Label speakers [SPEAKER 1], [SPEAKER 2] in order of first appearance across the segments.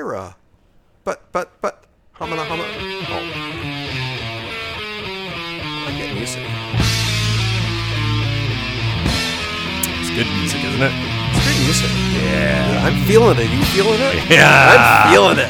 [SPEAKER 1] oh. feeling it. You feeling it?
[SPEAKER 2] Yeah.
[SPEAKER 1] I'm feeling it.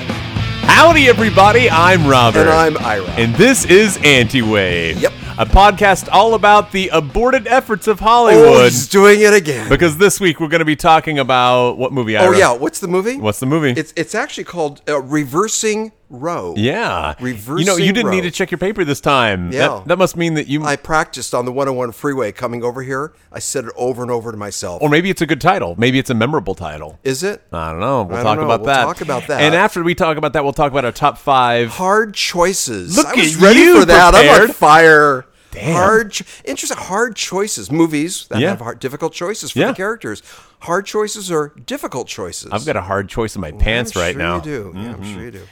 [SPEAKER 2] Howdy, everybody. I'm Robert.
[SPEAKER 1] And I'm Ira.
[SPEAKER 2] And this is Anti Wave.
[SPEAKER 1] Yep.
[SPEAKER 2] A podcast all about the aborted efforts of
[SPEAKER 1] oh,
[SPEAKER 2] Hollywood.
[SPEAKER 1] he's doing it again.
[SPEAKER 2] because this week we're going to be talking about what movie?
[SPEAKER 1] oh
[SPEAKER 2] Ira?
[SPEAKER 1] yeah, what's the movie?
[SPEAKER 2] What's the movie?
[SPEAKER 1] It's it's actually called uh, Reversing Roe.
[SPEAKER 2] yeah.
[SPEAKER 1] Reversing
[SPEAKER 2] You know, you didn't
[SPEAKER 1] Roe.
[SPEAKER 2] need to check your paper this time.
[SPEAKER 1] Yeah.
[SPEAKER 2] That, that must mean that you.
[SPEAKER 1] I practiced on the 101 freeway coming over here. I said it over and over to myself.
[SPEAKER 2] or maybe it's a good title. Maybe it's a memorable title.
[SPEAKER 1] Is it
[SPEAKER 2] I don't know. We'll
[SPEAKER 1] I don't
[SPEAKER 2] talk
[SPEAKER 1] know.
[SPEAKER 2] about
[SPEAKER 1] We'll
[SPEAKER 2] that.
[SPEAKER 1] talk about that.
[SPEAKER 2] And after we talk about that, we'll talk about our top five.
[SPEAKER 1] hard choices?
[SPEAKER 2] Look
[SPEAKER 1] I was
[SPEAKER 2] at
[SPEAKER 1] ready
[SPEAKER 2] you
[SPEAKER 1] for that. I'm on
[SPEAKER 2] prepared.
[SPEAKER 1] fire.
[SPEAKER 2] Damn.
[SPEAKER 1] Hard, cho- interesting. Hard choices. Movies that
[SPEAKER 2] Yeah.
[SPEAKER 1] have hard, difficult choices for
[SPEAKER 2] Yeah.
[SPEAKER 1] the characters. Hard choices are difficult choices.
[SPEAKER 2] I've got a hard choice in my pants
[SPEAKER 1] I'm
[SPEAKER 2] right
[SPEAKER 1] sure
[SPEAKER 2] now. Mm-hmm.
[SPEAKER 1] You do. Yeah, I'm sure you do.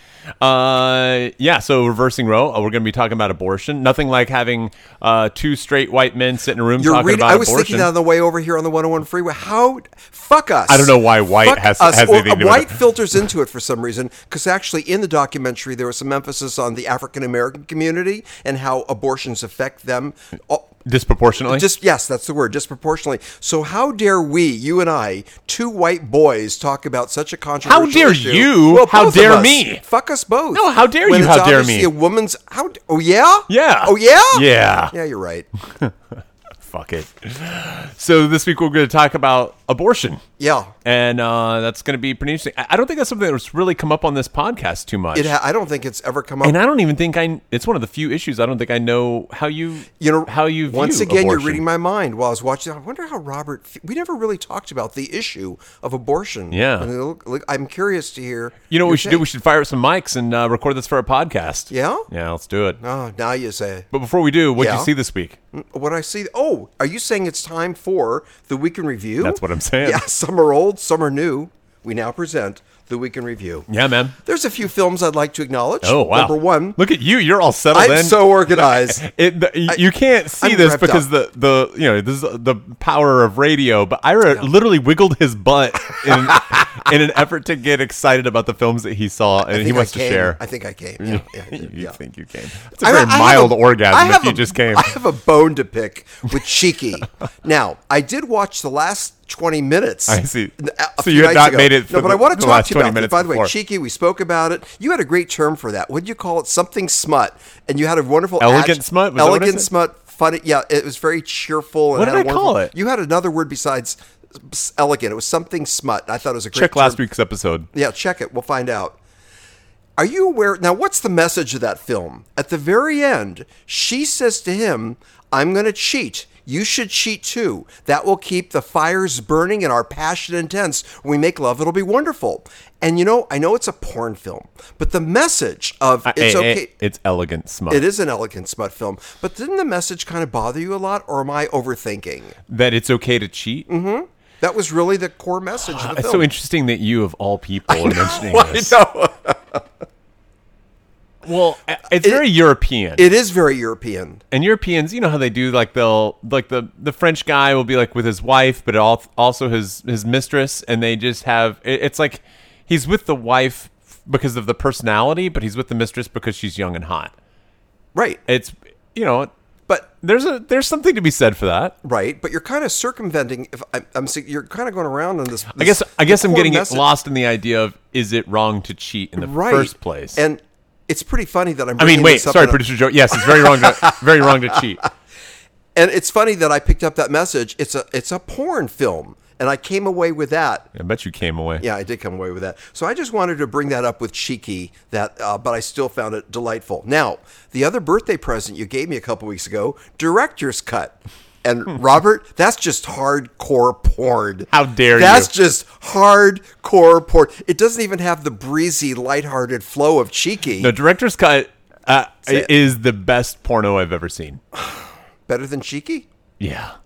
[SPEAKER 2] Uh, yeah. So reversing row, uh, we're going to be talking about abortion. Nothing like having uh, two straight white men sit in a room
[SPEAKER 1] You're
[SPEAKER 2] talking
[SPEAKER 1] reading.
[SPEAKER 2] about
[SPEAKER 1] I was
[SPEAKER 2] abortion.
[SPEAKER 1] thinking that on the way over here on the 101 freeway. How fuck us?
[SPEAKER 2] I don't know why white
[SPEAKER 1] Fuck
[SPEAKER 2] has-
[SPEAKER 1] us.
[SPEAKER 2] has
[SPEAKER 1] Or,
[SPEAKER 2] anything to do with
[SPEAKER 1] White
[SPEAKER 2] it.
[SPEAKER 1] filters into it for some reason because actually in the documentary there was some emphasis on the African American community and how abortions affect them. Oh,
[SPEAKER 2] Disproportionately.
[SPEAKER 1] Just yes, that's the word, disproportionately. So how dare we, you and I, two white boys, talk about such a controversial
[SPEAKER 2] dare
[SPEAKER 1] issue?
[SPEAKER 2] you? How
[SPEAKER 1] both of
[SPEAKER 2] dare
[SPEAKER 1] us.
[SPEAKER 2] me?
[SPEAKER 1] Fuck us both.
[SPEAKER 2] No, how dare
[SPEAKER 1] When
[SPEAKER 2] you,
[SPEAKER 1] it's
[SPEAKER 2] how dare
[SPEAKER 1] obviously
[SPEAKER 2] me.
[SPEAKER 1] A woman's how? d- Oh yeah.
[SPEAKER 2] Yeah.
[SPEAKER 1] Oh yeah.
[SPEAKER 2] Yeah.
[SPEAKER 1] Yeah, you're right.
[SPEAKER 2] Fuck it. So this week we're going to talk about abortion.
[SPEAKER 1] Yeah.
[SPEAKER 2] And uh, that's going to be pretty interesting. I I don't think that's something that's really come up on this podcast too much.
[SPEAKER 1] It ha- I don't think it's ever come up.
[SPEAKER 2] and I don't even think I. It's one of the few issues I don't think I know how you.
[SPEAKER 1] you know
[SPEAKER 2] how you. View
[SPEAKER 1] once again
[SPEAKER 2] abortion.
[SPEAKER 1] you're reading my mind while i was watching i wonder how robert fe- we never really talked about the issue of abortion
[SPEAKER 2] Yeah.
[SPEAKER 1] And it'll- like, i'm curious to hear
[SPEAKER 2] You know
[SPEAKER 1] your
[SPEAKER 2] what we should do?
[SPEAKER 1] take.
[SPEAKER 2] We should fire up some mics and uh, record this for a podcast.
[SPEAKER 1] yeah
[SPEAKER 2] Yeah, let's do it.
[SPEAKER 1] oh now you say
[SPEAKER 2] But before we do, what'd
[SPEAKER 1] Yeah.
[SPEAKER 2] you see this week?
[SPEAKER 1] what i see oh are you saying it's time for the week in review
[SPEAKER 2] That's what I'm saying.
[SPEAKER 1] yeah some are old some are new we now present the week in review
[SPEAKER 2] Yeah, man.
[SPEAKER 1] there's a few films i'd like to acknowledge
[SPEAKER 2] Oh wow!
[SPEAKER 1] number one
[SPEAKER 2] look at you. You're all settled
[SPEAKER 1] i'm
[SPEAKER 2] in.
[SPEAKER 1] so organized
[SPEAKER 2] It- the- y- you can't see
[SPEAKER 1] I'm
[SPEAKER 2] this
[SPEAKER 1] revved
[SPEAKER 2] because the the you know this is the power of radio. But Ira literally wiggled his butt in in an effort to get excited about the films that he saw and
[SPEAKER 1] I
[SPEAKER 2] he
[SPEAKER 1] think I
[SPEAKER 2] wants to
[SPEAKER 1] came.
[SPEAKER 2] share.
[SPEAKER 1] I think I came. Yeah, yeah,
[SPEAKER 2] you
[SPEAKER 1] yeah.
[SPEAKER 2] think you came? It's a
[SPEAKER 1] I-
[SPEAKER 2] very
[SPEAKER 1] I have
[SPEAKER 2] mild
[SPEAKER 1] a- I
[SPEAKER 2] orgasm if
[SPEAKER 1] have
[SPEAKER 2] you
[SPEAKER 1] a-
[SPEAKER 2] just came.
[SPEAKER 1] I have a bone to pick with Cheeky. now, I did watch the last 20 minutes.
[SPEAKER 2] I see.
[SPEAKER 1] a- a
[SPEAKER 2] So
[SPEAKER 1] few
[SPEAKER 2] you had
[SPEAKER 1] nights
[SPEAKER 2] not
[SPEAKER 1] ago.
[SPEAKER 2] made it
[SPEAKER 1] No,
[SPEAKER 2] for
[SPEAKER 1] but
[SPEAKER 2] the-
[SPEAKER 1] I want
[SPEAKER 2] the
[SPEAKER 1] to talk
[SPEAKER 2] last
[SPEAKER 1] to you about
[SPEAKER 2] 20
[SPEAKER 1] this.
[SPEAKER 2] minutes
[SPEAKER 1] By the way,
[SPEAKER 2] before.
[SPEAKER 1] Cheeky, we spoke about it. You had a great term for that. What did you call it? Something smut. And you had a wonderful.
[SPEAKER 2] Elegant smut? Was that what I
[SPEAKER 1] elegant
[SPEAKER 2] said?
[SPEAKER 1] smut. Funny. Yeah, it was very cheerful. And
[SPEAKER 2] What did
[SPEAKER 1] had a
[SPEAKER 2] I call
[SPEAKER 1] wonderful-
[SPEAKER 2] it?
[SPEAKER 1] You had another word besides s- elegant. It was something smut. I thought it was a great
[SPEAKER 2] Check last
[SPEAKER 1] term.
[SPEAKER 2] week's episode.
[SPEAKER 1] Yeah, check it. We'll find out. Are you aware? Now, what's the message of that film? At the very end, she says to him, I'm going to cheat. You should cheat too. That will keep the fires burning and our passion intense. When we make love, it'll be wonderful. And you know, I know it's a porn film, but the message of it's
[SPEAKER 2] Hey, hey,
[SPEAKER 1] okay.
[SPEAKER 2] Eh, it's elegant smut.
[SPEAKER 1] It is an elegant smut film, but didn't the message kind of bother you a lot, or am I overthinking?
[SPEAKER 2] that it's okay to cheat.
[SPEAKER 1] That was really the core message of the
[SPEAKER 2] Ah, It's
[SPEAKER 1] Mm-hmm. film.
[SPEAKER 2] so interesting that you, of all people, are mentioning
[SPEAKER 1] I
[SPEAKER 2] this.
[SPEAKER 1] know.
[SPEAKER 2] Well, I- it's very European.
[SPEAKER 1] It is very European.
[SPEAKER 2] and Europeans, you know how they do like they'll like the the French guy will be like with his wife, but al- also his his mistress, and they just have it, it's like he's with the wife because of the personality, but he's with the mistress because she's young and hot.
[SPEAKER 1] Right.
[SPEAKER 2] It's you know
[SPEAKER 1] But
[SPEAKER 2] there's a there's something to be said for that.
[SPEAKER 1] right, but you're kind of circumventing. If I'm, I'm sig- you're kind of going around on this.
[SPEAKER 2] I guess I guess I'm getting
[SPEAKER 1] it
[SPEAKER 2] it lost in the idea of is it wrong to cheat in the
[SPEAKER 1] right
[SPEAKER 2] first place?
[SPEAKER 1] and it's pretty funny that I'm.
[SPEAKER 2] I mean,
[SPEAKER 1] bringing
[SPEAKER 2] wait,
[SPEAKER 1] this up
[SPEAKER 2] sorry,
[SPEAKER 1] in a-
[SPEAKER 2] producer Joe. Yes, it's very wrong to very wrong to cheat.
[SPEAKER 1] and it's funny that I picked up that message. It's a it's a porn film, and I came away with that.
[SPEAKER 2] I bet you came away.
[SPEAKER 1] Yeah, I did come away with that. So I just wanted to bring that up with cheeky that, uh, but I still found it delightful. Now, the other birthday present you gave me a couple weeks ago, director's cut. And Robert, that's just hardcore porn.
[SPEAKER 2] How dare
[SPEAKER 1] That's just hardcore porn. It doesn't even have the breezy, lighthearted flow of cheeky.
[SPEAKER 2] The director's cut uh,
[SPEAKER 1] it.
[SPEAKER 2] is the best porno I've ever seen.
[SPEAKER 1] Better than cheeky?
[SPEAKER 2] Yeah,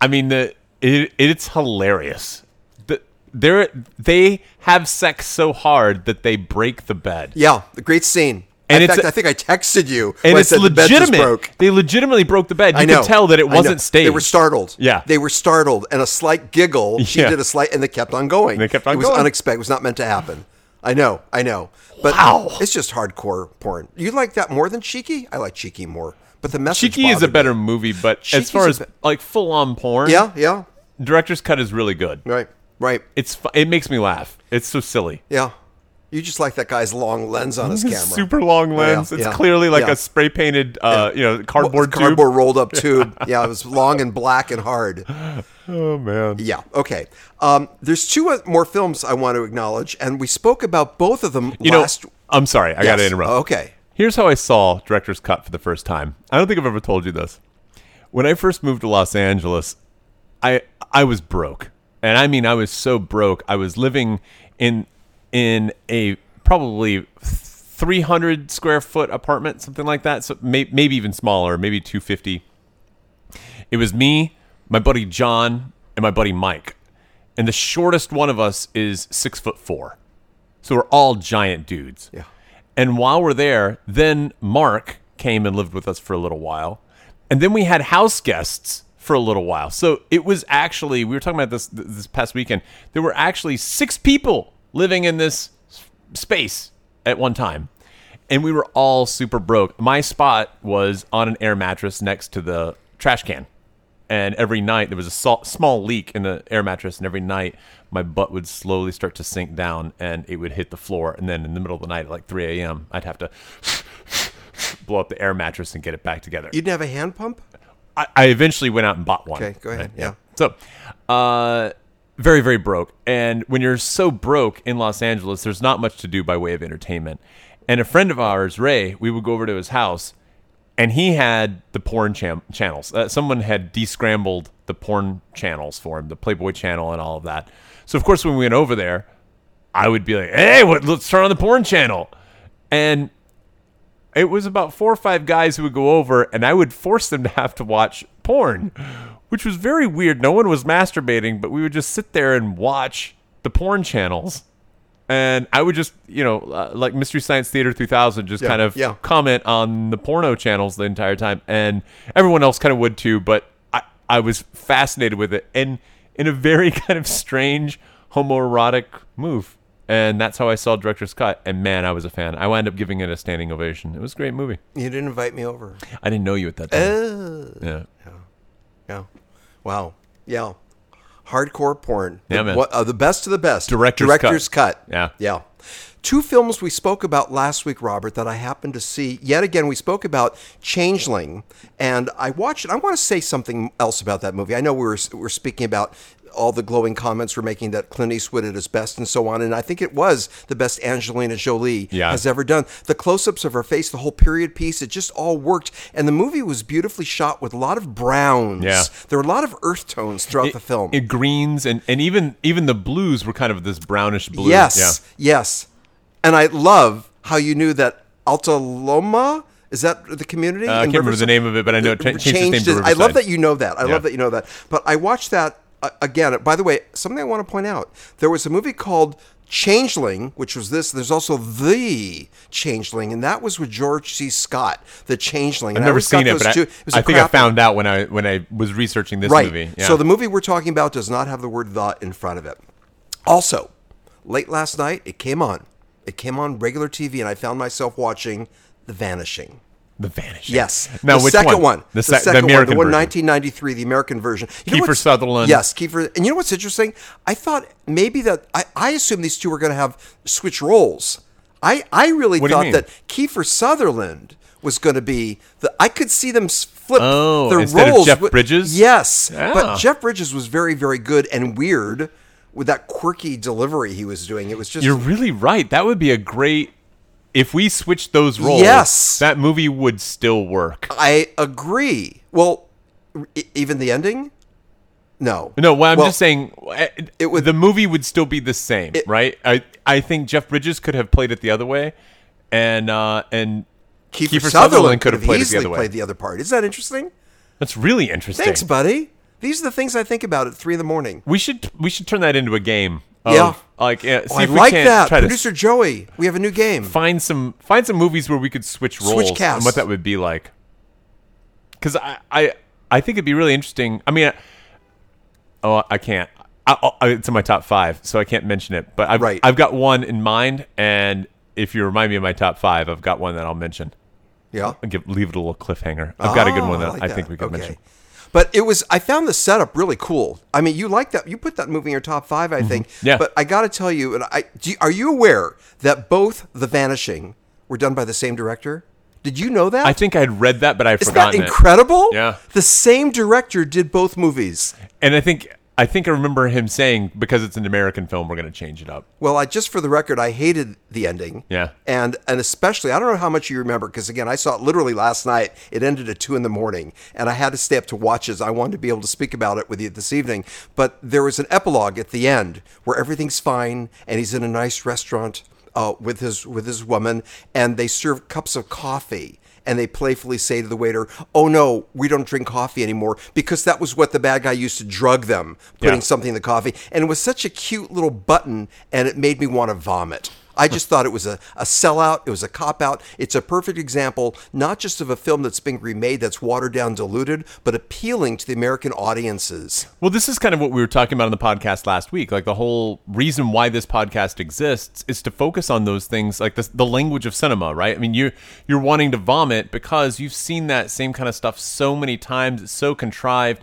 [SPEAKER 2] I mean the it, it's hilarious. The, they're, they have sex so hard that they break the bed,
[SPEAKER 1] Yeah, the great scene.
[SPEAKER 2] And
[SPEAKER 1] In
[SPEAKER 2] it's
[SPEAKER 1] fact,
[SPEAKER 2] a-
[SPEAKER 1] I think I texted you. when
[SPEAKER 2] and
[SPEAKER 1] I
[SPEAKER 2] it's
[SPEAKER 1] said the bed just
[SPEAKER 2] legitimate.
[SPEAKER 1] broke.
[SPEAKER 2] They legitimately broke the bed. You
[SPEAKER 1] I know.
[SPEAKER 2] could tell that it
[SPEAKER 1] I know.
[SPEAKER 2] wasn't staged.
[SPEAKER 1] They were startled.
[SPEAKER 2] Yeah.
[SPEAKER 1] They were startled and a slight giggle. She
[SPEAKER 2] Yeah.
[SPEAKER 1] did a slight and they kept on going.
[SPEAKER 2] They kept on
[SPEAKER 1] it was
[SPEAKER 2] going.
[SPEAKER 1] unexpected. It was not meant to happen. I know, I know. But
[SPEAKER 2] Wow.
[SPEAKER 1] it's just hardcore porn. You like that more than Cheeky? I like Cheeky more. But the message
[SPEAKER 2] Cheeky is a
[SPEAKER 1] bothered
[SPEAKER 2] better movie, but as
[SPEAKER 1] Cheeky's
[SPEAKER 2] far
[SPEAKER 1] a
[SPEAKER 2] as
[SPEAKER 1] bit-
[SPEAKER 2] like full on porn,
[SPEAKER 1] me. Yeah, yeah.
[SPEAKER 2] director's cut is really good.
[SPEAKER 1] Right. Right.
[SPEAKER 2] It's fu- it makes me laugh. It's so silly.
[SPEAKER 1] Yeah. You just like that guy's long lens on his camera.
[SPEAKER 2] Super long lens.
[SPEAKER 1] Yeah,
[SPEAKER 2] it's
[SPEAKER 1] yeah,
[SPEAKER 2] clearly like
[SPEAKER 1] yeah.
[SPEAKER 2] a spray painted, uh, you know, cardboard tube.
[SPEAKER 1] Oh, cardboard rolled up tube. Yeah, it was long and black and hard.
[SPEAKER 2] Oh man.
[SPEAKER 1] Yeah. Okay. Um, there's two o- more films I want to acknowledge, and we spoke about both of them
[SPEAKER 2] You know,
[SPEAKER 1] last.
[SPEAKER 2] I'm sorry. I got
[SPEAKER 1] Yes.
[SPEAKER 2] to
[SPEAKER 1] Oh,
[SPEAKER 2] interrupt.
[SPEAKER 1] Okay.
[SPEAKER 2] Here's how I saw Director's Cut for the first time. I don't think I've ever told you this. When I first moved to Los Angeles, I I was broke. And I mean I was so broke. I was living in in a probably 300 square foot apartment, something like that. So may, maybe even smaller, maybe 250. It was me, my buddy John, and my buddy Mike. And the shortest one of us is six foot four. So we're all giant dudes.
[SPEAKER 1] Yeah.
[SPEAKER 2] And while we're there, then Mark came and lived with us for a little while. And then we had house guests for a little while. So it was actually, we were talking about this th- this past weekend. There were actually six people living in this s- space at one time. And we were all super broke. My spot was on an air mattress next to the trash can and every night there was a sol- small leak in the air mattress and every night my butt would slowly start to sink down and it would hit the floor and then in the middle of the night at like 3 a.m i'd have to blow up the air mattress and get it back together
[SPEAKER 1] You didn't have a hand pump?
[SPEAKER 2] I, I eventually went out and bought one.
[SPEAKER 1] Okay, go ahead. Yeah.
[SPEAKER 2] So, uh, very, very broke. And when you're so broke in Los Angeles, there's not much to do by way of entertainment. And a friend of ours, Ray, we would go over to his house, and he had the porn cham- channels. Uh, someone had descrambled the porn channels for him, the Playboy channel and all of that. So, of course, when we went over there, I would be like, "Hey, what, let's turn on the porn channel," and it was about four or five guys who would go over and I would force them to have to watch porn, which was very weird. No one was masturbating, but we would just sit there and watch the porn channels. And I would just, you know, uh, like Mystery Science Theater 3000, just kind of
[SPEAKER 1] yeah.
[SPEAKER 2] comment on the porno channels the entire time. And everyone else kind of would too, but I, I was fascinated with it and in a very kind of strange homoerotic move. And that's how I saw Director's Cut. And man, I was a fan. I wound up giving it a standing ovation. It was a great movie.
[SPEAKER 1] You didn't invite me over.
[SPEAKER 2] I didn't know you at that time.
[SPEAKER 1] Uh,
[SPEAKER 2] yeah.
[SPEAKER 1] yeah. Wow. Yeah. Hardcore porn.
[SPEAKER 2] Yeah,
[SPEAKER 1] the,
[SPEAKER 2] man.
[SPEAKER 1] what- uh, the best of the best.
[SPEAKER 2] Director's
[SPEAKER 1] Director's
[SPEAKER 2] cut. Yeah.
[SPEAKER 1] Yeah. Two films we spoke about last week, Robert, that I happened to see. Yet again, we spoke about Changeling, and I watched it. I want to say something else about that movie. I know we were, we were speaking about all the glowing comments we're making that Clint Eastwood at his best and so on, and I think it was the best Angelina Jolie
[SPEAKER 2] Yeah.
[SPEAKER 1] has ever done. The close ups of her face, the whole period piece, it just all worked. And the movie was beautifully shot with a lot of browns.
[SPEAKER 2] Yeah.
[SPEAKER 1] There were a lot of earth tones throughout the film.
[SPEAKER 2] It greens and, and even even the blues were kind of this brownish blue.
[SPEAKER 1] Yes.
[SPEAKER 2] Yeah.
[SPEAKER 1] Yes. And I love how you knew that Altaloma is that the community?
[SPEAKER 2] Uh, I
[SPEAKER 1] in
[SPEAKER 2] can't remember the
[SPEAKER 1] Riverside?
[SPEAKER 2] name of it, but I know it cha- changed, its name to
[SPEAKER 1] it. I love
[SPEAKER 2] Riverside.
[SPEAKER 1] that you know that. I
[SPEAKER 2] Yeah.
[SPEAKER 1] love that you know that. But I watched that uh, again. By the way, something I want to point out: there was a movie called Changeling, which was this. There's also the Changeling, and that was with George C. Scott, the Changeling. And
[SPEAKER 2] I've
[SPEAKER 1] I
[SPEAKER 2] never
[SPEAKER 1] always thought
[SPEAKER 2] seen it,
[SPEAKER 1] those
[SPEAKER 2] but
[SPEAKER 1] two-
[SPEAKER 2] I,
[SPEAKER 1] it was
[SPEAKER 2] I
[SPEAKER 1] a
[SPEAKER 2] think I
[SPEAKER 1] crappy-
[SPEAKER 2] found out when I when I was researching this
[SPEAKER 1] Right.
[SPEAKER 2] movie.
[SPEAKER 1] So the movie we're talking about does not have the word the in front of it. Also, late last night, it came on. It came on regular TV, and I found myself watching The Vanishing.
[SPEAKER 2] The Vanishing.
[SPEAKER 1] Yes.
[SPEAKER 2] Now
[SPEAKER 1] the
[SPEAKER 2] which
[SPEAKER 1] second one.
[SPEAKER 2] The,
[SPEAKER 1] The,
[SPEAKER 2] sec-
[SPEAKER 1] second one.
[SPEAKER 2] American
[SPEAKER 1] The one
[SPEAKER 2] version.
[SPEAKER 1] 1993, the American version. You
[SPEAKER 2] Kiefer
[SPEAKER 1] what's-
[SPEAKER 2] Sutherland.
[SPEAKER 1] Yes, Kiefer. And you know what's interesting? I thought maybe that I, I assumed these two were going to have switch roles. I, I really
[SPEAKER 2] What do you
[SPEAKER 1] thought
[SPEAKER 2] mean?
[SPEAKER 1] that Kiefer Sutherland was going to be the. I could see them s- flip
[SPEAKER 2] Oh,
[SPEAKER 1] their
[SPEAKER 2] instead of
[SPEAKER 1] roles.
[SPEAKER 2] Jeff
[SPEAKER 1] with-
[SPEAKER 2] Bridges?
[SPEAKER 1] Yes,
[SPEAKER 2] Ah.
[SPEAKER 1] but Jeff Bridges was very very good and weird with that quirky delivery he was doing. It was just
[SPEAKER 2] You're really right. That would be a great if we switched those roles.
[SPEAKER 1] Yes.
[SPEAKER 2] That movie would still work.
[SPEAKER 1] I agree. Well, e- even the ending. No.
[SPEAKER 2] No, well, I'm
[SPEAKER 1] Well,
[SPEAKER 2] just saying it
[SPEAKER 1] would-
[SPEAKER 2] the movie would still be the same, right? I I think Jeff Bridges could have played it the other way, and uh, and
[SPEAKER 1] Kiefer,
[SPEAKER 2] Kiefer
[SPEAKER 1] Sutherland, could have
[SPEAKER 2] played it the
[SPEAKER 1] easily
[SPEAKER 2] other way.
[SPEAKER 1] played the other part. Isn't that interesting?
[SPEAKER 2] that's really interesting.
[SPEAKER 1] Thanks, buddy. These are the things I think about at three in the morning.
[SPEAKER 2] We should we should turn that into a game. Of,
[SPEAKER 1] Yeah.
[SPEAKER 2] like uh, see
[SPEAKER 1] Oh, I
[SPEAKER 2] if we
[SPEAKER 1] like
[SPEAKER 2] can't
[SPEAKER 1] that.
[SPEAKER 2] try to
[SPEAKER 1] Producer Joey, we have a new game.
[SPEAKER 2] find some find some movies where we could switch roles and
[SPEAKER 1] casts.
[SPEAKER 2] what that would be like. Because I, I I think it'd be really interesting. I mean, I- oh, I can't. I, oh, I, it's in my top five, so I can't mention it. But I've
[SPEAKER 1] Right.
[SPEAKER 2] I've got one in mind, and if you remind me of my top five, I've got one that I'll mention.
[SPEAKER 1] Yeah.
[SPEAKER 2] I'll give, leave it a little cliffhanger. I've got a good
[SPEAKER 1] Ah,
[SPEAKER 2] one that I,
[SPEAKER 1] like
[SPEAKER 2] think we could
[SPEAKER 1] Okay.
[SPEAKER 2] mention.
[SPEAKER 1] But it was I found the setup really cool. I mean, you like that you put that movie in your top five, I think.
[SPEAKER 2] Mm-hmm. Yeah.
[SPEAKER 1] But I got to tell you, and I do you- are you aware that both The Vanishing were done by the same director? Did you know that?
[SPEAKER 2] I think I'd read that, but I'd
[SPEAKER 1] Isn't that
[SPEAKER 2] forgotten it.
[SPEAKER 1] incredible?
[SPEAKER 2] Yeah.
[SPEAKER 1] The same director did both movies.
[SPEAKER 2] And I think I think I remember him saying because it's an American film, we're going to change it up.
[SPEAKER 1] Well, I just for the record, I hated the ending.
[SPEAKER 2] Yeah.
[SPEAKER 1] And and especially, I don't know how much you remember because again, I saw it literally last night. It ended at two in the morning, and I had to stay up to watch it. I wanted to be able to speak about it with you this evening, but there was an epilogue at the end where everything's fine, and he's in a nice restaurant uh, with his with his woman, and they serve cups of coffee. And they playfully say to the waiter, "Oh no, we don't drink coffee anymore," because that was what the bad guy used to drug them, putting
[SPEAKER 2] Yeah.
[SPEAKER 1] something in the coffee. And it was such a cute little button, and it made me want to vomit. I just thought it was a, a sellout. It was a cop out. It's a perfect example, not just of a film that's being remade that's watered down, diluted, but appealing to the American audiences.
[SPEAKER 2] Well, this is kind of what we were talking about on the podcast last week. Like the whole reason why this podcast exists is to focus on those things, like the, the language of cinema, right? I mean, you you're wanting to vomit because you've seen that same kind of stuff so many times. It's so contrived,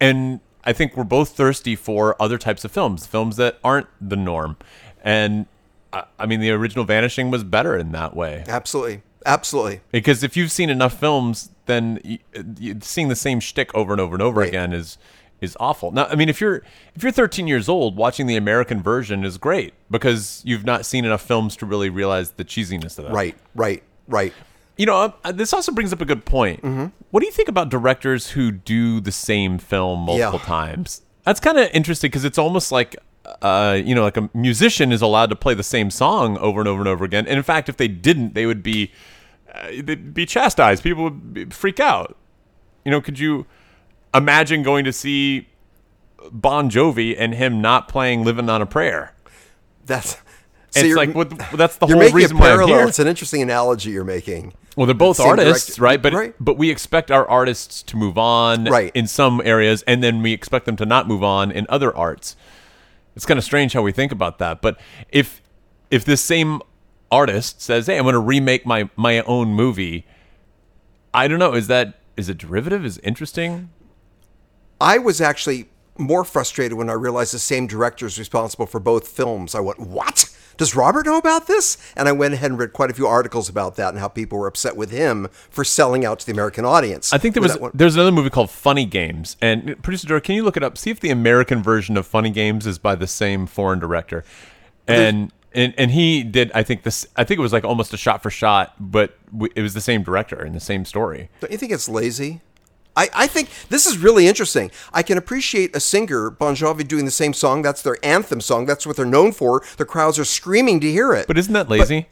[SPEAKER 2] and I think we're both thirsty for other types of films, films that aren't the norm. And I, I mean, the original Vanishing was better in that way
[SPEAKER 1] Absolutely. Absolutely.
[SPEAKER 2] because if you've seen enough films, then you, you, seeing the same shtick over and over and over again is is awful. Now, I mean, if you're if you're 13 years old, watching the American version is great because you've not seen enough films to really realize the cheesiness of that.
[SPEAKER 1] Right, right, right.
[SPEAKER 2] You know, uh, this also brings up a good point.
[SPEAKER 1] Mm-hmm.
[SPEAKER 2] What do you think about directors who do the same film multiple
[SPEAKER 1] Yeah.
[SPEAKER 2] times? That's kind of interesting because it's almost like, uh, you know, like a musician is allowed to play the same song over and over and over again. And in fact, if they didn't, they would be uh, they'd be chastised. People would be, freak out. You know, could you imagine going to see Bon Jovi and him not playing "Living on a Prayer"?
[SPEAKER 1] That's. so
[SPEAKER 2] It's
[SPEAKER 1] you're-
[SPEAKER 2] like what, that's the
[SPEAKER 1] you're
[SPEAKER 2] whole
[SPEAKER 1] making a
[SPEAKER 2] reason why I'm
[SPEAKER 1] parallel.
[SPEAKER 2] here.
[SPEAKER 1] It's an interesting analogy you're making.
[SPEAKER 2] Well, they're both
[SPEAKER 1] Same
[SPEAKER 2] artists,
[SPEAKER 1] director-
[SPEAKER 2] right? But
[SPEAKER 1] right.
[SPEAKER 2] but we expect our artists to move on
[SPEAKER 1] Right.
[SPEAKER 2] in some areas, and then we expect them to not move on in other arts. It's kind of strange how we think about that. But if if this same artist says, "Hey, I'm going to remake my my own movie," I don't know. Is that is it derivative? Is it interesting?
[SPEAKER 1] I was actually more frustrated when I realized the same director is responsible for both films. I went, What? Does Robert know about this? And I went ahead and read quite a few articles about that and how people were upset with him for selling out to the American audience.
[SPEAKER 2] I think there
[SPEAKER 1] With
[SPEAKER 2] was
[SPEAKER 1] that one-
[SPEAKER 2] there's another movie called Funny Games, and producer Dora, can you look it up? See if the American version of Funny Games is by the same foreign director, and and and he did. I think this. I think it was like almost a shot for shot, but w- it was the same director and the same story.
[SPEAKER 1] Don't you think it's lazy? I, I think this is really interesting. I can appreciate a singer, Bon Jovi, doing the same song. That's their anthem song. That's what they're known for. The crowds are screaming to hear it.
[SPEAKER 2] But isn't that lazy?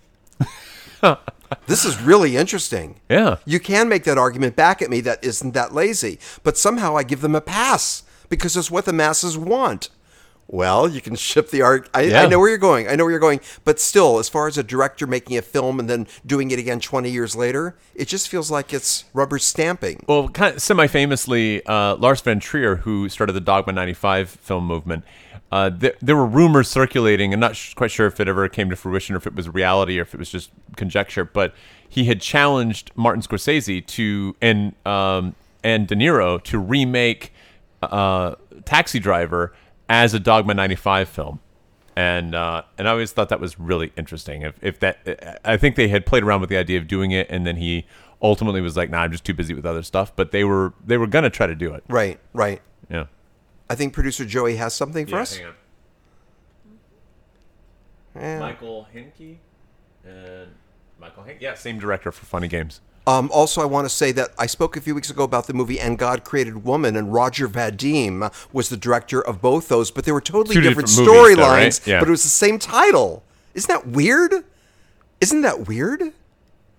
[SPEAKER 1] This is really interesting.
[SPEAKER 2] Yeah.
[SPEAKER 1] You can make that argument back at me that isn't that lazy, but somehow I give them a pass because it's what the masses want. Well, you can ship the art. I, I
[SPEAKER 2] Yeah.
[SPEAKER 1] know where you're going. I know where you're going. But still, as far as a director making a film and then doing it again 20 years later, it just feels like it's rubber stamping.
[SPEAKER 2] Well, kind of semi-famously, uh, Lars Van Trier, who started the Dogma '95 film movement, uh, th- there were rumors circulating, and not sh- quite sure if it ever came to fruition, or if it was reality, or if it was just conjecture. But he had challenged Martin Scorsese to and um, and De Niro to remake uh, Taxi Driver as a Dogma '95 film. And uh, and I always thought that was really interesting. If, if that, I think they had played around with the idea of doing it, and then he ultimately was like, "Nah, I'm just too busy with other stuff." But they were they were gonna try to do it.
[SPEAKER 1] Right, right.
[SPEAKER 2] Yeah.
[SPEAKER 1] I think producer Joey has something for us.
[SPEAKER 2] Michael Henke and Michael Henke. Yeah, same director for Funny Games.
[SPEAKER 1] Um, also, I want to say that I spoke a few weeks ago about the movie And God Created Woman, and Roger Vadim was the director of both those, but they were totally
[SPEAKER 2] Two
[SPEAKER 1] different,
[SPEAKER 2] different movies, though, right?
[SPEAKER 1] storylines,
[SPEAKER 2] Yeah.
[SPEAKER 1] but it was the same title. Isn't that weird? Isn't that weird?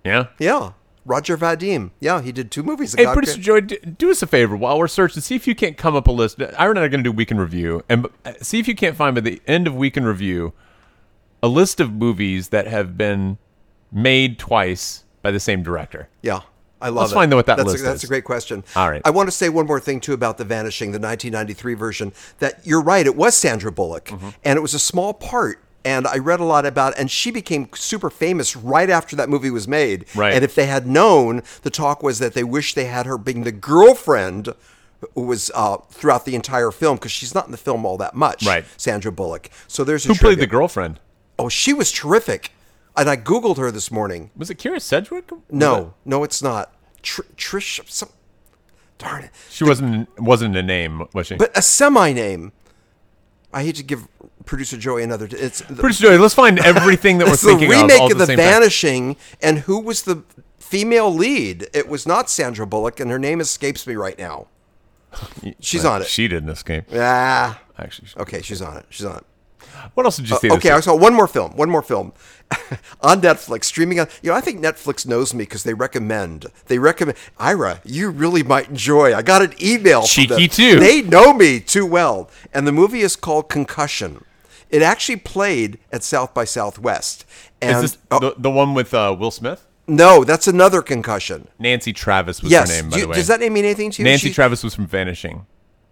[SPEAKER 2] Yeah.
[SPEAKER 1] Yeah. Roger Vadim. Yeah, he did two movies.
[SPEAKER 2] Hey, producer Joey, d- do us a favor while we're searching. See if you can't come up a list. Ira and I are going to do week in review, and uh, see if you can't find by the end of week in review a list of movies that have been made twice by the same director.
[SPEAKER 1] Yeah, I love
[SPEAKER 2] Let's
[SPEAKER 1] it.
[SPEAKER 2] find out what that
[SPEAKER 1] that's
[SPEAKER 2] list
[SPEAKER 1] a, That's
[SPEAKER 2] is.
[SPEAKER 1] a great question.
[SPEAKER 2] All right.
[SPEAKER 1] I want to say one more thing, too, about The Vanishing, the 1993 version, that you're right, it was Sandra Bullock,
[SPEAKER 2] Mm-hmm.
[SPEAKER 1] and it was a small part. And I read a lot about, and she became super famous right after that movie was made.
[SPEAKER 2] Right.
[SPEAKER 1] And if they had known, the talk was that they wish they had her being the girlfriend who was uh, throughout the entire film because she's not in the film all that much.
[SPEAKER 2] Right.
[SPEAKER 1] Sandra Bullock. So there's a
[SPEAKER 2] Who played the
[SPEAKER 1] trivia.
[SPEAKER 2] girlfriend?
[SPEAKER 1] Oh, she was terrific, and I googled her this morning.
[SPEAKER 2] Was it Kira Sedgwick? Was it-
[SPEAKER 1] No, no, it's not. Tr- Trish, some, darn it.
[SPEAKER 2] she wasn't wasn't a name, was she?
[SPEAKER 1] But a semi name. I hate to give producer Joey another. T- it's the,
[SPEAKER 2] Pretty sure. Let's find everything that we're
[SPEAKER 1] it's the
[SPEAKER 2] thinking
[SPEAKER 1] remake
[SPEAKER 2] of. all
[SPEAKER 1] of The
[SPEAKER 2] same time.
[SPEAKER 1] Vanishing, and who was the female lead? It was not Sandra Bullock, and her name escapes me right now. She's on it.
[SPEAKER 2] She didn't escape.
[SPEAKER 1] ah,
[SPEAKER 2] Actually,
[SPEAKER 1] okay, she's on it. She's on it.
[SPEAKER 2] what else did you see? this
[SPEAKER 1] Uh, Okay,
[SPEAKER 2] year?
[SPEAKER 1] I saw one more film. One more film on Netflix, streaming on. You know, I think Netflix knows me because they recommend. They recommend. Ira, you really might enjoy. I got an email. from them.
[SPEAKER 2] Cheeky, too.
[SPEAKER 1] They know me too well. And the movie is called Concussion. It actually played at South by Southwest. And
[SPEAKER 2] Is this
[SPEAKER 1] oh,
[SPEAKER 2] the, the one with uh, Will Smith?
[SPEAKER 1] no, that's another concussion.
[SPEAKER 2] Nancy Travis was
[SPEAKER 1] Yes.
[SPEAKER 2] her name, by
[SPEAKER 1] You-
[SPEAKER 2] the way.
[SPEAKER 1] Does that name mean anything to you?
[SPEAKER 2] Nancy
[SPEAKER 1] She-
[SPEAKER 2] Travis was from Vanishing.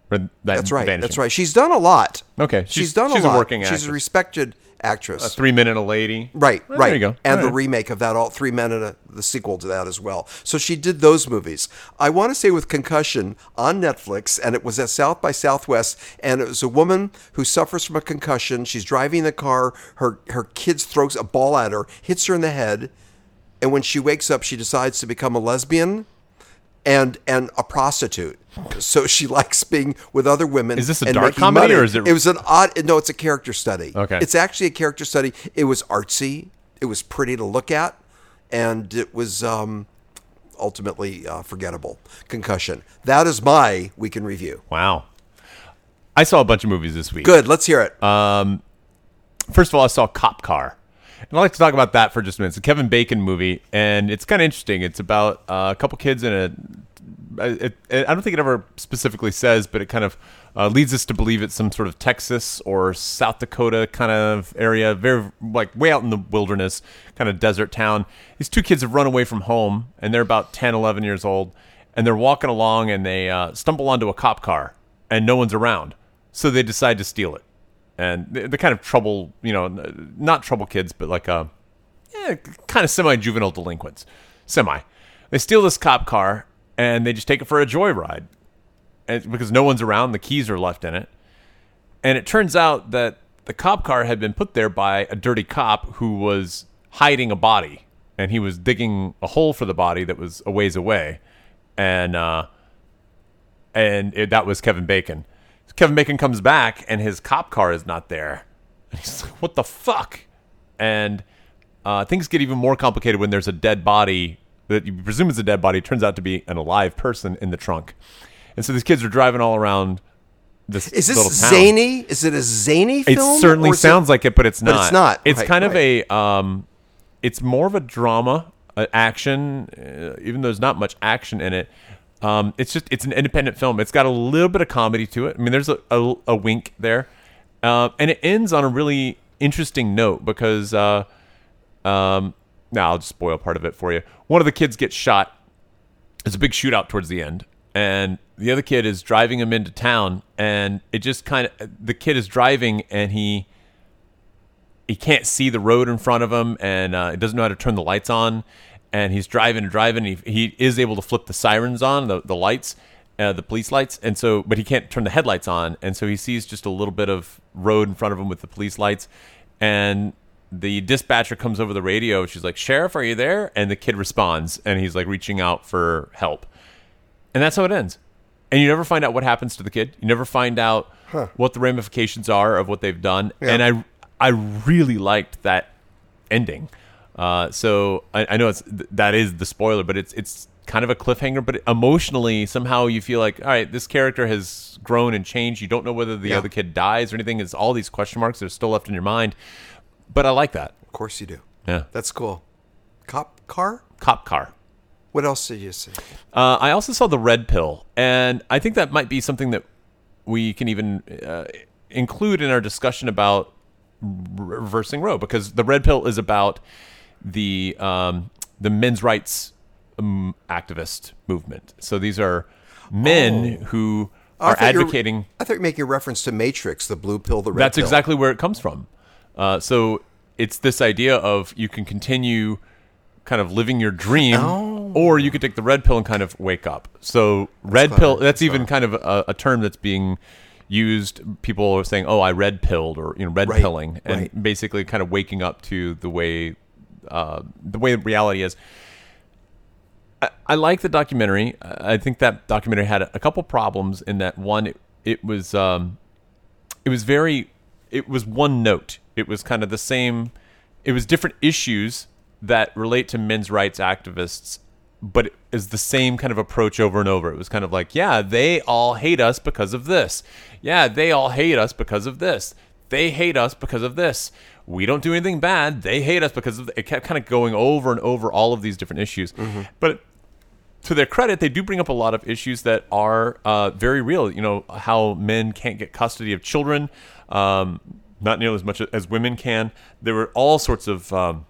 [SPEAKER 2] Or that-
[SPEAKER 1] That's right.
[SPEAKER 2] Vanishing.
[SPEAKER 1] That's right. She's done a lot.
[SPEAKER 2] Okay,
[SPEAKER 1] She's,
[SPEAKER 2] she's-
[SPEAKER 1] done a
[SPEAKER 2] she's a
[SPEAKER 1] lot.
[SPEAKER 2] working
[SPEAKER 1] she's a
[SPEAKER 2] actress.
[SPEAKER 1] respected actress.
[SPEAKER 2] Three minute a lady.
[SPEAKER 1] Right,
[SPEAKER 2] Well,
[SPEAKER 1] right.
[SPEAKER 2] There you go.
[SPEAKER 1] And
[SPEAKER 2] All
[SPEAKER 1] the
[SPEAKER 2] right.
[SPEAKER 1] remake of that, all three men and a, the sequel to that as well. So she did those movies. I want to say with Concussion on Netflix, and it was at South by Southwest, and it was a woman who suffers from a concussion. She's driving the car. Her her kid throws a ball at her, hits her in the head, and when she wakes up, she decides to become a lesbian. And, and a prostitute, so she likes being with other women.
[SPEAKER 2] Is this a
[SPEAKER 1] and
[SPEAKER 2] dark
[SPEAKER 1] making
[SPEAKER 2] comedy,
[SPEAKER 1] money.
[SPEAKER 2] or is it-
[SPEAKER 1] It was an odd. No, it's a character study.
[SPEAKER 2] Okay.
[SPEAKER 1] it's actually a character study. It was artsy. It was pretty to look at, and it was um, ultimately uh, forgettable. Concussion. That is my week in review.
[SPEAKER 2] Wow. I saw a bunch of movies this week.
[SPEAKER 1] Good. Let's hear it.
[SPEAKER 2] Uh, First of all, I saw Cop Car. And I'd like to talk about that for just a minute. It's a Kevin Bacon movie, and it's kind of interesting. It's about uh, a couple kids in a. I- It, it, I don't think it ever specifically says, but it kind of uh, leads us to believe it's some sort of Texas or South Dakota kind of area, very like way out in the wilderness, kind of desert town. These two kids have run away from home, and they're about 10, 11 years old, and they're walking along, and they uh, stumble onto a cop car, and no one's around, so they decide to steal it and the, the kind of trouble, you know, n- not trouble kids, but like uh, eh, kind of semi juvenile delinquents, semi. They steal this cop car and they just take it for a joyride, and because no one's around, the keys are left in it, and it turns out that the cop car had been put there by a dirty cop who was hiding a body, and he was digging a hole for the body that was a ways away, and uh, and it, that was Kevin Bacon. Kevin Bacon comes back and his cop car is not there. And he's like, "What the fuck?" And uh, things get even more complicated when there's a dead body that you presume is a dead body turns out to be an alive person in the trunk. And so these kids are driving all around this.
[SPEAKER 1] is
[SPEAKER 2] little
[SPEAKER 1] this
[SPEAKER 2] town.
[SPEAKER 1] zany? Is it a zany
[SPEAKER 2] It
[SPEAKER 1] film?
[SPEAKER 2] certainly
[SPEAKER 1] or is
[SPEAKER 2] sounds like it, but it's not.
[SPEAKER 1] it's not.
[SPEAKER 2] It's
[SPEAKER 1] Right,
[SPEAKER 2] kind of a. Um, it's more of a drama, uh, action. Uh, even though there's not much action in it, um, it's just it's an independent film. It's got a little bit of comedy to it. I mean, there's a a, a wink there, uh, and it ends on a really interesting note because. Uh, um, now I'll just spoil part of it for you. One of the kids gets shot it's a big shootout towards the end and the other kid is driving him into town and it just kind of the kid is driving and he he can't see the road in front of him and uh, he doesn't know how to turn the lights on and he's driving and driving and he, he is able to flip the sirens on the, the lights uh, the police lights and so but he can't turn the headlights on and so he sees just a little bit of road in front of him with the police lights and the dispatcher comes over the radio she's like sheriff are you there and the kid responds and he's like reaching out for help and that's how it ends. And you never find out what happens to the kid. You never find out what the ramifications are of what they've done. And I, I really liked that ending. Uh, so I, I know it's th- that is the spoiler, but it's it's kind of a cliffhanger. But emotionally, somehow you feel like, all right, this character has grown and changed. You don't know whether the other kid dies or anything. It's all these question marks that are still left in your mind. But I like that.
[SPEAKER 1] Of course you do.
[SPEAKER 2] Yeah,
[SPEAKER 1] That's cool. Cop car.
[SPEAKER 2] cop car.
[SPEAKER 1] What else did you see?
[SPEAKER 2] Uh, I also saw the red pill, and I think that might be something that we can even uh, include in our discussion about re- reversing Roe, because the red pill is about the um, the men's rights um, activist movement. So these are men who
[SPEAKER 1] Oh. I
[SPEAKER 2] are
[SPEAKER 1] thought you were-
[SPEAKER 2] advocating.
[SPEAKER 1] I thought you were making a reference to Matrix, the blue pill, the red
[SPEAKER 2] That's
[SPEAKER 1] pill.
[SPEAKER 2] exactly where it comes from. Uh, so it's this idea of you can continue kind of living your dream,
[SPEAKER 1] Oh.
[SPEAKER 2] or you could take the red pill and kind of wake up. So red pill. That's even kind of a, a term that's being used. People are saying, "Oh, I red pilled," or you know, red pilling, and
[SPEAKER 1] right.
[SPEAKER 2] basically kind of waking up to the way uh, the way reality is. I, I like the documentary. I I think that documentary had a, a couple problems in that one, it, it was um, it was very it was one note it was kind of the same it was different issues that relate to men's rights activists but it is the same kind of approach over and over it was kind of like yeah they all hate us because of this yeah they all hate us because of this they hate us because of this we don't do anything bad they hate us because of th-" it kept kind of going over and over all of these different issues but to their credit, they do bring up a lot of issues that are uh, very real. You know how men can't get custody of children, um, not nearly as much as women can. There were all sorts of um,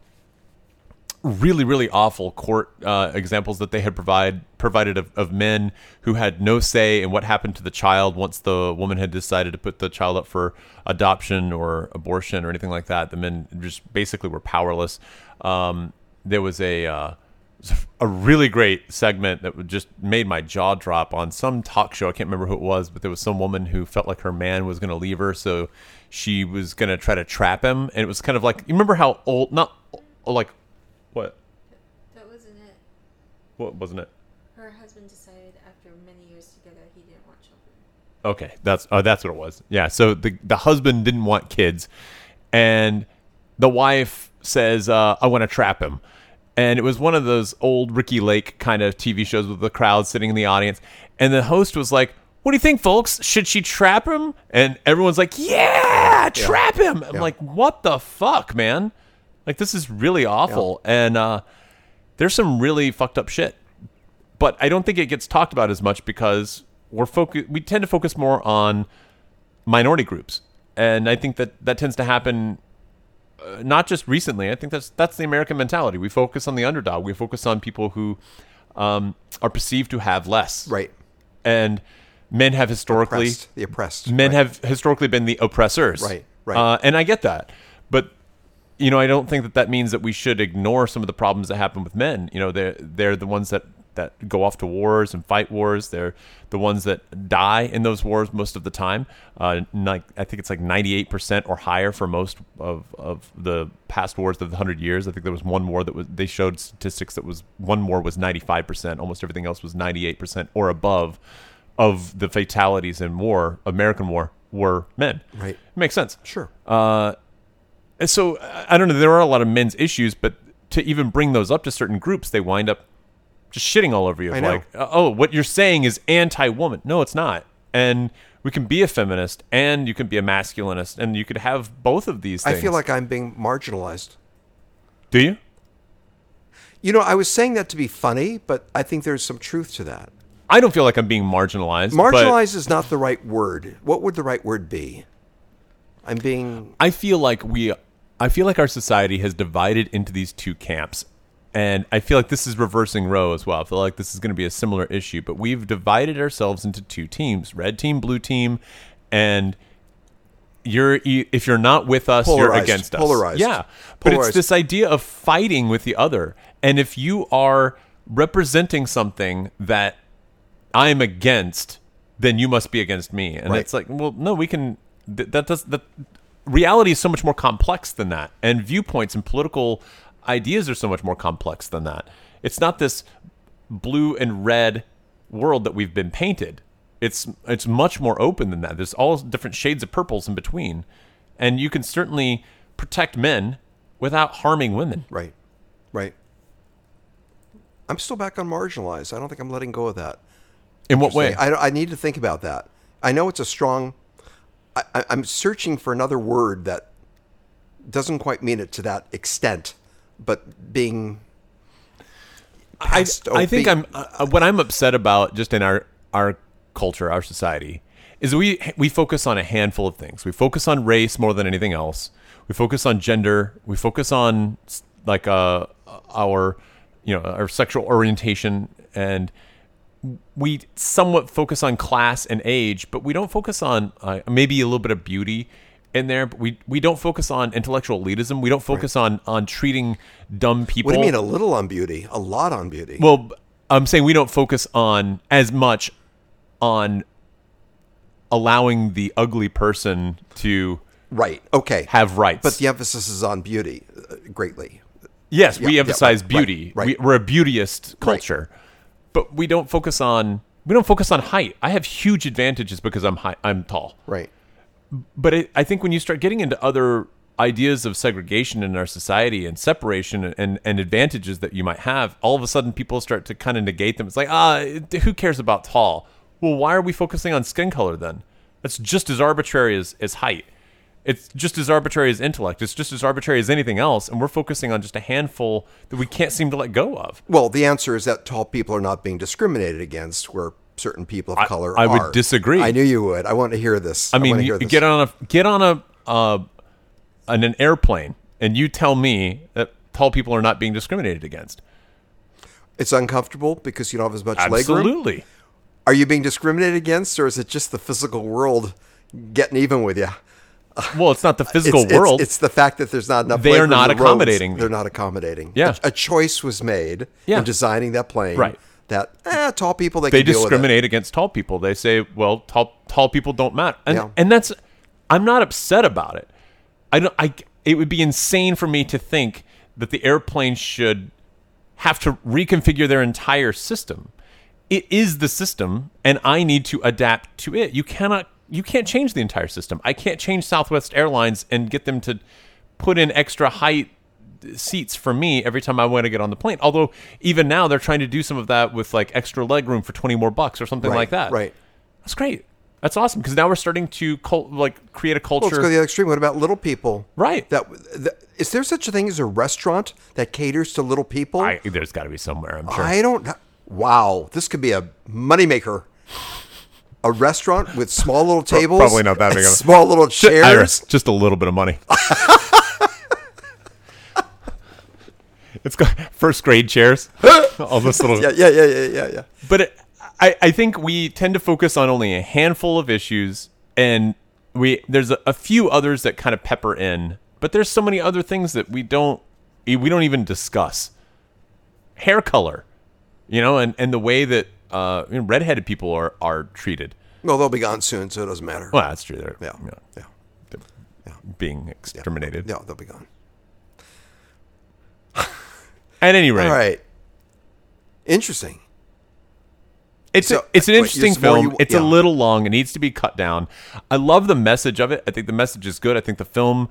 [SPEAKER 2] really, really awful court uh, examples that they had provide provided of, of men who had no say in what happened to the child once the woman had decided to put the child up for adoption or abortion or anything like that. The men just basically were powerless. Um, there was a uh, a really great segment that would just made my jaw drop on some talk show. I can't remember who it was, but there was some woman who felt like her man was going to leave her, so she was going to try to trap him. And it was kind of like you remember how old, not oh, like what
[SPEAKER 3] That wasn't it.
[SPEAKER 2] what wasn't it?
[SPEAKER 3] Her husband decided after many years together he didn't want children.
[SPEAKER 2] Okay, that's uh, that's what it was. Yeah. So the the husband didn't want kids, and the wife says, uh, "I want to trap him." And it was one of those old Ricky Lake kind of TV shows with the crowd sitting in the audience, and the host was like. What do you think, folks? Should she trap him? And everyone's like, "Yeah, trap him!" I'm like, "What the fuck, man? Like, this is really awful." And uh, there's some really fucked up shit but I don't think it gets talked about as much because we're focus we tend to focus more on minority groups and I think that that tends to happen uh, not just recently I think that's that's the American mentality we focus on the underdog we focus on people who um, are perceived to have less
[SPEAKER 1] Right.
[SPEAKER 2] and men have historically
[SPEAKER 1] Oppressed. The oppressed.
[SPEAKER 2] men
[SPEAKER 1] right.
[SPEAKER 2] have historically been the oppressors
[SPEAKER 1] Right, right.
[SPEAKER 2] uh, and i get that but you know i don't think that that means that we should ignore some of the problems that happen with men you know they're they're the ones that that go off to wars and fight wars they're the ones that die in those wars most of the time uh, like i think it's like 98% or higher for most of, of the past wars of the 100 years i think there was one war that was they showed statistics that was one war was 95% almost everything else was 98% or above of the fatalities in war american war were men
[SPEAKER 1] Right.
[SPEAKER 2] makes sense
[SPEAKER 1] Sure.
[SPEAKER 2] Uh, and so I I don't know. There are a lot of men's issues, but to even bring those up to certain groups, they wind up just shitting all over you.
[SPEAKER 1] I know.
[SPEAKER 2] Like, oh, what you're saying is anti-woman. No, it's not. And we can be a feminist, and you can be a masculinist, and you could have both of these.
[SPEAKER 1] I
[SPEAKER 2] things.
[SPEAKER 1] feel like I'm being marginalized.
[SPEAKER 2] Do you?
[SPEAKER 1] You know, I was saying that to be funny, but I think there's some truth to that.
[SPEAKER 2] I don't feel like I'm being marginalized. but
[SPEAKER 1] Marginalized is not the right word. What would the right word be? I'm being
[SPEAKER 2] I feel like we. I feel like our society has divided into these two camps. And I feel like this is reversing Roe as well. I feel like this is going to be a similar issue, but we've divided ourselves into two teams red team, blue team, and you're e- if you're not with us, you're
[SPEAKER 1] Polarized.
[SPEAKER 2] against us.
[SPEAKER 1] Polarized.
[SPEAKER 2] Yeah, but it's
[SPEAKER 1] Polarized.
[SPEAKER 2] this idea of fighting with the other. And if you are representing something that I'm against, then you must be against me. And
[SPEAKER 1] Right.
[SPEAKER 2] it's like, well, no, we can. Th- that does that. Reality is so much more complex than that, and viewpoints and political ideas are so much more complex than that. It's not this blue and red world that we've been painted. It's it's much more open than that. There's all different shades of purples in between, and you can certainly protect men without harming women.
[SPEAKER 1] right. Right. I'm still back on marginalized. I don't think I'm letting go of that.
[SPEAKER 2] In what way?
[SPEAKER 1] I, I need to think about that. I know it's a strong. I, I- I'm searching for another word that doesn't quite mean it to that extent, but being.
[SPEAKER 2] I,
[SPEAKER 1] past- oh,
[SPEAKER 2] I think
[SPEAKER 1] be-
[SPEAKER 2] I'm uh, what I'm upset about just in our our culture, our society is we we focus on a handful of things. We focus on race more than anything else. We focus on gender. We focus on s- like uh our you know our sexual orientation and we somewhat focus on class and age, but we don't focus on uh, maybe a little bit of beauty in there. But we we don't focus on intellectual elitism. We don't focus on on treating dumb people.
[SPEAKER 1] What do you mean a little on beauty? A lot on beauty.
[SPEAKER 2] Well, b- I'm saying we don't focus on as much on allowing the ugly person to
[SPEAKER 1] right. Okay.
[SPEAKER 2] have rights.
[SPEAKER 1] but the emphasis is on beauty uh, greatly.
[SPEAKER 2] yes, we
[SPEAKER 1] yeah,
[SPEAKER 2] emphasize
[SPEAKER 1] right, right,
[SPEAKER 2] beauty.
[SPEAKER 1] right.
[SPEAKER 2] We, we're a beautyist culture, but we don't focus on we don't focus on height. I have huge advantages because I'm high, I'm tall.
[SPEAKER 1] Right.
[SPEAKER 2] But it, I think when you start getting into other ideas of segregation in our society and separation and, and advantages that you might have, all of a sudden people start to kind of negate them. It's like, ah, who cares about tall? Well, why are we focusing on skin color then? That's just as arbitrary as, as height. It's just as arbitrary as intellect. It's just as arbitrary as anything else. And we're focusing on just a handful that we can't seem to let go of.
[SPEAKER 1] Well, the answer is that tall people are not being discriminated against where certain people of color
[SPEAKER 2] I would
[SPEAKER 1] are.
[SPEAKER 2] disagree.
[SPEAKER 1] I knew you would. I want to hear this.
[SPEAKER 2] I mean,
[SPEAKER 1] want to
[SPEAKER 2] you,
[SPEAKER 1] hear
[SPEAKER 2] you
[SPEAKER 1] this.
[SPEAKER 2] get on a get on a uh, an, an airplane, and you tell me that tall people are not being discriminated against.
[SPEAKER 1] it's uncomfortable because you don't have as much leg room.
[SPEAKER 2] Absolutely.
[SPEAKER 1] Are you being discriminated against or is it just the physical world getting even with you?
[SPEAKER 2] Well, it's not the
[SPEAKER 1] It's,
[SPEAKER 2] physical
[SPEAKER 1] it's-
[SPEAKER 2] world.
[SPEAKER 1] It's, the fact that there's not enough
[SPEAKER 2] They
[SPEAKER 1] leg
[SPEAKER 2] are
[SPEAKER 1] room
[SPEAKER 2] not
[SPEAKER 1] in the
[SPEAKER 2] accommodating
[SPEAKER 1] roads.
[SPEAKER 2] me.
[SPEAKER 1] They're not accommodating.
[SPEAKER 2] Yeah.
[SPEAKER 1] A, a choice was made
[SPEAKER 2] Yeah.
[SPEAKER 1] in designing that plane
[SPEAKER 2] Right.
[SPEAKER 1] that eh, tall people they,
[SPEAKER 2] they
[SPEAKER 1] can deal with it.
[SPEAKER 2] discriminate against tall people. They say, "Well, tall tall people don't matter," and
[SPEAKER 1] Yeah.
[SPEAKER 2] and that's I'm not upset about it. I don't. I it would be insane for me to think that the airplane should have to reconfigure their entire system. It is the system, and I need to adapt to it. You cannot. You can't change the entire system. I can't change Southwest Airlines and get them to put in extra height seats for me every time I want to get on the plane. Although even now they're trying to do some of that with like extra leg room for 20 more bucks or something
[SPEAKER 1] Right,
[SPEAKER 2] like that.
[SPEAKER 1] right.
[SPEAKER 2] That's great. That's awesome because now we're starting to cult, like create a culture.
[SPEAKER 1] Well, let's go to the other extreme. What about little people?
[SPEAKER 2] Right.
[SPEAKER 1] That th- is there such a thing as a restaurant that caters to little people?
[SPEAKER 2] I, there's got to be somewhere, I'm sure.
[SPEAKER 1] I don't. kn- Wow, this could be a moneymaker. A restaurant with small little tables.
[SPEAKER 2] probably not that big of a-
[SPEAKER 1] Small little chairs.
[SPEAKER 2] Iris, just a little bit of money. it's got first grade chairs. All this little
[SPEAKER 1] Yeah, yeah, yeah, yeah, yeah, yeah.
[SPEAKER 2] but it, I, I think we tend to focus on only a handful of issues and we there's a, a few others that kind of pepper in but there's so many other things that we don't e, we don't even discuss hair color you know and, and the way that uh, you know, redheaded people are, are treated
[SPEAKER 1] Well, they'll be gone soon, so it doesn't matter.
[SPEAKER 2] well that's true they're
[SPEAKER 1] yeah,
[SPEAKER 2] you know,
[SPEAKER 1] yeah,
[SPEAKER 2] being exterminated
[SPEAKER 1] yeah. They'll be gone.
[SPEAKER 2] at any rate
[SPEAKER 1] All right. Interesting.
[SPEAKER 2] It's
[SPEAKER 1] So-
[SPEAKER 2] a, it's an
[SPEAKER 1] wait,
[SPEAKER 2] interesting
[SPEAKER 1] there's more
[SPEAKER 2] film.
[SPEAKER 1] you-
[SPEAKER 2] it's
[SPEAKER 1] yeah.
[SPEAKER 2] a little long. It needs to be cut down. I love the message of it. I think the message is good. I think the film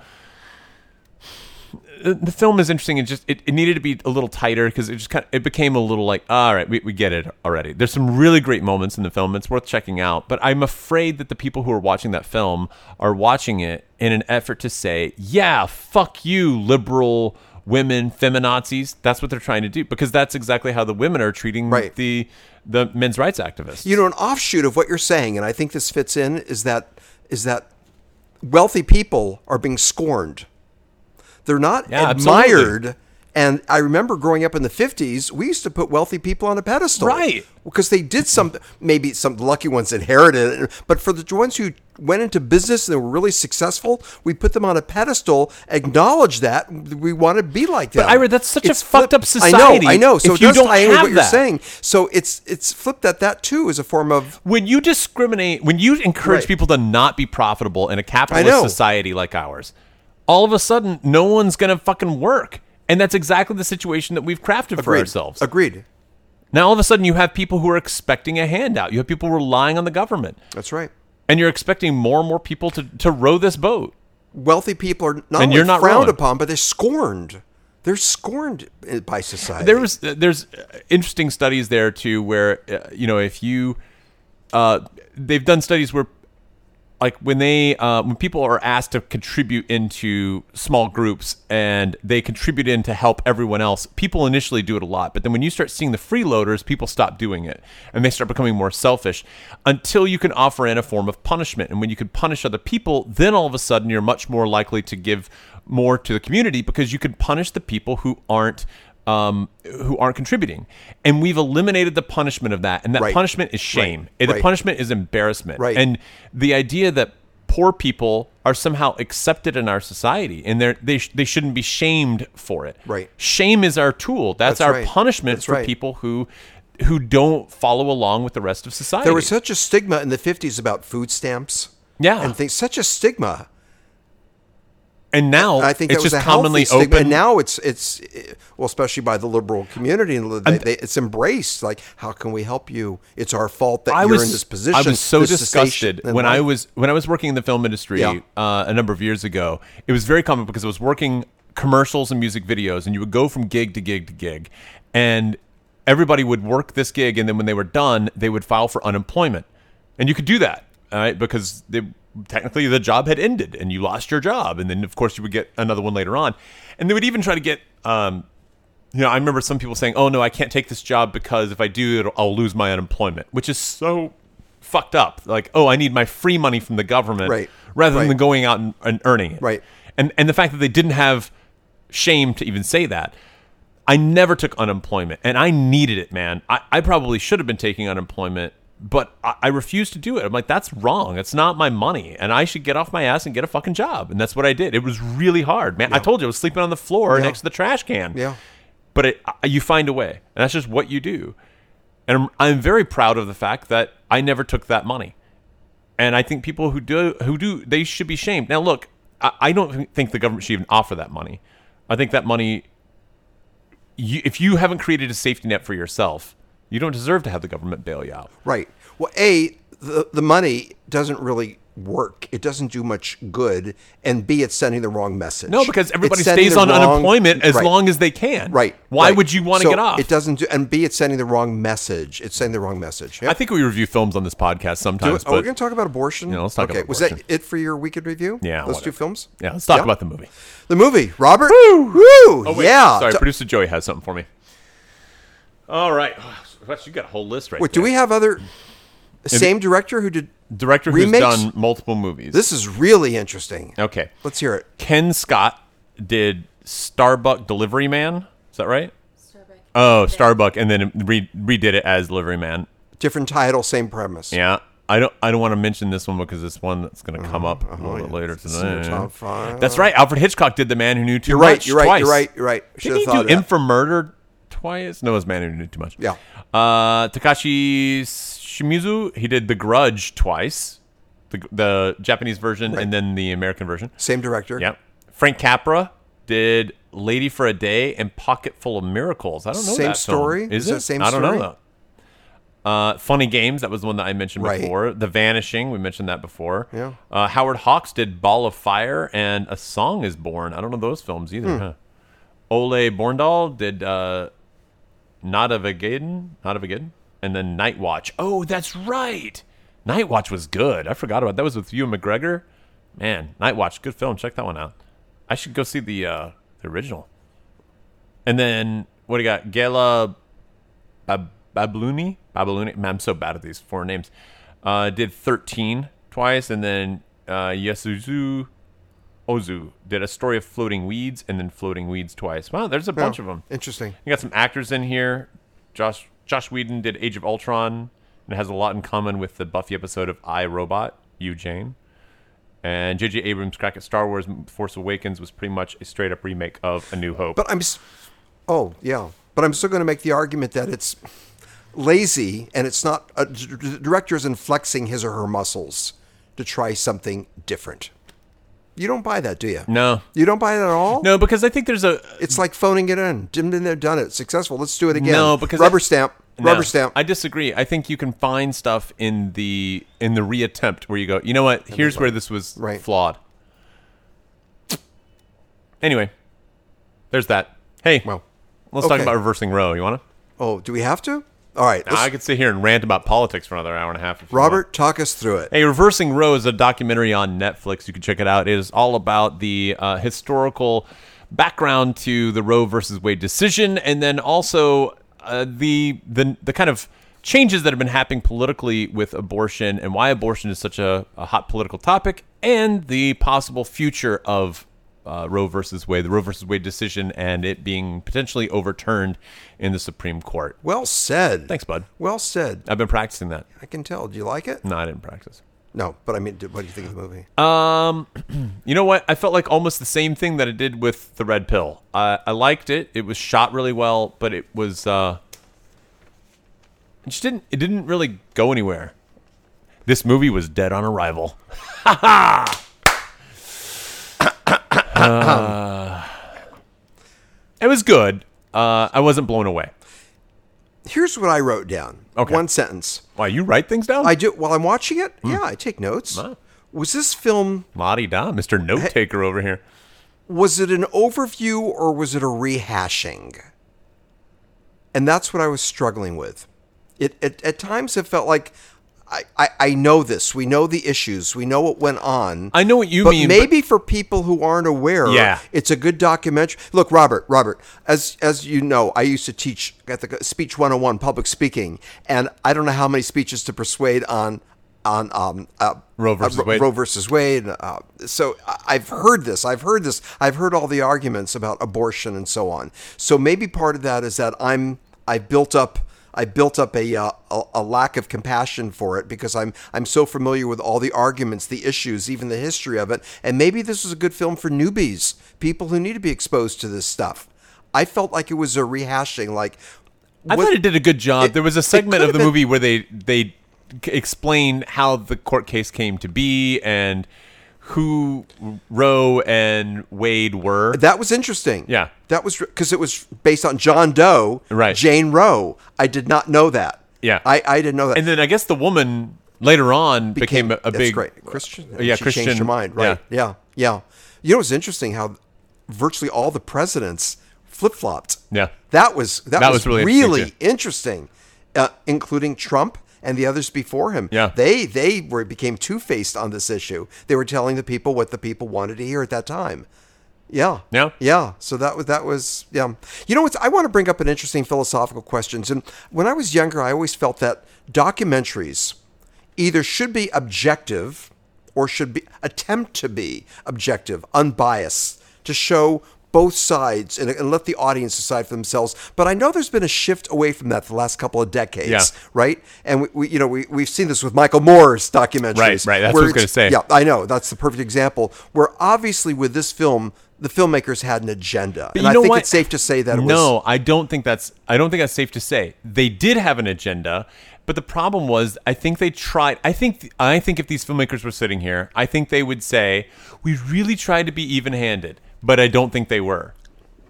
[SPEAKER 2] the the film is interesting. It just it, it needed to be a little tighter because it just kind of, it became a little like all right we, we get it already. There's some really great moments in the film. It's worth checking out. But I'm afraid that the people who are watching that film are watching it in an effort to say yeah fuck you liberal women feminazis. That's what they're trying to do because that's exactly how the women are treating
[SPEAKER 1] Right.
[SPEAKER 2] the the men's rights activists.
[SPEAKER 1] You know, an offshoot of what you're saying, and I think this fits in, is that is that wealthy people are being scorned. They're not
[SPEAKER 2] Yeah, absolutely.
[SPEAKER 1] admired. And I remember growing up in the 50s, we used to put wealthy people on a pedestal.
[SPEAKER 2] Right.
[SPEAKER 1] Because they did some, maybe some lucky ones inherited it. But for the ones who went into business and were really successful, we put them on a pedestal, acknowledge that. We want to be like them.
[SPEAKER 2] Ira, that's such a fucked up
[SPEAKER 1] flipped.
[SPEAKER 2] society
[SPEAKER 1] I know, I know. So
[SPEAKER 2] if
[SPEAKER 1] it
[SPEAKER 2] you
[SPEAKER 1] does
[SPEAKER 2] don't
[SPEAKER 1] tie in with
[SPEAKER 2] have
[SPEAKER 1] what you're
[SPEAKER 2] that.
[SPEAKER 1] saying. So it's it's flipped at that too is a form of
[SPEAKER 2] when you discriminate, when you encourage
[SPEAKER 1] Right.
[SPEAKER 2] people to not be profitable in a
[SPEAKER 1] I
[SPEAKER 2] capitalist
[SPEAKER 1] know.
[SPEAKER 2] society like ours, all of a sudden, no one's going to fucking work. And that's exactly the situation that we've crafted for
[SPEAKER 1] Agreed.
[SPEAKER 2] ourselves.
[SPEAKER 1] Agreed.
[SPEAKER 2] now, all of a sudden, you have people who are expecting a handout. You have people relying on the government.
[SPEAKER 1] That's right.
[SPEAKER 2] And you're expecting more and more people to, to row this boat.
[SPEAKER 1] Wealthy people are not
[SPEAKER 2] And
[SPEAKER 1] only
[SPEAKER 2] you're not
[SPEAKER 1] frowned
[SPEAKER 2] wrong.
[SPEAKER 1] upon, but they're scorned. They're scorned uh, by society.
[SPEAKER 2] there was there's uh, interesting studies there too where uh, you know if you uh, they've done studies where like when they uh, when people are asked to contribute into small groups and they contribute in to help everyone else people initially do it a lot but then when you start seeing the freeloaders people stop doing it and they start becoming more selfish until you can offer in a form of punishment and when you can punish other people then all of a sudden you're much more likely to give more to the community because you can punish the people who aren't um, who aren't contributing and we've eliminated the punishment of that and that
[SPEAKER 1] Right.
[SPEAKER 2] punishment is shame
[SPEAKER 1] Right.
[SPEAKER 2] the
[SPEAKER 1] Right.
[SPEAKER 2] punishment is embarrassment
[SPEAKER 1] Right.
[SPEAKER 2] and the idea that poor people are somehow accepted in our society and they're, they sh- they shouldn't be shamed for it.
[SPEAKER 1] Right.
[SPEAKER 2] Shame is our tool. That's,
[SPEAKER 1] That's
[SPEAKER 2] our
[SPEAKER 1] right.
[SPEAKER 2] punishment
[SPEAKER 1] That's
[SPEAKER 2] for
[SPEAKER 1] right.
[SPEAKER 2] people who who don't follow along with the rest of society.
[SPEAKER 1] There was such a stigma in the 50s about food stamps.
[SPEAKER 2] Yeah.
[SPEAKER 1] And things, such a stigma.
[SPEAKER 2] and now
[SPEAKER 1] I think that
[SPEAKER 2] it's
[SPEAKER 1] was
[SPEAKER 2] just
[SPEAKER 1] a healthy
[SPEAKER 2] commonly
[SPEAKER 1] stigma.
[SPEAKER 2] open
[SPEAKER 1] And now it's, it's eh, well, especially by the liberal community, and they, they, it's embraced. Like, how can we help you? It's our fault that you're in this position.
[SPEAKER 2] I was so
[SPEAKER 1] this
[SPEAKER 2] disgusted
[SPEAKER 1] cessation in
[SPEAKER 2] when I
[SPEAKER 1] life.
[SPEAKER 2] was when I was working in the film industry
[SPEAKER 1] Yeah.
[SPEAKER 2] uh, a number of years ago. It was very common because I was working commercials and music videos, and you would go from gig to gig to gig, and everybody would work this gig, and then when they were done, they would file for unemployment, and you could do that, all right, because they, technically the job had ended and you lost your job, and then of course you would get another one later on, and they would even try to get. Um, you know, I remember some people saying, "Oh no, I can't take this job because if I do, it'll, I'll lose my unemployment," which is so fucked up. Like, oh, I need my free money from the government
[SPEAKER 1] Right.
[SPEAKER 2] rather
[SPEAKER 1] Right.
[SPEAKER 2] than going out and, and earning it.
[SPEAKER 1] Right.
[SPEAKER 2] And and the fact that they didn't have shame to even say that. I never took unemployment, and I needed it, man. I, I probably should have been taking unemployment, but I, I refused to do it. I'm like, that's wrong. It's not my money, and I should get off my ass and get a fucking job. And that's what I did. It was really hard, man. I told you I was sleeping on the floor
[SPEAKER 1] Yeah.
[SPEAKER 2] next to the trash can
[SPEAKER 1] Yeah.
[SPEAKER 2] but it, I- you find a way and that's just what you do and I'm, I'm very proud of the fact that i never took that money and i think people who do who do they should be shamed now look i, I don't think the government should even offer that money i think that money you, if you haven't created a safety net for yourself you don't deserve to have the government bail you out
[SPEAKER 1] Right. Well, A, the, the money doesn't really work. It doesn't do much good. And B, it's sending the wrong message.
[SPEAKER 2] no because
[SPEAKER 1] It's
[SPEAKER 2] everybody
[SPEAKER 1] sending
[SPEAKER 2] stays
[SPEAKER 1] the
[SPEAKER 2] on
[SPEAKER 1] wrong-
[SPEAKER 2] unemployment as
[SPEAKER 1] Right.
[SPEAKER 2] long as they can
[SPEAKER 1] Right.
[SPEAKER 2] why
[SPEAKER 1] right.
[SPEAKER 2] would you want to
[SPEAKER 1] So
[SPEAKER 2] get off
[SPEAKER 1] It doesn't do, and B, it's sending the wrong message. It's sending the wrong message. Yeah.
[SPEAKER 2] i think we review films on this podcast sometimes
[SPEAKER 1] oh, we're
[SPEAKER 2] but
[SPEAKER 1] going to talk about abortion.
[SPEAKER 2] Yeah, let's talk
[SPEAKER 1] okay.
[SPEAKER 2] about
[SPEAKER 1] Was that
[SPEAKER 2] abortion.
[SPEAKER 1] it for your weekend review?
[SPEAKER 2] Yeah,
[SPEAKER 1] Those two
[SPEAKER 2] whatever.
[SPEAKER 1] films.
[SPEAKER 2] yeah let's talk
[SPEAKER 1] Yeah.
[SPEAKER 2] about the movie
[SPEAKER 1] The movie, Robert. Woo,
[SPEAKER 2] Oh, wait.
[SPEAKER 1] yeah.
[SPEAKER 2] Sorry,
[SPEAKER 1] Do-
[SPEAKER 2] producer Joey has something for me. All right. Gosh, you got a whole list right
[SPEAKER 1] wait, do we have other same director who did?
[SPEAKER 2] Director
[SPEAKER 1] remakes?
[SPEAKER 2] who's done multiple movies.
[SPEAKER 1] This is really interesting.
[SPEAKER 2] okay.
[SPEAKER 1] Let's hear it.
[SPEAKER 2] Ken Scott did Starbuck Delivery Man. Is that right?
[SPEAKER 3] Starbuck.
[SPEAKER 2] Oh,
[SPEAKER 3] Yeah.
[SPEAKER 2] Starbuck, and then re- redid it as Delivery Man.
[SPEAKER 1] Different title, same premise.
[SPEAKER 2] Yeah. I don't. I don't want to mention this one because it's one that's going to come up a little bit later
[SPEAKER 1] Uh-huh, It's in your
[SPEAKER 2] tonight.
[SPEAKER 1] top five.
[SPEAKER 2] That's right. Alfred Hitchcock did the Man Who Knew Too
[SPEAKER 1] You're right.
[SPEAKER 2] Much
[SPEAKER 1] You're right.
[SPEAKER 2] twice.
[SPEAKER 1] You're right. You're right. Should
[SPEAKER 2] Did
[SPEAKER 1] have
[SPEAKER 2] he
[SPEAKER 1] thought
[SPEAKER 2] do
[SPEAKER 1] of
[SPEAKER 2] M
[SPEAKER 1] that.
[SPEAKER 2] for Murder twice? No, it was Man Who Knew Too Much.
[SPEAKER 1] Yeah.
[SPEAKER 2] Uh, Takashi Shimizu, he did The Grudge twice, the, the Japanese version and then the American version.
[SPEAKER 1] Same director.
[SPEAKER 2] Yep. Frank Capra did Lady for a Day and Pocket Full of Miracles. I don't know
[SPEAKER 1] Same
[SPEAKER 2] that film.
[SPEAKER 1] story?
[SPEAKER 2] Is,
[SPEAKER 1] Is
[SPEAKER 2] it?
[SPEAKER 1] that same
[SPEAKER 2] I don't know
[SPEAKER 1] story?
[SPEAKER 2] that. Uh, Funny Games, that was the one that I mentioned
[SPEAKER 1] Right.
[SPEAKER 2] before. The Vanishing, we mentioned that before.
[SPEAKER 1] Yeah.
[SPEAKER 2] Uh, Howard Hawks did Ball of Fire and A Song is Born. I don't know those films either. Huh? Ole Borndahl did uh, Not of a Gaiden, Not of a Gaiden, and then Night Watch. Oh, that's right. Night Watch was good. I forgot about that. Was with you and McGregor. Man, Night Watch, good film. Check that one out. I should go see the uh, the original. And then what do you got? Gela Bab- Babluni? Babluni? Man, I'm so bad at these foreign names. Uh, did 13 twice, and then uh, Yasuzu Ozu did A Story of Floating Weeds, and then Floating Weeds twice. Wow, there's a
[SPEAKER 1] Yeah.
[SPEAKER 2] bunch of them.
[SPEAKER 1] Interesting.
[SPEAKER 2] You got some actors in here. Josh Josh Whedon did Age of Ultron, and it has a lot in common with the Buffy episode of I Robot, You Jane. And J.J. Abrams' crack at Star Wars Force Awakens was pretty much a straight up remake of A New Hope.
[SPEAKER 1] But I'm. s- Oh yeah. But I'm still going to make the argument that it's lazy and it's not. A d- d- director isn't flexing his or her muscles to try something different. You don't buy that, do you?
[SPEAKER 2] no.
[SPEAKER 1] You don't buy that at all.
[SPEAKER 2] No, because I think there's a
[SPEAKER 1] It's like phoning it in. Didn't they done it? Successful. Let's do it again.
[SPEAKER 2] No, because
[SPEAKER 1] rubber
[SPEAKER 2] I-
[SPEAKER 1] stamp.
[SPEAKER 2] No,
[SPEAKER 1] Rubber stamp.
[SPEAKER 2] I disagree. I think you can find stuff in the in the reattempt where you go, you know what? Here's where this was
[SPEAKER 1] Right.
[SPEAKER 2] flawed. Anyway, there's that. Hey,
[SPEAKER 1] Well,
[SPEAKER 2] let's talk
[SPEAKER 1] okay.
[SPEAKER 2] about reversing Roe. You want to?
[SPEAKER 1] oh, do we have to? All right. let's-
[SPEAKER 2] I could sit here and rant about politics for another hour and a half. if you want.
[SPEAKER 1] Robert, talk us through it.
[SPEAKER 2] Hey, Reversing Roe is a documentary on Netflix. You can check it out. It is all about the uh, historical background to the Roe versus Wade decision, and then also uh, the, the the kind of changes that have been happening politically with abortion and why abortion is such a, a hot political topic, and the possible future of uh, Roe versus Wade, the Roe versus Wade decision, and it being potentially overturned in the Supreme Court.
[SPEAKER 1] Well said.
[SPEAKER 2] Thanks, bud.
[SPEAKER 1] Well said.
[SPEAKER 2] I've been practicing that. Mm.
[SPEAKER 1] I can tell. Do you like it?
[SPEAKER 2] No, I didn't practice.
[SPEAKER 1] No, but I mean, do- what do you think of the movie?
[SPEAKER 2] Um, you know what? I felt like almost the same thing that I did with the Red Pill. I I liked it. It was shot really well, but it was uh, it just didn't. It didn't really go anywhere. This movie was dead on arrival. Ha ha. Uh, It was good. Uh, I wasn't blown away.
[SPEAKER 1] Here's what I wrote down.
[SPEAKER 2] Okay. Mm.
[SPEAKER 1] One sentence.
[SPEAKER 2] Why you write things down?
[SPEAKER 1] I do while I'm watching it. Yeah, I take notes.
[SPEAKER 2] Ah.
[SPEAKER 1] Was this film?
[SPEAKER 2] Lottie da, Mr. Note Taker over here.
[SPEAKER 1] Was it an overview or was it a rehashing? And that's what I was struggling with. It, it at times it felt like I, I, I know this. We know the issues. We know what went on.
[SPEAKER 2] I know what you
[SPEAKER 1] but
[SPEAKER 2] mean, but-
[SPEAKER 1] Maybe for people who aren't aware,
[SPEAKER 2] Yeah.
[SPEAKER 1] it's a good documentary. Look, Robert, Robert, as as you know, I used to teach at the speech 101 public speaking, and I don't know how many speeches to persuade on on um uh,
[SPEAKER 2] Roe versus
[SPEAKER 1] uh, Ro-
[SPEAKER 2] Wade.
[SPEAKER 1] Roe versus Wade. Uh, so I- I've heard this. I've heard this. I've heard all the arguments about abortion and so on. So maybe part of that is that I'm I built up. I built up a, uh, a a lack of compassion for it because I'm I'm so familiar with all the arguments, the issues, even the history of it, and maybe this was a good film for newbies, people who need to be exposed to this stuff. I felt like it was a rehashing, like
[SPEAKER 2] I
[SPEAKER 1] what-
[SPEAKER 2] thought it did a good job. there was a segment
[SPEAKER 1] could
[SPEAKER 2] of
[SPEAKER 1] have
[SPEAKER 2] the
[SPEAKER 1] been-
[SPEAKER 2] movie where they they c- explain how the court case came to be and who Roe and Wade were.
[SPEAKER 1] That was interesting.
[SPEAKER 2] Yeah.
[SPEAKER 1] That was because it was based on John Doe,
[SPEAKER 2] Right.
[SPEAKER 1] Jane Roe. I did not know that.
[SPEAKER 2] Yeah.
[SPEAKER 1] I, I didn't know that.
[SPEAKER 2] and then I guess the woman later on became, a, a
[SPEAKER 1] that's
[SPEAKER 2] big
[SPEAKER 1] right. Christian.
[SPEAKER 2] Yeah,
[SPEAKER 1] she
[SPEAKER 2] Christian.
[SPEAKER 1] changed her mind. Right.
[SPEAKER 2] Yeah.
[SPEAKER 1] Yeah. yeah. You know, it's interesting how virtually all the presidents flip flopped.
[SPEAKER 2] Yeah.
[SPEAKER 1] That was that,
[SPEAKER 2] That
[SPEAKER 1] was,
[SPEAKER 2] was really
[SPEAKER 1] really interesting,
[SPEAKER 2] interesting,
[SPEAKER 1] uh, including Trump and the others before him.
[SPEAKER 2] Yeah.
[SPEAKER 1] They they were became two faced on this issue. They were telling the people what the people wanted to hear at that time. Yeah.
[SPEAKER 2] Yeah.
[SPEAKER 1] Yeah. So that was that was yeah. You know what's I want to bring up an interesting philosophical questions. And when I was younger, I always felt that documentaries either should be objective or should be attempt to be objective, unbiased, to show both sides and, and let the audience decide for themselves. But I know there's been a shift away from that the last couple of decades,
[SPEAKER 2] Yeah.
[SPEAKER 1] right? And we, we you know we we've seen this with Michael Moore's documentaries.
[SPEAKER 2] Right, right, that's what I
[SPEAKER 1] where
[SPEAKER 2] was gonna
[SPEAKER 1] it's-
[SPEAKER 2] say.
[SPEAKER 1] Yeah, I know. That's the perfect example. Where obviously with this film, the filmmakers had an agenda.
[SPEAKER 2] But
[SPEAKER 1] and
[SPEAKER 2] you
[SPEAKER 1] I
[SPEAKER 2] know
[SPEAKER 1] think
[SPEAKER 2] what?
[SPEAKER 1] it's safe to say that it was
[SPEAKER 2] No, I don't think that's I don't think that's safe to say. They did have an agenda, but the problem was I think they tried I think I think if these filmmakers were sitting here, I think they would say, "We really tried to be even-handed," but I don't think they were.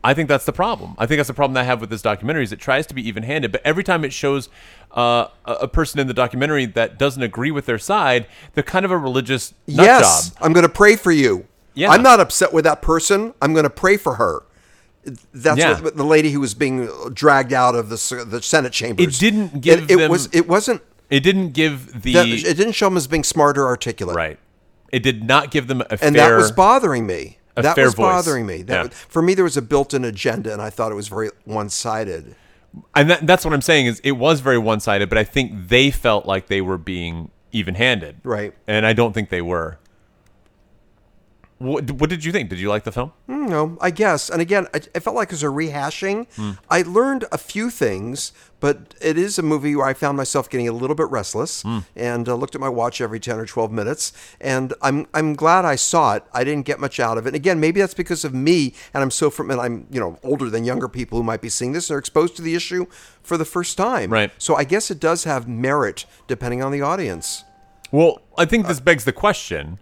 [SPEAKER 2] I think that's the problem. I think that's the problem that I have with this documentary is it tries to be even-handed, but every time it shows uh, a a person in the documentary that doesn't agree with their side, they're kind of a religious nut job.
[SPEAKER 1] Yes, I'm going to pray for you.
[SPEAKER 2] Yeah.
[SPEAKER 1] I'm not upset with that person. I'm going to pray for her. That's
[SPEAKER 2] Yeah.
[SPEAKER 1] what the lady who was being dragged out of the se- the Senate chambers.
[SPEAKER 2] didn't
[SPEAKER 1] It-
[SPEAKER 2] give
[SPEAKER 1] it,
[SPEAKER 2] them-
[SPEAKER 1] was it wasn't
[SPEAKER 2] It didn't give the
[SPEAKER 1] that, it didn't show him as being smart or articulate.
[SPEAKER 2] right. It did not give them a
[SPEAKER 1] And
[SPEAKER 2] fair
[SPEAKER 1] that was bothering me.
[SPEAKER 2] a
[SPEAKER 1] that
[SPEAKER 2] fair
[SPEAKER 1] was
[SPEAKER 2] voice.
[SPEAKER 1] bothering me. That
[SPEAKER 2] Yeah.
[SPEAKER 1] was- for me there was a built-in agenda and I thought it was very one-sided.
[SPEAKER 2] and that, that's what I'm saying is it was very one sided, but I think they felt like they were being even handed,
[SPEAKER 1] Right.
[SPEAKER 2] And I don't think they were. What, what did you think? Did you like the film?
[SPEAKER 1] you know, Mm, I guess. And again, I, I felt like it was a rehashing. I learned a few things, but it is a movie where I found myself getting a little bit restless and uh, looked at my watch every 10 or 12 minutes. And I'm, I'm glad I saw it. I didn't get much out of it. And again, maybe that's because of me and I'm so from, and I'm, you know, older than younger people who might be seeing this and are exposed to the issue for the first time.
[SPEAKER 2] Right.
[SPEAKER 1] So I guess it does have merit depending on the audience.
[SPEAKER 2] Well, I think
[SPEAKER 1] uh,
[SPEAKER 2] this begs the question: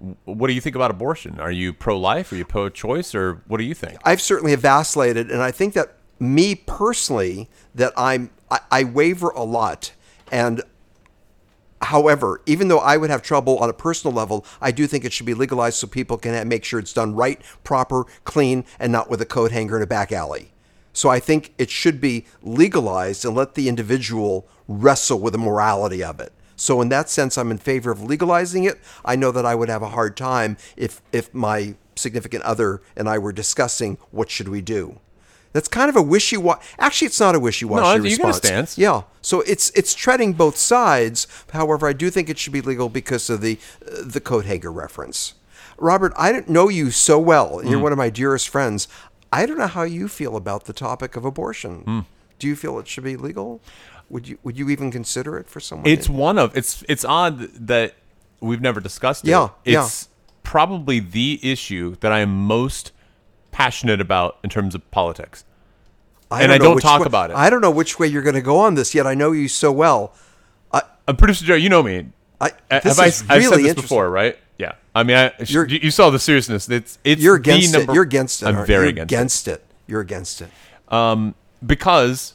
[SPEAKER 2] w- What do you think about abortion? Are you pro life? Are you pro choice? Or what do you think?
[SPEAKER 1] I've certainly vacillated, and I think that me personally, that I'm I, I waver a lot, and however, even though I would have trouble on a personal level, I do think it should be legalized so people can ha- make sure it's done right, proper, clean, and not with a coat hanger in a back alley. So I think it should be legalized and let the individual wrestle with the morality of it. So in that sense, I'm in favor of legalizing it. I know that I would have a hard time if if my significant other and I were discussing what should we do. That's kind of a wishy-washy. Actually, it's not a wishy-washy
[SPEAKER 2] No, you got a
[SPEAKER 1] response.
[SPEAKER 2] stance.
[SPEAKER 1] Yeah, so it's it's treading both sides. However, I do think it should be legal because of the uh, the Code Hager reference. Robert, I don't know you so well. You're
[SPEAKER 2] Mm.
[SPEAKER 1] one of my dearest friends. I don't know how you feel about the topic of abortion.
[SPEAKER 2] Mm.
[SPEAKER 1] Do you feel it should be legal? Would you would you even consider it for someone?
[SPEAKER 2] It's one of it's it's odd that we've never discussed
[SPEAKER 1] Yeah,
[SPEAKER 2] it.
[SPEAKER 1] yeah.
[SPEAKER 2] It's probably the issue that I am most passionate about in terms of politics.
[SPEAKER 1] I
[SPEAKER 2] And I
[SPEAKER 1] know
[SPEAKER 2] don't
[SPEAKER 1] which
[SPEAKER 2] talk
[SPEAKER 1] way-
[SPEAKER 2] about it.
[SPEAKER 1] I don't know which way you're going to go on this yet. I know you so well.
[SPEAKER 2] Uh, Producer Joe, you know me.
[SPEAKER 1] I,
[SPEAKER 2] Uh,
[SPEAKER 1] this
[SPEAKER 2] have
[SPEAKER 1] is
[SPEAKER 2] I,
[SPEAKER 1] really
[SPEAKER 2] have said this
[SPEAKER 1] interesting.
[SPEAKER 2] before, right? Yeah. I mean, I,
[SPEAKER 1] You're-
[SPEAKER 2] you you saw the seriousness. It's it's
[SPEAKER 1] You're
[SPEAKER 2] the
[SPEAKER 1] against
[SPEAKER 2] number-
[SPEAKER 1] it. You're against it.
[SPEAKER 2] I'm
[SPEAKER 1] aren't you?
[SPEAKER 2] very
[SPEAKER 1] You're against
[SPEAKER 2] against, it.
[SPEAKER 1] it. You're against it.
[SPEAKER 2] because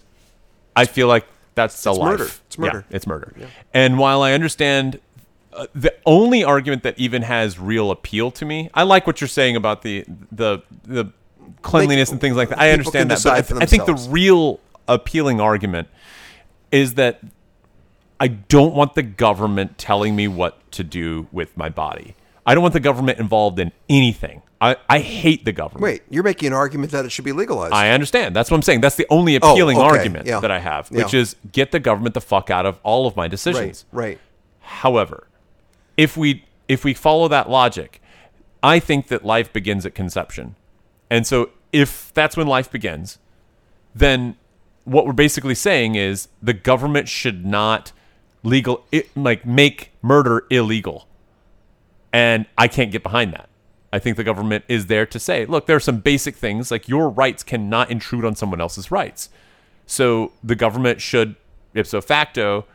[SPEAKER 2] I feel like that's the life.
[SPEAKER 1] murder. It's murder.
[SPEAKER 2] Yeah, it's murder. And while I understand uh, the only argument that even has real appeal to me, I like what you're saying about the the the cleanliness and things like that. I
[SPEAKER 1] People
[SPEAKER 2] understand
[SPEAKER 1] can
[SPEAKER 2] that, but I,
[SPEAKER 1] decide for
[SPEAKER 2] I think the
[SPEAKER 1] themselves.
[SPEAKER 2] real appealing argument is that I don't want the government telling me what to do with my body. I don't want the government involved in anything. I, I hate the government.
[SPEAKER 1] Wait, you're making an argument that it should be legalized.
[SPEAKER 2] I understand. That's what I'm saying. That's the only appealing
[SPEAKER 1] Oh, okay.
[SPEAKER 2] argument
[SPEAKER 1] Yeah.
[SPEAKER 2] that I have,
[SPEAKER 1] Yeah.
[SPEAKER 2] which is get the government the fuck out of all of my
[SPEAKER 1] right,
[SPEAKER 2] decisions.
[SPEAKER 1] right.
[SPEAKER 2] However, if we if we follow that logic, I think that life begins at conception. And so if that's when life begins, then what we're basically saying is the government should not legal it, like make murder illegal. And I can't get behind that. I think the government is there to say, look, there are some basic things like your rights cannot intrude on someone else's rights. So the government should ipso facto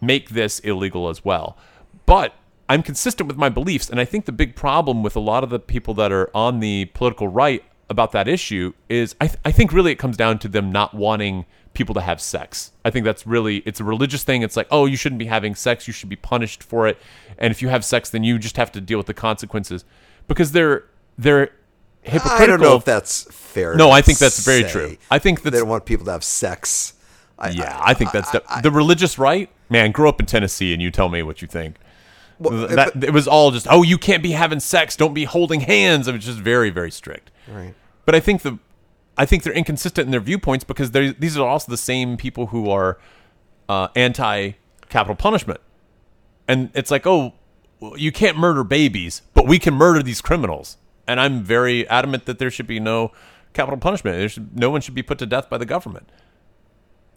[SPEAKER 2] make this illegal as well. But I'm consistent with my beliefs, and I think the big problem with a lot of the people that are on the political right about that issue is I, th- I think really it comes down to them not wanting people to have sex. I think that's really it's a religious thing. It's like, oh, you shouldn't be having sex, you should be punished for it. And if you have sex, then you just have to deal with the consequences. Because they're they're hypocritical.
[SPEAKER 1] I don't know if that's fair.
[SPEAKER 2] No,
[SPEAKER 1] to
[SPEAKER 2] I think that's very
[SPEAKER 1] say.
[SPEAKER 2] true. I think
[SPEAKER 1] they
[SPEAKER 2] that's-
[SPEAKER 1] don't want people to have sex. I,
[SPEAKER 2] Yeah, I think that's de- the religious right. Man, grow up in Tennessee and you tell me what you think. Th- that, it was all just, oh, you can't be having sex, don't be holding hands. It was just very, very strict.
[SPEAKER 1] Right.
[SPEAKER 2] But I think the, I think they're inconsistent in their viewpoints because they these are also the same people who are uh, anti capital punishment, and it's like, oh, well, you can't murder babies, but we can murder these criminals. And I'm very adamant that there should be no capital punishment. There should, no one should be put to death by the government.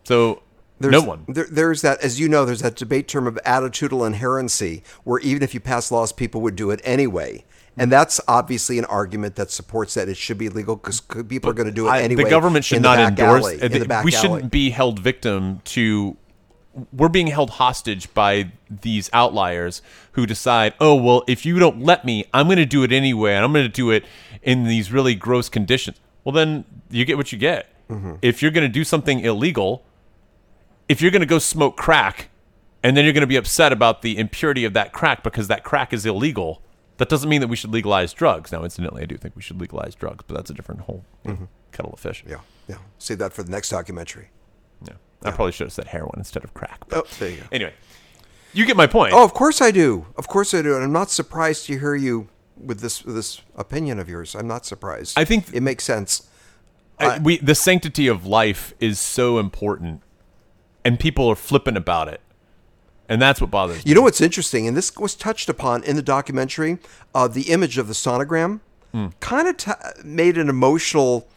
[SPEAKER 2] So
[SPEAKER 1] There's,
[SPEAKER 2] no one.
[SPEAKER 1] There, there's that, as you know, there's that debate term of attitudinal inherency, where even if you pass laws, people would do it anyway. And that's obviously an argument that supports that it should be legal because people are going to do it
[SPEAKER 2] I-
[SPEAKER 1] anyway.
[SPEAKER 2] The government should
[SPEAKER 1] in the
[SPEAKER 2] not
[SPEAKER 1] back
[SPEAKER 2] endorse.
[SPEAKER 1] alley,
[SPEAKER 2] uh,
[SPEAKER 1] in
[SPEAKER 2] th-
[SPEAKER 1] the back
[SPEAKER 2] we
[SPEAKER 1] alley.
[SPEAKER 2] shouldn't be held victim to. We're being held hostage by these outliers who decide, oh well, if you don't let me, I'm going to do it anyway, and I'm going to do it in these really gross conditions. Well, then you get what you get.
[SPEAKER 1] Mm-hmm.
[SPEAKER 2] If you're going to do something illegal, if you're going to go smoke crack, and then you're going to be upset about the impurity of that crack because that crack is illegal. That doesn't mean that we should legalize drugs. Now, incidentally, I do think we should legalize drugs, but that's a different whole kettle of fish.
[SPEAKER 1] Mm-hmm. Yeah, yeah. Save that for the next documentary.
[SPEAKER 2] Yeah. I probably should have said heroin instead of crack. But
[SPEAKER 1] Oh, there you go.
[SPEAKER 2] anyway, you get my point.
[SPEAKER 1] Oh, of course I do. Of course I do. And I'm not surprised to hear you with this with this opinion of yours. I'm not surprised.
[SPEAKER 2] I think-
[SPEAKER 1] it makes sense.
[SPEAKER 2] I- we the sanctity of life is so important, and people are flippant about it, and that's what bothers me.
[SPEAKER 1] You know what's interesting, and this was touched upon in the documentary. Uh, the image of the sonogram
[SPEAKER 2] Hmm.
[SPEAKER 1] kind of t- made an emotional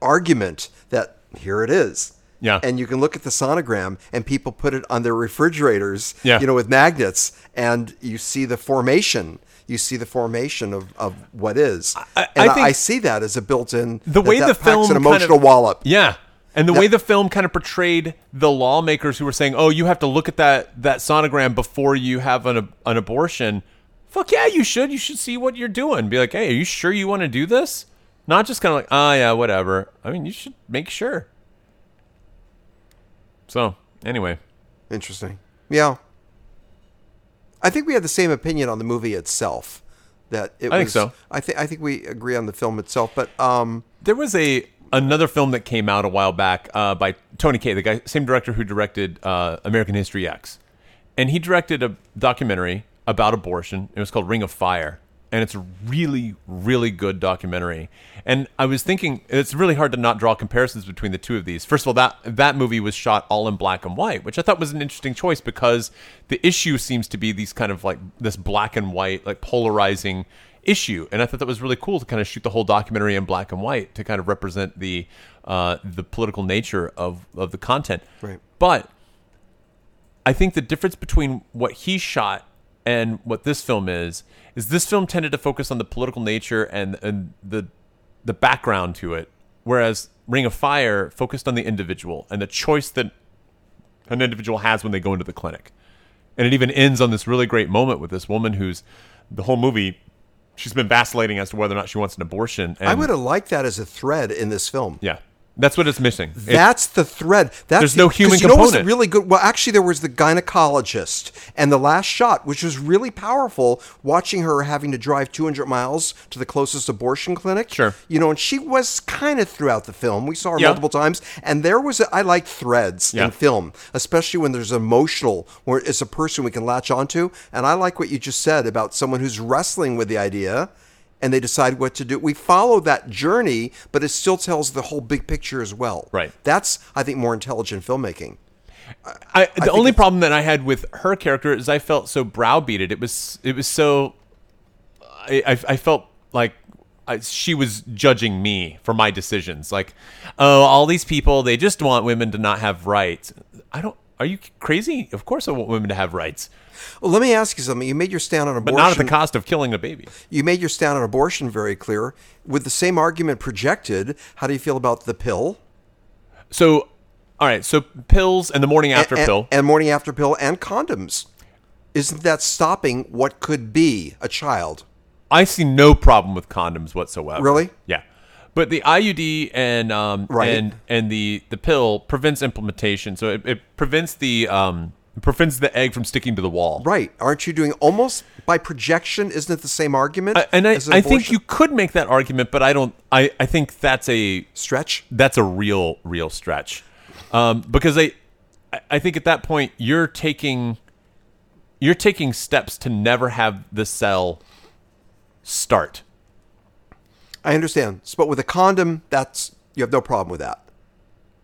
[SPEAKER 1] argument that here it is.
[SPEAKER 2] Yeah.
[SPEAKER 1] and you can look at the sonogram, and people put it on their refrigerators.
[SPEAKER 2] Yeah.
[SPEAKER 1] you know, with magnets, and you see the formation. You see the formation of, of what is,
[SPEAKER 2] I-
[SPEAKER 1] and
[SPEAKER 2] I think-
[SPEAKER 1] I see that as a built-in.
[SPEAKER 2] the way
[SPEAKER 1] that
[SPEAKER 2] the
[SPEAKER 1] packs
[SPEAKER 2] film
[SPEAKER 1] an
[SPEAKER 2] kind
[SPEAKER 1] emotional
[SPEAKER 2] of-
[SPEAKER 1] wallop.
[SPEAKER 2] Yeah. And the way the film kind of portrayed the lawmakers who were saying, "Oh, you have to look at that that sonogram before you have an ab- an abortion." Fuck yeah, you should. You should see what you're doing. Be like, "Hey, are you sure you want to do this?" Not just kind of like, "Ah, yeah, whatever." I mean, you should make sure. So, anyway,
[SPEAKER 1] Interesting. Yeah. I think we had the same opinion on the movie itself. That it
[SPEAKER 2] I think
[SPEAKER 1] was,
[SPEAKER 2] so.
[SPEAKER 1] I think I think we agree on the film itself, but um,
[SPEAKER 2] There was a another film that came out a while back uh, by Tony Kaye, the guy, same director who directed uh, American History X, and he directed a documentary about abortion. It was called Ring of Fire, and it's a really, really good documentary. And I was thinking it's really hard to not draw comparisons between the two of these. First of all, that that movie was shot all in black and white, which I thought was an interesting choice because the issue seems to be these kind of like this black and white, like polarizing issue and i thought that was really cool to kind of shoot the whole documentary in black and white to kind of represent the uh, the political nature of of the content
[SPEAKER 1] Right.
[SPEAKER 2] but i think the difference between what he shot and what this film is is this film tended to focus on the political nature and and the the background to it, whereas Ring of Fire focused on the individual and the choice that an individual has when they go into the clinic. And it even ends on this really great moment with this woman who's the whole movie she's been vacillating as to whether or not she wants an abortion. And
[SPEAKER 1] I would have liked that as a thread in this film.
[SPEAKER 2] yeah, that's what it's missing. It-
[SPEAKER 1] That's the thread. That's
[SPEAKER 2] There's
[SPEAKER 1] the-
[SPEAKER 2] no human
[SPEAKER 1] 'cause you know what's
[SPEAKER 2] component.
[SPEAKER 1] really good. Well, actually, there was the gynecologist and the last shot, which was really powerful. Watching her having to drive 200 miles to the closest abortion clinic.
[SPEAKER 2] Sure.
[SPEAKER 1] you know, and she was kind of throughout the film. We saw her
[SPEAKER 2] Yeah.
[SPEAKER 1] multiple times, and there was a, I like threads
[SPEAKER 2] Yeah.
[SPEAKER 1] in film, especially when there's emotional, where it's a person we can latch onto. And I like what you just said about someone who's wrestling with the idea. And they decide what to do. We follow that journey, but it still tells the whole big picture as well.
[SPEAKER 2] Right.
[SPEAKER 1] That's, I think, more intelligent filmmaking.
[SPEAKER 2] I, the only problem that I had with her character is I felt so browbeated. It was it was so I I, I felt like I, she was judging me for my decisions. Like, oh, all these people they just want women to not have rights. I don't. Are you crazy? Of course, I want women to have rights,
[SPEAKER 1] Well, let me ask you something. You made your stand on
[SPEAKER 2] but
[SPEAKER 1] abortion.
[SPEAKER 2] not at the cost of killing a baby.
[SPEAKER 1] you made your stand on abortion very clear. With the same argument projected, how do you feel about the pill?
[SPEAKER 2] So, all right. So pills and the morning after
[SPEAKER 1] and,
[SPEAKER 2] pill.
[SPEAKER 1] and morning after pill and condoms. Isn't that stopping what could be a child?
[SPEAKER 2] I see no problem with condoms whatsoever.
[SPEAKER 1] Really?
[SPEAKER 2] Yeah. But the IUD and um
[SPEAKER 1] Right.
[SPEAKER 2] and and the the pill prevents implementation, so it, it prevents the um prevents the egg from sticking to the wall.
[SPEAKER 1] Right. Aren't you doing almost by projection? Isn't it the same argument?
[SPEAKER 2] I, and I,
[SPEAKER 1] as an
[SPEAKER 2] I think
[SPEAKER 1] abortion?
[SPEAKER 2] you could make that argument, but I don't. I I think that's a
[SPEAKER 1] stretch.
[SPEAKER 2] that's a real real stretch um, because I I- I think at that point you're taking you're taking steps to never have the cell start.
[SPEAKER 1] I understand. But with a condom, that's you have no problem with that.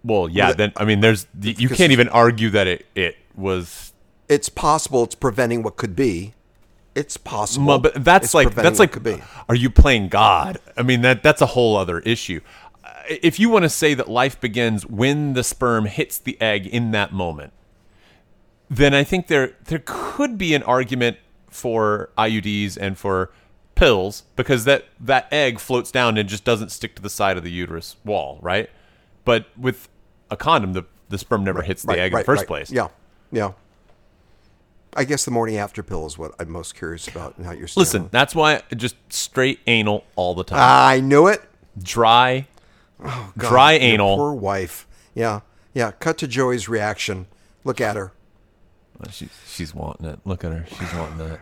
[SPEAKER 2] Well, yeah.
[SPEAKER 1] Well,
[SPEAKER 2] then I mean, there's the, you
[SPEAKER 1] because-
[SPEAKER 2] can't even argue that it it was.
[SPEAKER 1] It's possible it's preventing what could be. It's possible.
[SPEAKER 2] Well, but that's
[SPEAKER 1] it's
[SPEAKER 2] like
[SPEAKER 1] preventing
[SPEAKER 2] that's
[SPEAKER 1] what
[SPEAKER 2] like.
[SPEAKER 1] could be.
[SPEAKER 2] Are you playing God? I mean, that that's a whole other issue. Uh, If you want to say that life begins when the sperm hits the egg in that moment, then I think there there could be an argument for IUDs and for pills because that that egg floats down and just doesn't stick to the side of the uterus wall, right? But with a condom, the the sperm never hits the egg in the first place.
[SPEAKER 1] Yeah, yeah. I guess the morning after pill is what I'm most curious about and how you're.
[SPEAKER 2] Listen, that's why I just straight anal all the time.
[SPEAKER 1] Ah, I knew it.
[SPEAKER 2] dry,
[SPEAKER 1] Oh, God,
[SPEAKER 2] dry
[SPEAKER 1] your
[SPEAKER 2] anal.
[SPEAKER 1] Poor wife. Yeah, yeah. Cut to Joey's reaction. Look at her.
[SPEAKER 2] She's, she's wanting it. Look at her. She's wanting it.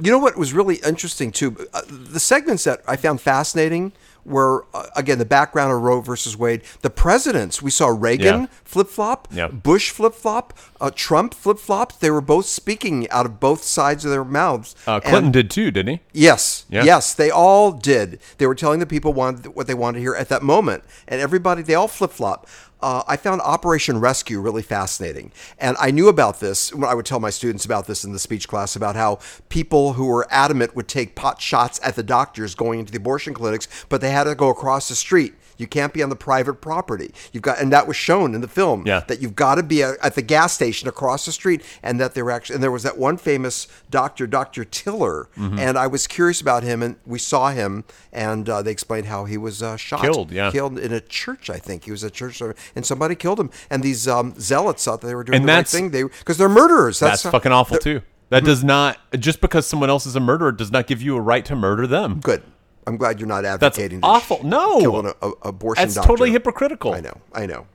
[SPEAKER 1] You know what was really interesting too? Uh, the segments that I found fascinating were uh, again the background of Roe versus Wade, the presidents. We saw Reagan
[SPEAKER 2] Yeah.
[SPEAKER 1] flip flop,
[SPEAKER 2] Yep.
[SPEAKER 1] Bush flip flop, uh, Trump flip flop. They were both speaking out of both sides of their mouths.
[SPEAKER 2] Uh,
[SPEAKER 1] And-
[SPEAKER 2] Clinton did too, didn't he?
[SPEAKER 1] Yes.
[SPEAKER 2] Yeah.
[SPEAKER 1] Yes, they all did. They were telling the people wanted, what they wanted to hear at that moment. And everybody, they all flip flop. Uh, I found Operation Rescue really fascinating. And I knew about this when I would tell my students about this in the speech class about how people who were adamant would take pot shots at the doctors going into the abortion clinics, but they had to go across the street. You can't be on the private property. You've got, and that was shown in the film
[SPEAKER 2] Yeah.
[SPEAKER 1] that you've got to be a, at the gas station across the street, and that they were actually. And there was that one famous doctor, Doctor Tiller,
[SPEAKER 2] Mm-hmm.
[SPEAKER 1] and I was curious about him, and we saw him, and uh, they explained how he was uh, shot,
[SPEAKER 2] Killed, yeah.
[SPEAKER 1] killed in a church. I think he was a church, servant, and somebody killed him. And these um, zealots thought they were doing
[SPEAKER 2] And
[SPEAKER 1] the right
[SPEAKER 2] that's-
[SPEAKER 1] thing. They because they're murderers.
[SPEAKER 2] That's,
[SPEAKER 1] That's, uh, Mm-hmm. how-
[SPEAKER 2] fucking awful too. That does not just because someone else is a murderer does not give you a right to murder them.
[SPEAKER 1] good. I'm glad you're not
[SPEAKER 2] That's
[SPEAKER 1] advocating. to
[SPEAKER 2] awful. No,
[SPEAKER 1] kill an a, a- abortion.
[SPEAKER 2] that's
[SPEAKER 1] doctor.
[SPEAKER 2] totally hypocritical.
[SPEAKER 1] I know. I know.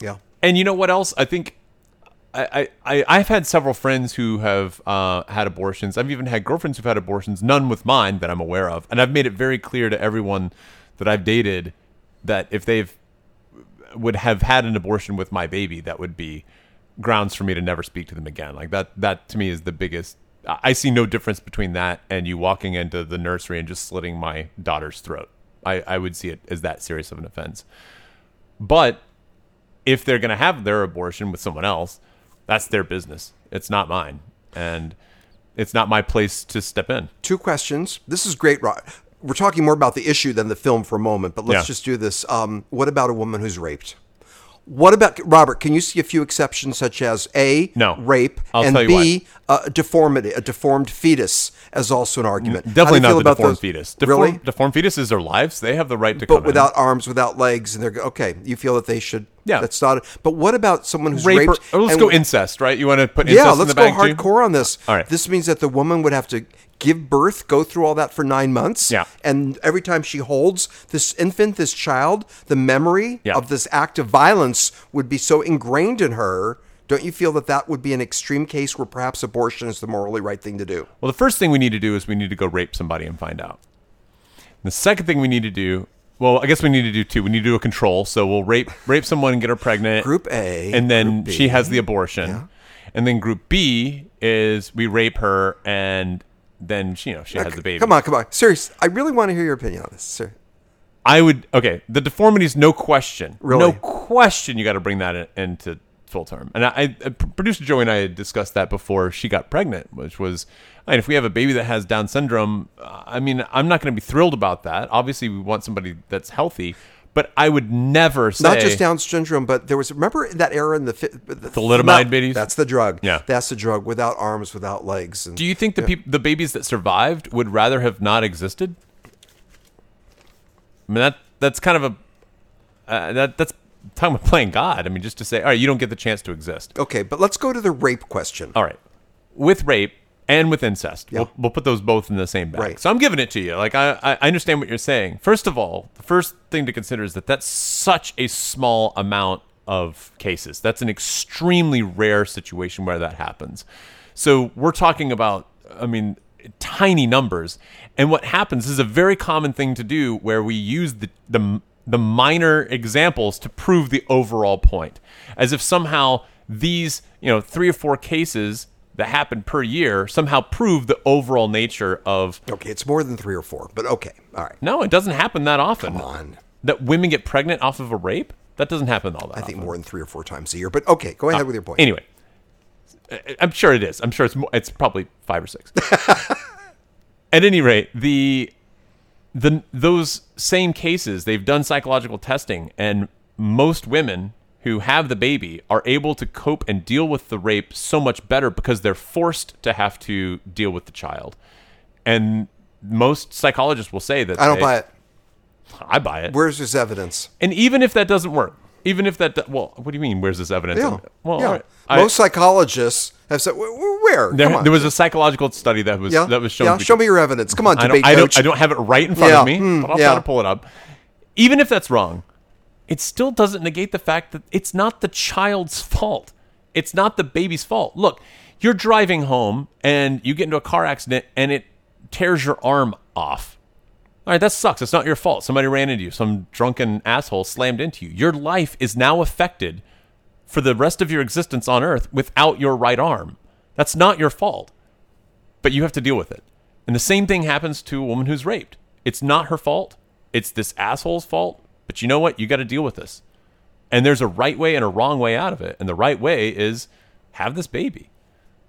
[SPEAKER 1] Yeah.
[SPEAKER 2] And you know what else? I think I, I, I- I've had several friends who have uh, had abortions. I've even had girlfriends who've had abortions, none with mine that I'm aware of. And I've made it very clear to everyone that I've dated that if they've would have had an abortion with my baby, that would be grounds for me to never speak to them again. Like that that to me is the biggest I I see no difference between that and you walking into the nursery and just slitting my daughter's throat. I, I would see it as that serious of an offense. But if they're going to have their abortion with someone else, that's their business. It's not mine. And it's not my place to step in.
[SPEAKER 1] two questions. This is great. Ro- We're talking more about the issue than the film for a moment, but let's
[SPEAKER 2] Yeah.
[SPEAKER 1] just do this. Um, what about a woman who's raped? What about Robert? Can you see a few exceptions such as a
[SPEAKER 2] No.
[SPEAKER 1] rape
[SPEAKER 2] I'll
[SPEAKER 1] and
[SPEAKER 2] tell you
[SPEAKER 1] b a deformity, a deformed fetus as also an argument? How do
[SPEAKER 2] Definitely
[SPEAKER 1] you
[SPEAKER 2] not
[SPEAKER 1] feel
[SPEAKER 2] the
[SPEAKER 1] about
[SPEAKER 2] deformed
[SPEAKER 1] those?
[SPEAKER 2] fetus. Deformed,
[SPEAKER 1] Really,
[SPEAKER 2] deformed fetuses are lives. They have the right to
[SPEAKER 1] but
[SPEAKER 2] come
[SPEAKER 1] without arms, without legs, and they're go- okay. You feel that they should.
[SPEAKER 2] Yeah.
[SPEAKER 1] that's not. But what about someone who's
[SPEAKER 2] in. Rape or,
[SPEAKER 1] raped?
[SPEAKER 2] or let's
[SPEAKER 1] and-
[SPEAKER 2] go incest, right? You want to put incest
[SPEAKER 1] Yeah,
[SPEAKER 2] in
[SPEAKER 1] let's
[SPEAKER 2] the
[SPEAKER 1] go
[SPEAKER 2] bag too?
[SPEAKER 1] hardcore on this.
[SPEAKER 2] All right.
[SPEAKER 1] This means that the woman would have to give birth, go through all that for nine months.
[SPEAKER 2] Yeah.
[SPEAKER 1] And every time she holds this infant, this child, the memory
[SPEAKER 2] Yeah.
[SPEAKER 1] of this act of violence would be so ingrained in her. Don't you feel that that would be an extreme case where perhaps abortion is the morally right thing to do?
[SPEAKER 2] Well, the first thing we need to do is we need to go rape somebody and find out. The second thing we need to do, well, I guess we need to do two. We need to do a control. So we'll rape rape someone and get her pregnant.
[SPEAKER 1] Group A,
[SPEAKER 2] and then
[SPEAKER 1] group B.
[SPEAKER 2] she has the abortion. And then group B is we rape her and then she, you know she has the baby.
[SPEAKER 1] Come on, come on. Serious. I really want to hear your opinion on this, sir.
[SPEAKER 2] I would okay. The deformities, no question,
[SPEAKER 1] Really?
[SPEAKER 2] no question. You got to bring that in, into full term. And I, I, producer Joey and I had discussed that before she got pregnant, which was, I mean, if we have a baby that has Down syndrome, uh, I mean, I'm not going to be thrilled about that. Obviously, we want somebody that's healthy, but I would never say
[SPEAKER 1] Not just Down syndrome, but there was remember that era in the fi- the, the
[SPEAKER 2] Thalidomide babies?
[SPEAKER 1] That's the drug.
[SPEAKER 2] Yeah.
[SPEAKER 1] that's the drug. Without arms, without legs. And
[SPEAKER 2] Do you think the peop- the babies that survived would rather have not existed? I mean that that's kind of a uh, that that's talking about playing God. I mean, just to say, all right, you don't get the chance to exist.
[SPEAKER 1] Okay, but let's go to the rape question.
[SPEAKER 2] All right, with rape and with incest,
[SPEAKER 1] Yeah.
[SPEAKER 2] we'll, we'll put those both in the same bag.
[SPEAKER 1] Right.
[SPEAKER 2] So I'm giving it to you. Like I I I understand what you're saying. First of all, the first thing to consider is that that's such a small amount of cases. That's an extremely rare situation where that happens. So we're talking about, I mean, tiny numbers. And what happens this is a very common thing to do where we use the, the, the minor examples to prove the overall point, as if somehow these, you know, three or four cases that happen per year somehow prove the overall nature of
[SPEAKER 1] Okay, it's more than three or four, but okay, all right.
[SPEAKER 2] no, it doesn't happen that often.
[SPEAKER 1] Come on.
[SPEAKER 2] That women get pregnant off of a rape? That doesn't happen all that
[SPEAKER 1] I
[SPEAKER 2] often.
[SPEAKER 1] think more than three or four times a year, but okay, go ahead with your point.
[SPEAKER 2] Anyway, I- I'm sure it is. I'm sure it's mo it's probably five or six. At any rate, the the those same cases, they've done psychological testing, and most women who have the baby are able to cope and deal with the rape so much better because they're forced to have to deal with the child. And most psychologists will say that
[SPEAKER 1] I don't
[SPEAKER 2] they-
[SPEAKER 1] buy it.
[SPEAKER 2] I buy it.
[SPEAKER 1] Where's this evidence?
[SPEAKER 2] And even if that doesn't work, even if that do- well, what do you mean? Where's this evidence?
[SPEAKER 1] Yeah.
[SPEAKER 2] Well,
[SPEAKER 1] yeah.
[SPEAKER 2] all right. I-
[SPEAKER 1] Most psychologists have said, "Wh- wh- where? Come
[SPEAKER 2] there,
[SPEAKER 1] on.
[SPEAKER 2] there was a psychological study that was
[SPEAKER 1] yeah?
[SPEAKER 2] that was shown.
[SPEAKER 1] Yeah,
[SPEAKER 2] to be-
[SPEAKER 1] show me your evidence. Come on,
[SPEAKER 2] I don't,
[SPEAKER 1] debate
[SPEAKER 2] I
[SPEAKER 1] coach.
[SPEAKER 2] don't. I don't have it right in front
[SPEAKER 1] Yeah,
[SPEAKER 2] of me,
[SPEAKER 1] hmm,
[SPEAKER 2] but I'll
[SPEAKER 1] yeah.
[SPEAKER 2] try to pull it up. Even if that's wrong, it still doesn't negate the fact that it's not the child's fault. It's not the baby's fault. Look, you're driving home and you get into a car accident and it tears your arm off. All right, that sucks. It's not your fault. Somebody ran into you. Some drunken asshole slammed into you. Your life is now affected for the rest of your existence on earth without your right arm. That's not your fault, but you have to deal with it. And the same thing happens to a woman who's raped. It's not her fault, it's this asshole's fault, but you know what? You got to deal with this. And there's a right way and a wrong way out of it. And the right way is have this baby.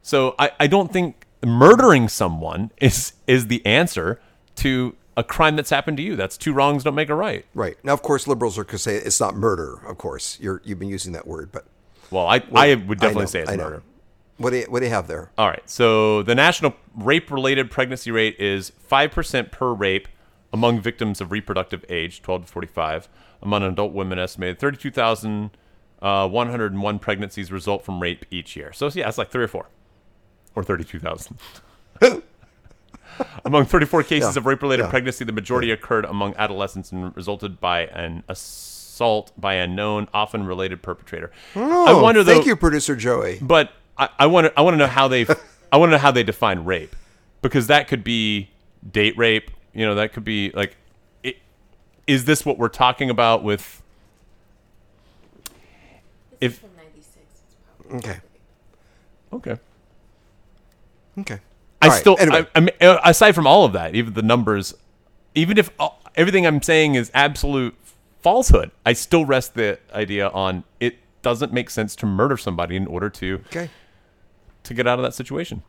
[SPEAKER 2] So I, I don't think murdering someone is is the answer to a crime that's happened to you. That's two wrongs don't make a right.
[SPEAKER 1] Right now, of course, liberals are going to say it's not murder. Of course, you're you've been using that word, but
[SPEAKER 2] Well, I, I would
[SPEAKER 1] I
[SPEAKER 2] definitely
[SPEAKER 1] know,
[SPEAKER 2] say it's
[SPEAKER 1] I know.
[SPEAKER 2] murder.
[SPEAKER 1] What do you, what do you have there?
[SPEAKER 2] All right. So the national rape related pregnancy rate is 5% per rape among victims of reproductive age 12 to 45. Among adult women, estimated uh, 32,101 pregnancies result from rape each year. So, yeah, it's like three or four, or 32,000. among 34 cases
[SPEAKER 1] Yeah,
[SPEAKER 2] of rape related
[SPEAKER 1] yeah.
[SPEAKER 2] pregnancy, the majority occurred among adolescents and resulted by an assault by a known, often related perpetrator. I wonder, though,
[SPEAKER 1] Oh, Thank you, producer Joey.
[SPEAKER 2] but I, I want to I want to know how they I want to know how they define rape because that could be date rape. You know, that could be like, i- is this what we're talking about with?
[SPEAKER 3] This
[SPEAKER 2] If-
[SPEAKER 3] is from 96. It's probably
[SPEAKER 1] Okay,
[SPEAKER 2] Okay.
[SPEAKER 1] okay.
[SPEAKER 2] I
[SPEAKER 1] All right,
[SPEAKER 2] still,
[SPEAKER 1] anyway.
[SPEAKER 2] I, I mean, uh, aside from all of that, even the numbers, even if all, everything I'm saying is absolute falsehood, I still rest the idea on it doesn't make sense to murder somebody in order to
[SPEAKER 1] okay.
[SPEAKER 2] to get out of that situation.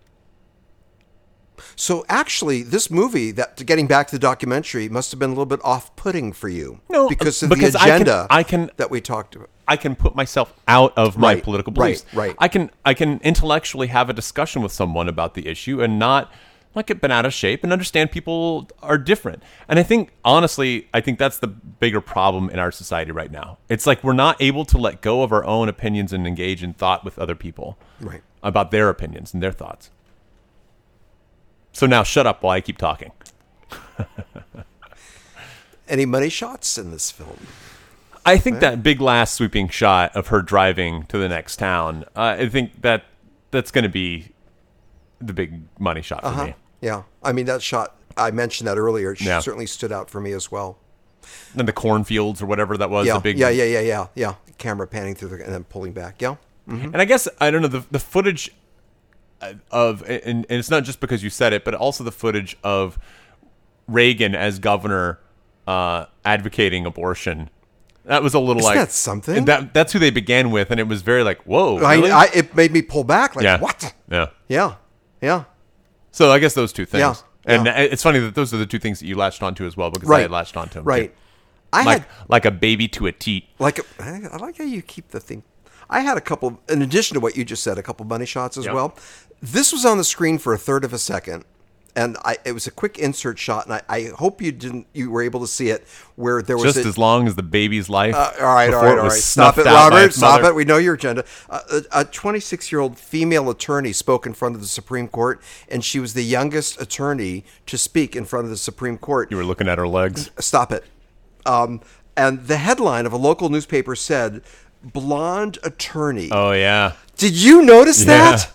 [SPEAKER 1] So actually, this movie that getting back to the documentary must have been a little bit off-putting for you,
[SPEAKER 2] No, uh,
[SPEAKER 1] because of
[SPEAKER 2] because
[SPEAKER 1] the
[SPEAKER 2] I can-
[SPEAKER 1] agenda
[SPEAKER 2] I can-
[SPEAKER 1] that we talked about.
[SPEAKER 2] I can put myself out of my
[SPEAKER 1] Right,
[SPEAKER 2] political
[SPEAKER 1] right,
[SPEAKER 2] beliefs.
[SPEAKER 1] right.
[SPEAKER 2] I can I can intellectually have a discussion with someone about the issue and not like get bent out of shape and understand people are different. And I think honestly, I think that's the bigger problem in our society right now. It's like we're not able to let go of our own opinions and engage in thought with other people
[SPEAKER 1] Right.
[SPEAKER 2] about their opinions and their thoughts. So now shut up while I keep talking.
[SPEAKER 1] Any money shots in this film?
[SPEAKER 2] I think that big last sweeping shot of her driving to the next town. Uh, I think that that's going to be the big money shot for
[SPEAKER 1] Uh-huh.
[SPEAKER 2] me.
[SPEAKER 1] Yeah. I mean, that shot, I mentioned that earlier. It
[SPEAKER 2] Yeah.
[SPEAKER 1] certainly stood out for me as well.
[SPEAKER 2] And the cornfields or whatever that was.
[SPEAKER 1] Yeah.
[SPEAKER 2] The big
[SPEAKER 1] yeah. Yeah. Yeah. Yeah. Yeah. Camera panning through the, and then pulling back. Yeah.
[SPEAKER 2] And I guess I don't know the the footage of and, and it's not just because you said it, but also the footage of Reagan as governor uh, advocating abortion. That was a little like
[SPEAKER 1] that something?
[SPEAKER 2] That that's who they began with, and it was very like whoa. really?
[SPEAKER 1] I, I, it made me pull back. Like,
[SPEAKER 2] yeah.
[SPEAKER 1] what?
[SPEAKER 2] Yeah.
[SPEAKER 1] Yeah. Yeah.
[SPEAKER 2] So I guess those two things.
[SPEAKER 1] Yeah,
[SPEAKER 2] And
[SPEAKER 1] yeah.
[SPEAKER 2] it's funny that those are the two things that you latched onto as well because I
[SPEAKER 1] Right.
[SPEAKER 2] had latched onto them.
[SPEAKER 1] Right.
[SPEAKER 2] too.
[SPEAKER 1] I
[SPEAKER 2] Like
[SPEAKER 1] had
[SPEAKER 2] like a baby to a teat.
[SPEAKER 1] like a- I I like how you keep the theme. I had a couple, in addition to what you just said, a couple money shots as
[SPEAKER 2] Yeah.
[SPEAKER 1] well. This was on the screen for a third of a second, and I, it was a quick insert shot, and I, I hope you didn't, you were able to see it where there was
[SPEAKER 2] Just
[SPEAKER 1] a,
[SPEAKER 2] as long as the baby's life.
[SPEAKER 1] uh, all right, all
[SPEAKER 2] before
[SPEAKER 1] right, all right.
[SPEAKER 2] was
[SPEAKER 1] Stop it,
[SPEAKER 2] snuffed out by
[SPEAKER 1] Robert.
[SPEAKER 2] its
[SPEAKER 1] Stop
[SPEAKER 2] mother.
[SPEAKER 1] it. We know your agenda. Uh, a 26 year old female attorney spoke in front of the Supreme Court, and she was the youngest attorney to speak in front of the Supreme Court
[SPEAKER 2] You were looking at her legs.
[SPEAKER 1] stop it. Um, and the headline of a local newspaper said, "Blonde attorney."
[SPEAKER 2] Oh yeah.
[SPEAKER 1] Did you notice that?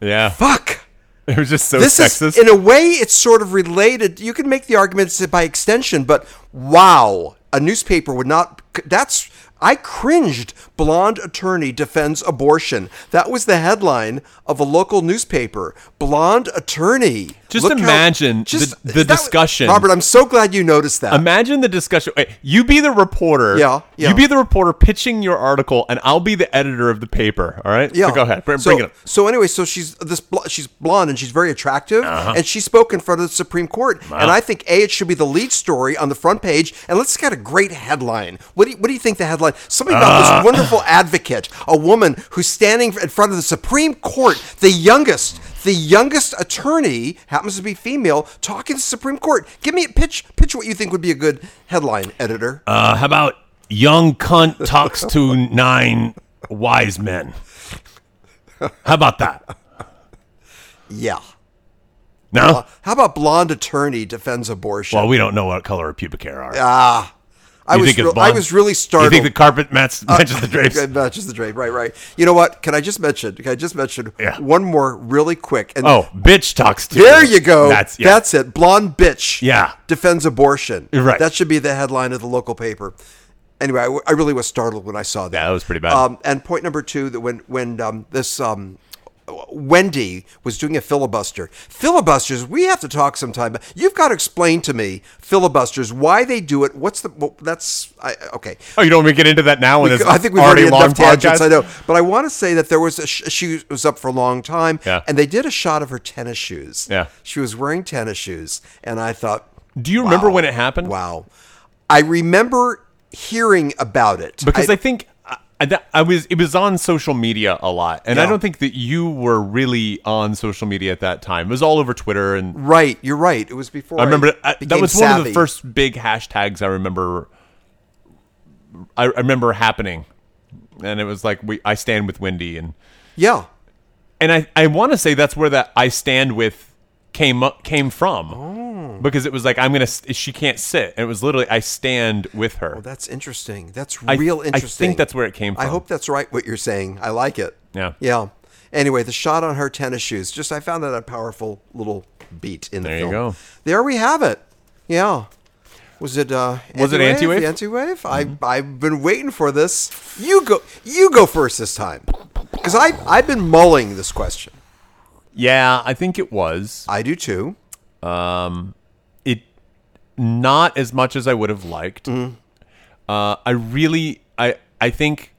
[SPEAKER 2] Yeah.
[SPEAKER 1] Fuck.
[SPEAKER 2] It was just so
[SPEAKER 1] This
[SPEAKER 2] sexist.
[SPEAKER 1] is, in a way, it's sort of related. You can make the arguments by extension, but wow, a newspaper would not. That's I cringed. Blonde attorney defends abortion. That was the headline of a local newspaper. Blonde attorney.
[SPEAKER 2] Just
[SPEAKER 1] Look how-
[SPEAKER 2] imagine the- the
[SPEAKER 1] that-
[SPEAKER 2] discussion.
[SPEAKER 1] Robert, I'm so glad you noticed that.
[SPEAKER 2] Imagine the discussion. Wait, you be the reporter.
[SPEAKER 1] Yeah, yeah.
[SPEAKER 2] You be the reporter pitching your article, and I'll be the editor of the paper. All right. So go ahead. Bring,
[SPEAKER 1] so,
[SPEAKER 2] bring it up.
[SPEAKER 1] So anyway, so she's this bl- she's blonde and she's very attractive,
[SPEAKER 2] Uh-huh.
[SPEAKER 1] and she spoke in front of the Supreme Court. And I think a it should be the lead story on the front page, and let's get a great headline. What do you, what do you think the headline? Something about
[SPEAKER 2] Uh.
[SPEAKER 1] this wonderful advocate, a woman who's standing in front of the Supreme Court, the youngest. The youngest attorney happens to be female, talking to the Supreme Court. Give me a pitch. Pitch what you think would be a good headline, editor.
[SPEAKER 2] Uh, how about young cunt talks to nine wise men? How about that?
[SPEAKER 1] yeah.
[SPEAKER 2] No.
[SPEAKER 1] How about blonde attorney defends abortion?
[SPEAKER 2] Well, we don't know what color of pubic hair are.
[SPEAKER 1] Ah, I
[SPEAKER 2] You
[SPEAKER 1] was
[SPEAKER 2] think it's
[SPEAKER 1] real- I
[SPEAKER 2] blonde?
[SPEAKER 1] was really
[SPEAKER 2] You
[SPEAKER 1] startled. Uh,
[SPEAKER 2] think the carpet match, matches the drapes?
[SPEAKER 1] Okay, matches the drape, right? Right. You know what? Can I just mention? Can I just mention
[SPEAKER 2] Yeah.
[SPEAKER 1] one more really quick? And
[SPEAKER 2] Oh, bitch talks to.
[SPEAKER 1] there you go.
[SPEAKER 2] That's
[SPEAKER 1] That's,
[SPEAKER 2] yeah.
[SPEAKER 1] it. Blonde bitch.
[SPEAKER 2] Yeah.
[SPEAKER 1] Defends abortion.
[SPEAKER 2] You're right.
[SPEAKER 1] That should be the headline of the local paper. Anyway, I, w- I really was startled when I saw that.
[SPEAKER 2] Yeah, that was pretty bad.
[SPEAKER 1] Um, and point number two that when when um, this um, Wendy was doing a filibuster. Filibusters, we have to talk sometime. You've got to explain to me filibusters why they do it. What's the well, that's I, okay.
[SPEAKER 2] Oh, you don't want me to get into that now? And it's
[SPEAKER 1] I think we've
[SPEAKER 2] already
[SPEAKER 1] already,
[SPEAKER 2] a long
[SPEAKER 1] had enough tangents.
[SPEAKER 2] podcast?
[SPEAKER 1] I know, but I want to say that there was a sh- she was up for a long time,
[SPEAKER 2] Yeah.
[SPEAKER 1] and they did a shot of her tennis shoes.
[SPEAKER 2] Yeah.
[SPEAKER 1] she was wearing tennis shoes, and I thought,
[SPEAKER 2] Do you remember
[SPEAKER 1] wow,
[SPEAKER 2] when it happened?
[SPEAKER 1] Wow, I remember hearing about it
[SPEAKER 2] because I, think I, I, that- I was it was on social media a lot, and I
[SPEAKER 1] Yeah.
[SPEAKER 2] don't think that you were really on social media at that time. It was all over Twitter, and
[SPEAKER 1] right, you're right. It was before
[SPEAKER 2] I remember I, that
[SPEAKER 1] became
[SPEAKER 2] was one of the
[SPEAKER 1] savvy.
[SPEAKER 2] first big hashtags I remember. I, I remember happening, and it was like we I stand with Wendy, and
[SPEAKER 1] Yeah,
[SPEAKER 2] and I I want to say that's where that I stand with came up came from.
[SPEAKER 1] Oh.
[SPEAKER 2] Because it was like I'm gonna, s- she can't sit, and it was literally I stand with her.
[SPEAKER 1] well, that's interesting. That's
[SPEAKER 2] I-
[SPEAKER 1] real
[SPEAKER 2] I
[SPEAKER 1] interesting.
[SPEAKER 2] think that's where it came from.
[SPEAKER 1] I hope that's right what you're saying. I like it.
[SPEAKER 2] Yeah.
[SPEAKER 1] Yeah. Anyway, the shot on her tennis shoes. Just I found that a powerful little beat in the
[SPEAKER 2] There you
[SPEAKER 1] film.
[SPEAKER 2] go.
[SPEAKER 1] There we have it. Yeah. Was it uh
[SPEAKER 2] Was it Anti-Wave? Mm-hmm.
[SPEAKER 1] Anti-wave? I I've been waiting for this. You go you go first this time. Cuz I I've been mulling this question.
[SPEAKER 2] Yeah, I think it was.
[SPEAKER 1] I do too.
[SPEAKER 2] it not as much as I would have liked.
[SPEAKER 1] Mm-hmm.
[SPEAKER 2] Uh, I really, I, I think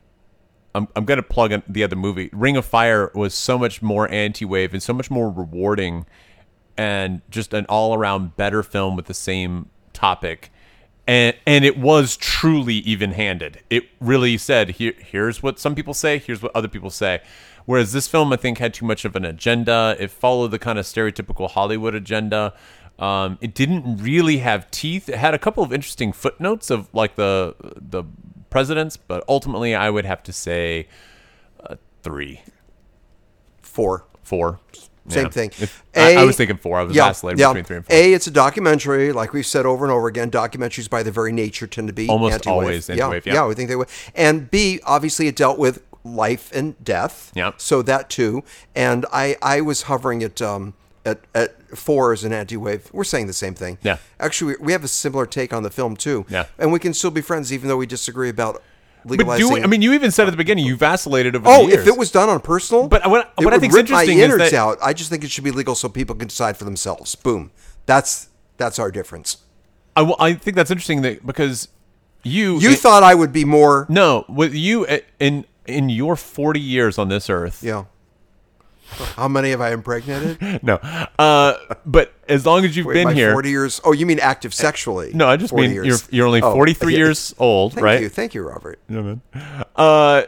[SPEAKER 2] I'm, I'm gonna plug in the other movie. Ring of Fire was so much more anti-wave and so much more rewarding, and just an all-around better film with the same topic. and and it was truly even-handed. It really said here here's what some people say, here's what other people say. Whereas this film, I think, had too much of an agenda. It followed the kind of stereotypical Hollywood agenda. Um, it didn't really have teeth. It had a couple of interesting footnotes of like the the presidents, but ultimately, I would have to say uh, three,
[SPEAKER 1] Four.
[SPEAKER 2] four.
[SPEAKER 1] Same
[SPEAKER 2] Yeah.
[SPEAKER 1] thing.
[SPEAKER 2] If- I
[SPEAKER 1] A-
[SPEAKER 2] I was thinking four. I was vacillating between three and four.
[SPEAKER 1] A, it's a documentary, like we've said over and over again. Documentaries, by their very nature, tend to be
[SPEAKER 2] Almost
[SPEAKER 1] anti-wave.
[SPEAKER 2] always anti-wave,
[SPEAKER 1] Yeah,
[SPEAKER 2] yeah.
[SPEAKER 1] yeah, we think they would. And B, obviously, it dealt with life and death.
[SPEAKER 2] Yeah.
[SPEAKER 1] So that too. And I, I was hovering at, um, at, at four as an anti-wave. We're saying the same thing.
[SPEAKER 2] Yeah.
[SPEAKER 1] Actually, we- we have a similar take on the film too.
[SPEAKER 2] Yeah.
[SPEAKER 1] And we can still be friends, even though we disagree about
[SPEAKER 2] But
[SPEAKER 1] legalizing.
[SPEAKER 2] do I mean you even said at the beginning you vacillated over
[SPEAKER 1] Oh,
[SPEAKER 2] the years.
[SPEAKER 1] if it was done on personal,
[SPEAKER 2] But what-
[SPEAKER 1] it
[SPEAKER 2] what I
[SPEAKER 1] would
[SPEAKER 2] think's
[SPEAKER 1] rip my
[SPEAKER 2] interesting is
[SPEAKER 1] innards
[SPEAKER 2] that-
[SPEAKER 1] out. I just think it should be legal so people can decide for themselves. Boom. That's that's our difference.
[SPEAKER 2] I, will- I think that's interesting that because you
[SPEAKER 1] You
[SPEAKER 2] it-
[SPEAKER 1] thought I would be more.
[SPEAKER 2] no with you uh, in in your 40 years on this earth
[SPEAKER 1] Yeah. How many have I impregnated?
[SPEAKER 2] no uh but as long as you've
[SPEAKER 1] Wait,
[SPEAKER 2] been
[SPEAKER 1] my
[SPEAKER 2] here
[SPEAKER 1] forty years. Oh, you mean active sexually?
[SPEAKER 2] no i just
[SPEAKER 1] 40
[SPEAKER 2] mean
[SPEAKER 1] years.
[SPEAKER 2] you're you're only
[SPEAKER 1] Oh,
[SPEAKER 2] 43
[SPEAKER 1] yeah.
[SPEAKER 2] years old
[SPEAKER 1] Thank
[SPEAKER 2] right
[SPEAKER 1] you, thank you, Robert.
[SPEAKER 2] Yeah, man. uh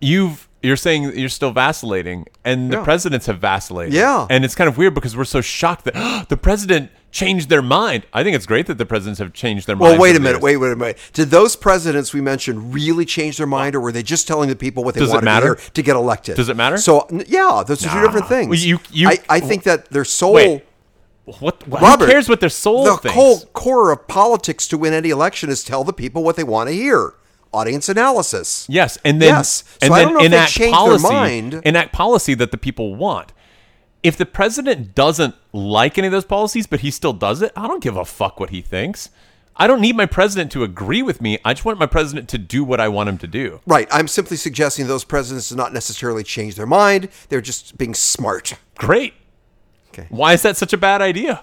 [SPEAKER 2] you've you're saying that you're still vacillating and the
[SPEAKER 1] Yeah.
[SPEAKER 2] presidents have vacillated
[SPEAKER 1] Yeah.
[SPEAKER 2] and it's kind of weird because we're so shocked that the president changed their mind i think it's great that the presidents have changed their mind
[SPEAKER 1] Well, wait a minute, wait, wait a minute. Did those presidents we mentioned really change their mind, or were they just telling the people what they
[SPEAKER 2] Does it
[SPEAKER 1] wanted to
[SPEAKER 2] matter?
[SPEAKER 1] hear to get elected?
[SPEAKER 2] Does it matter?
[SPEAKER 1] So, n- yeah, those are two different things.
[SPEAKER 2] Well, you- you-
[SPEAKER 1] I, I think that their soul.
[SPEAKER 2] Wait. what, what
[SPEAKER 1] Robert,
[SPEAKER 2] who cares what their soul
[SPEAKER 1] the
[SPEAKER 2] thinks
[SPEAKER 1] whole core of politics to win any election is tell the people what they want to hear. Audience analysis.
[SPEAKER 2] Yes, and then
[SPEAKER 1] Yes.
[SPEAKER 2] and
[SPEAKER 1] So I
[SPEAKER 2] then
[SPEAKER 1] don't know if they
[SPEAKER 2] enact
[SPEAKER 1] changed their
[SPEAKER 2] policy,
[SPEAKER 1] mind.
[SPEAKER 2] enact policy that the people want. If the president doesn't like any of those policies, but he still does it, I don't give a fuck what he thinks. I don't need my president to agree with me. I just want my president to do what I want him to do.
[SPEAKER 1] Right. I'm simply suggesting those presidents did not necessarily change their mind. They're just being smart.
[SPEAKER 2] Great.
[SPEAKER 1] Okay.
[SPEAKER 2] Why is that such a bad idea?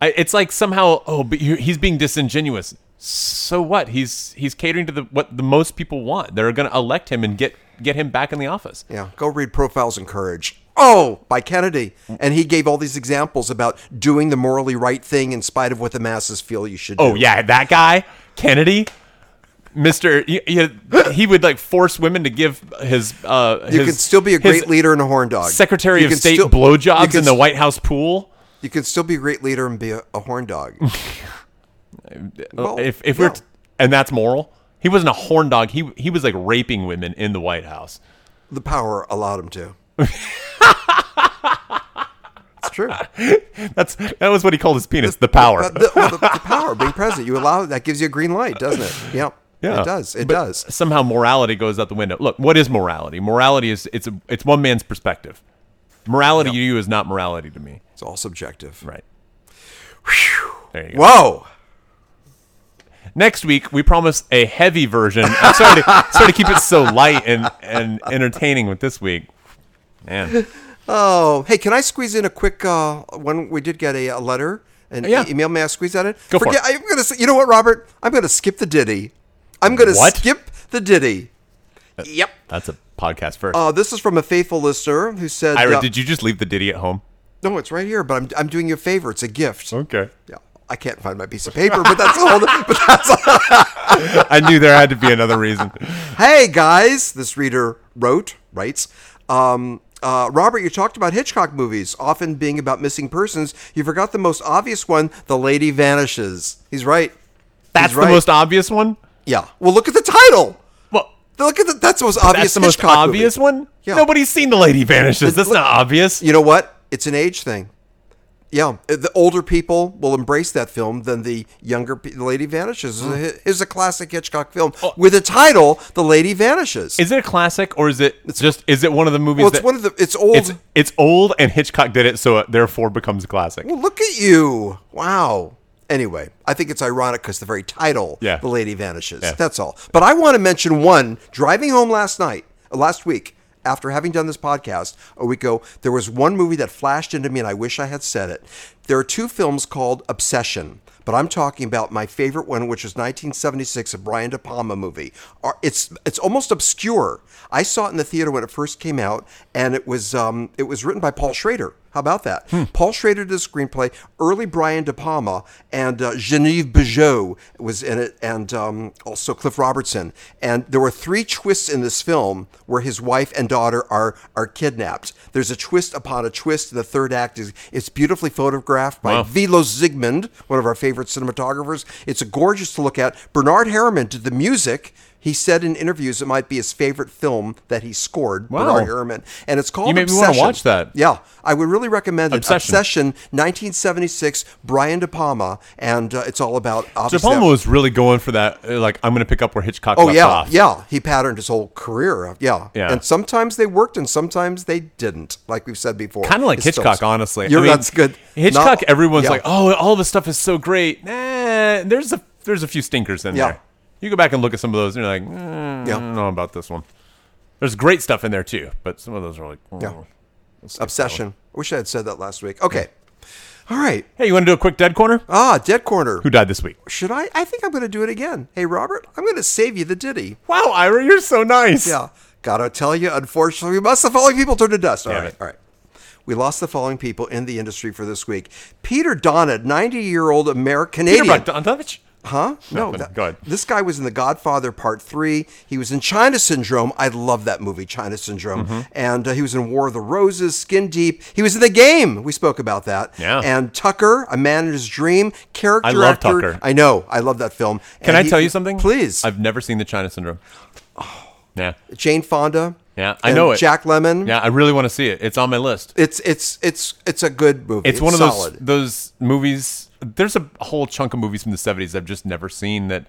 [SPEAKER 2] I, it's like somehow, oh, but you he's being disingenuous. So what? He's he's catering to the what the most people want. They're going to elect him and get get him back in the office.
[SPEAKER 1] Yeah. Go read Profiles in Courage. Oh, by Kennedy. And he gave all these examples about doing the morally right thing in spite of what the masses feel you should do.
[SPEAKER 2] Oh yeah, that guy, Kennedy, Mister. He, he- he would like force women to give his. Uh,
[SPEAKER 1] You can still be a great leader and a horn dog.
[SPEAKER 2] Secretary
[SPEAKER 1] You
[SPEAKER 2] of
[SPEAKER 1] can
[SPEAKER 2] State
[SPEAKER 1] still- you
[SPEAKER 2] blowjobs
[SPEAKER 1] can
[SPEAKER 2] in the
[SPEAKER 1] s-
[SPEAKER 2] White House pool.
[SPEAKER 1] You can still be a great leader and be a, a horn dog. Well,
[SPEAKER 2] if if
[SPEAKER 1] Oh, no.
[SPEAKER 2] we're and that's moral. He wasn't a horn dog. He he was like raping women in the White House.
[SPEAKER 1] the power allowed him to. it's true.
[SPEAKER 2] That's that was what he called his penis, the power.
[SPEAKER 1] But the, well, the, the power of being president, you allow that gives you a green light, doesn't it? Yep.
[SPEAKER 2] Yeah.
[SPEAKER 1] It does. It
[SPEAKER 2] But
[SPEAKER 1] does.
[SPEAKER 2] Somehow morality goes out the window. Look, what is morality? Morality is it's a, it's one man's perspective. Morality to you is not morality to me.
[SPEAKER 1] It's all subjective.
[SPEAKER 2] Right. There you go.
[SPEAKER 1] Whoa.
[SPEAKER 2] Next week, we promise a heavy version. I'm sorry to, sorry to keep it so light and, and entertaining with this week. Man.
[SPEAKER 1] Oh, hey, can I squeeze in a quick uh, one? We did get a, a letter, an
[SPEAKER 2] Yeah.
[SPEAKER 1] e- email. May I squeeze that in?
[SPEAKER 2] Go for
[SPEAKER 1] Forget-
[SPEAKER 2] it.
[SPEAKER 1] I'm gonna. s- You know what, Robert? I'm gonna skip the ditty. I'm gonna
[SPEAKER 2] What? Uh,
[SPEAKER 1] skip the ditty. Yep.
[SPEAKER 2] That's a podcast first.
[SPEAKER 1] Uh, this is from a faithful listener who said,
[SPEAKER 2] Ira,
[SPEAKER 1] uh,
[SPEAKER 2] did you just leave the ditty at home?
[SPEAKER 1] "No, it's right here, but I'm I'm doing you a favor. It's a gift."
[SPEAKER 2] Okay.
[SPEAKER 1] Yeah. I can't find my piece of paper, but that's all. But that's all.
[SPEAKER 2] I knew there had to be another reason.
[SPEAKER 1] Hey guys, this reader wrote writes. Um, uh, Robert, you talked about Hitchcock movies often being about missing persons. You forgot the most obvious one: the lady vanishes. He's right.
[SPEAKER 2] That's
[SPEAKER 1] He's right.
[SPEAKER 2] the most obvious one?
[SPEAKER 1] Yeah. Well, look at the title.
[SPEAKER 2] Well,
[SPEAKER 1] Look at the, that's the most obvious.
[SPEAKER 2] that's the most
[SPEAKER 1] Hitchcock movie.
[SPEAKER 2] obvious one?
[SPEAKER 1] Yeah.
[SPEAKER 2] Nobody's seen The Lady Vanishes. That's not obvious.
[SPEAKER 1] You know what? It's an age thing. Yeah, the older people will embrace that film than the younger. Pe- the Lady Vanishes is a, is a classic Hitchcock film
[SPEAKER 2] Oh.
[SPEAKER 1] with a title, "The Lady Vanishes."
[SPEAKER 2] Is it a classic or is it just, is it one of the movies
[SPEAKER 1] well, it's
[SPEAKER 2] that-
[SPEAKER 1] one of the. It's old.
[SPEAKER 2] it's, it's old and Hitchcock did it, so it therefore becomes a classic.
[SPEAKER 1] Well, Oh, look at you. Wow. Anyway, I think it's ironic because the very title,
[SPEAKER 2] Yeah.
[SPEAKER 1] The Lady Vanishes.
[SPEAKER 2] Yeah.
[SPEAKER 1] That's all. But I want to mention one driving home last night, uh, last week, after having done this podcast a week ago, there was one movie that flashed into me and I wish I had said it. There are two films called Obsession, but I'm talking about my favorite one, which is 1976, a Brian De Palma movie. Ar- It's it's almost obscure. I saw it in the theater when it first came out, and it was um, it was written by Paul Schrader How about that?
[SPEAKER 2] Hmm.
[SPEAKER 1] Paul Schrader did the screenplay. Early Brian De Palma and uh, Genevieve Bijou was in it, and um, also Cliff Robertson. And there were three twists in this film where his wife and daughter are are kidnapped. There's a twist upon a twist. The third act is it's beautifully photographed by
[SPEAKER 2] Wow.
[SPEAKER 1] Vilo Zsigmond, one of our favorite cinematographers. It's gorgeous to look at. Bernard Herrmann did the music. He said in interviews it might be his favorite film that he scored,
[SPEAKER 2] Wow.
[SPEAKER 1] Bernard Herrmann. And it's called
[SPEAKER 2] You made me wanna
[SPEAKER 1] Obsession.
[SPEAKER 2] watch that.
[SPEAKER 1] Yeah, I would really recommend it.
[SPEAKER 2] Obsession.
[SPEAKER 1] Obsession, 1976, Brian De Palma, and uh, it's all about
[SPEAKER 2] De
[SPEAKER 1] obviously.
[SPEAKER 2] Palma was really going for that. uh, Like, I'm going to pick up where Hitchcock
[SPEAKER 1] Oh
[SPEAKER 2] left
[SPEAKER 1] yeah,
[SPEAKER 2] off.
[SPEAKER 1] yeah. He patterned his whole career. up. Yeah,
[SPEAKER 2] Yeah.
[SPEAKER 1] And sometimes they worked, and sometimes they didn't. Like we've said before,
[SPEAKER 2] Kind of like
[SPEAKER 1] His
[SPEAKER 2] Hitchcock,
[SPEAKER 1] films.
[SPEAKER 2] honestly. I
[SPEAKER 1] You're,
[SPEAKER 2] mean,
[SPEAKER 1] that's good.
[SPEAKER 2] Hitchcock,
[SPEAKER 1] Not-
[SPEAKER 2] everyone's
[SPEAKER 1] yeah.
[SPEAKER 2] like, oh, all this stuff is so great. Nah, there's a there's a few stinkers in
[SPEAKER 1] Yeah.
[SPEAKER 2] there. You go back and look at some of those, and you're like, mm,
[SPEAKER 1] Yeah.
[SPEAKER 2] I don't know about this one. There's great stuff in there too, but some of those are like, mm.
[SPEAKER 1] Yeah. Obsession. I wish I had said that last week. Okay, all right.
[SPEAKER 2] Hey, you want to do a quick dead corner?
[SPEAKER 1] Ah, dead corner.
[SPEAKER 2] Who died this week?
[SPEAKER 1] Should I? I think I'm going to do it again. Hey, Robert, I'm going to save you the ditty.
[SPEAKER 2] Wow, Ira, you're so nice.
[SPEAKER 1] Yeah. Gotta tell you, unfortunately, we must the following people turn to dust. All
[SPEAKER 2] Damn
[SPEAKER 1] right,
[SPEAKER 2] it.
[SPEAKER 1] all right. We lost the following people in the industry for this week. Peter Donnet, 90 year old American
[SPEAKER 2] Peter
[SPEAKER 1] Canadian.
[SPEAKER 2] Bogdanovich?
[SPEAKER 1] huh? No,
[SPEAKER 2] Nothing.
[SPEAKER 1] that-
[SPEAKER 2] Go ahead.
[SPEAKER 1] This guy was in The Godfather Part 3. He was in China Syndrome. I love that movie, China Syndrome.
[SPEAKER 2] Mm-hmm.
[SPEAKER 1] And uh, he was in War of the Roses, Skin Deep. He was in The Game. We spoke about that.
[SPEAKER 2] Yeah.
[SPEAKER 1] And Tucker, A Man in His Dream, character
[SPEAKER 2] I love
[SPEAKER 1] actor.
[SPEAKER 2] Tucker.
[SPEAKER 1] I know. I love that film.
[SPEAKER 2] Can
[SPEAKER 1] And
[SPEAKER 2] I
[SPEAKER 1] he-
[SPEAKER 2] tell you something?
[SPEAKER 1] Please.
[SPEAKER 2] I've never seen the China Syndrome. Yeah.
[SPEAKER 1] Jane Fonda.
[SPEAKER 2] Yeah, I
[SPEAKER 1] and
[SPEAKER 2] know it.
[SPEAKER 1] Jack Lemon.
[SPEAKER 2] Yeah, I really want to see it. It's on my list.
[SPEAKER 1] It's it's it's it's a good movie.
[SPEAKER 2] It's, one of those
[SPEAKER 1] solid.
[SPEAKER 2] those movies. There's a whole chunk of movies from the 70s I've just never seen that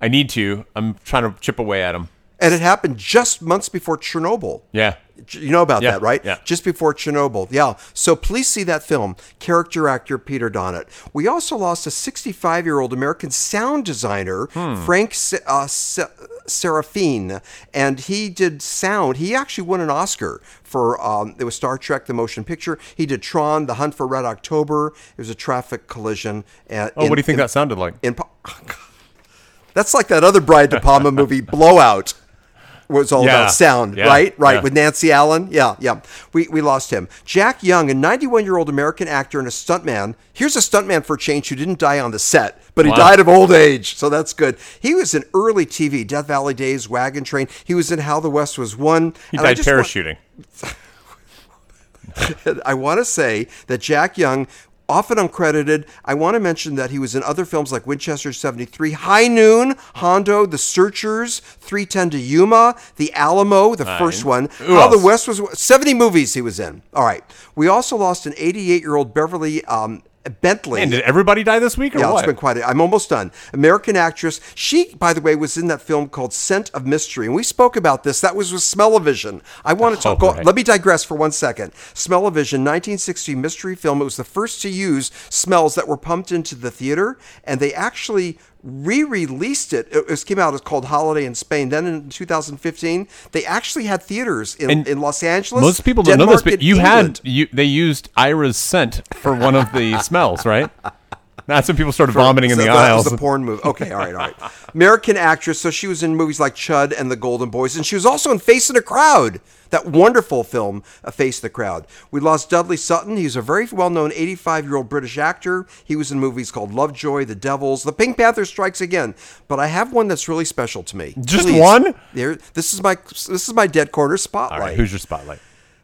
[SPEAKER 2] I need to. I'm trying to chip away at them.
[SPEAKER 1] and it happened just months before Chernobyl.
[SPEAKER 2] Yeah.
[SPEAKER 1] Ch- You know about
[SPEAKER 2] Yeah,
[SPEAKER 1] that, right?
[SPEAKER 2] yeah.
[SPEAKER 1] Just before Chernobyl. Yeah. So please see that film. Character actor Peter Donnet. We also lost a 65 year old American sound designer,
[SPEAKER 2] Hmm.
[SPEAKER 1] Frank Se- uh, Se- Serafine, and he did sound. He actually won an Oscar for um, it was Star Trek: The Motion Picture. He did Tron: The Hunt for Red October. It was a traffic collision. Uh,
[SPEAKER 2] Oh, what do you think that sounded like?
[SPEAKER 1] in Pa- oh, that's like that other Brian De Palma movie, Blowout, where it's all
[SPEAKER 2] Yeah.
[SPEAKER 1] about sound,
[SPEAKER 2] Yeah.
[SPEAKER 1] right? Right,
[SPEAKER 2] Yeah.
[SPEAKER 1] with Nancy Allen. Yeah, yeah. We, we lost him. Jack Young, a 91 year old American actor and a stuntman. Here's a stuntman for a change who didn't die on the set, but he
[SPEAKER 2] Wow.
[SPEAKER 1] died of old age, so that's good. He was in early TV, Death Valley Days, Wagon Train. He was in How the West Was Won.
[SPEAKER 2] He
[SPEAKER 1] And I
[SPEAKER 2] died
[SPEAKER 1] just want-
[SPEAKER 2] parachuting.
[SPEAKER 1] I want to say that Jack Young, often uncredited, I want to mention that he was in other films like Winchester 73, High Noon, Hondo, The Searchers, 310 to Yuma, The Alamo, the first one.
[SPEAKER 2] Who
[SPEAKER 1] How the
[SPEAKER 2] else?
[SPEAKER 1] West was 70 movies he was in. All right. We also lost an 88 year old Beverly um, Bentley.
[SPEAKER 2] And did everybody die this week or
[SPEAKER 1] Yeah,
[SPEAKER 2] what?
[SPEAKER 1] it's been quite. A, I'm almost done. American actress. She, by the way, was in that film called Scent of Mystery, and we spoke about this. That was with Smell-O-Vision. I want to talk.
[SPEAKER 2] Oh, right.
[SPEAKER 1] Let me digress for one second. Smell-O-Vision, 1960 mystery film. It was the first to use smells that were pumped into the theater, and they actually re-released it. It, it came out. It's called Holiday in Spain. Then in 2015, they actually had theaters in,
[SPEAKER 2] And
[SPEAKER 1] in Los Angeles.
[SPEAKER 2] Most people don't know
[SPEAKER 1] Denmark,
[SPEAKER 2] this, but
[SPEAKER 1] and
[SPEAKER 2] you
[SPEAKER 1] England.
[SPEAKER 2] had you, they used Ira's scent for one of the smells, right? That's when people started vomiting in
[SPEAKER 1] So
[SPEAKER 2] the
[SPEAKER 1] that
[SPEAKER 2] aisles.
[SPEAKER 1] was a porn movie. Okay, all right, all right. American actress, so she was in movies like Chud and The Golden Boys, and she was also in Face of the Crowd, that wonderful film, uh, Face the Crowd. We lost Dudley Sutton. He's a very well-known 85-year-old British actor. He was in movies called Lovejoy, The Devils, The Pink Panther Strikes Again. But I have one that's really special to me.
[SPEAKER 2] Just one?
[SPEAKER 1] There, this is my this is my dead corner spotlight.
[SPEAKER 2] All right, who's your spotlight?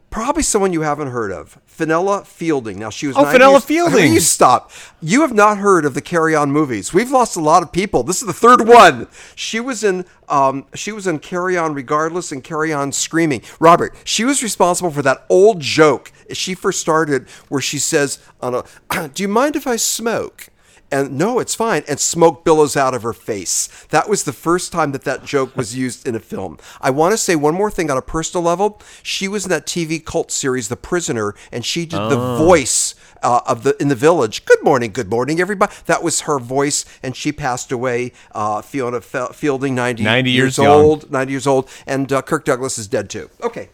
[SPEAKER 1] Probably someone you haven't heard of, Fenella Fielding. Now she was.
[SPEAKER 2] Oh,
[SPEAKER 1] 90
[SPEAKER 2] Fenella
[SPEAKER 1] years-
[SPEAKER 2] Fielding.
[SPEAKER 1] You stop. You have not heard of the Carry On movies. We've lost a lot of people. This is the third one. She was in. Um, she was in Carry On Regardless and Carry On Screaming. Robert. She was responsible for that old joke she first started, where she says, "On a, do you mind if I smoke?" And no, it's fine. And smoke billows out of her face. That was the first time that that joke was used in a film. I want to say one more thing on a personal level. She was in that TV cult series, The Prisoner, and she did the voice uh, of the in the village. Good morning, good morning, everybody. That was her voice, and she passed away. Uh, Fiona Fe- Fielding, ninety,
[SPEAKER 2] 90
[SPEAKER 1] years,
[SPEAKER 2] years young.
[SPEAKER 1] old, ninety years old, and uh, Kirk Douglas is dead too. Okay,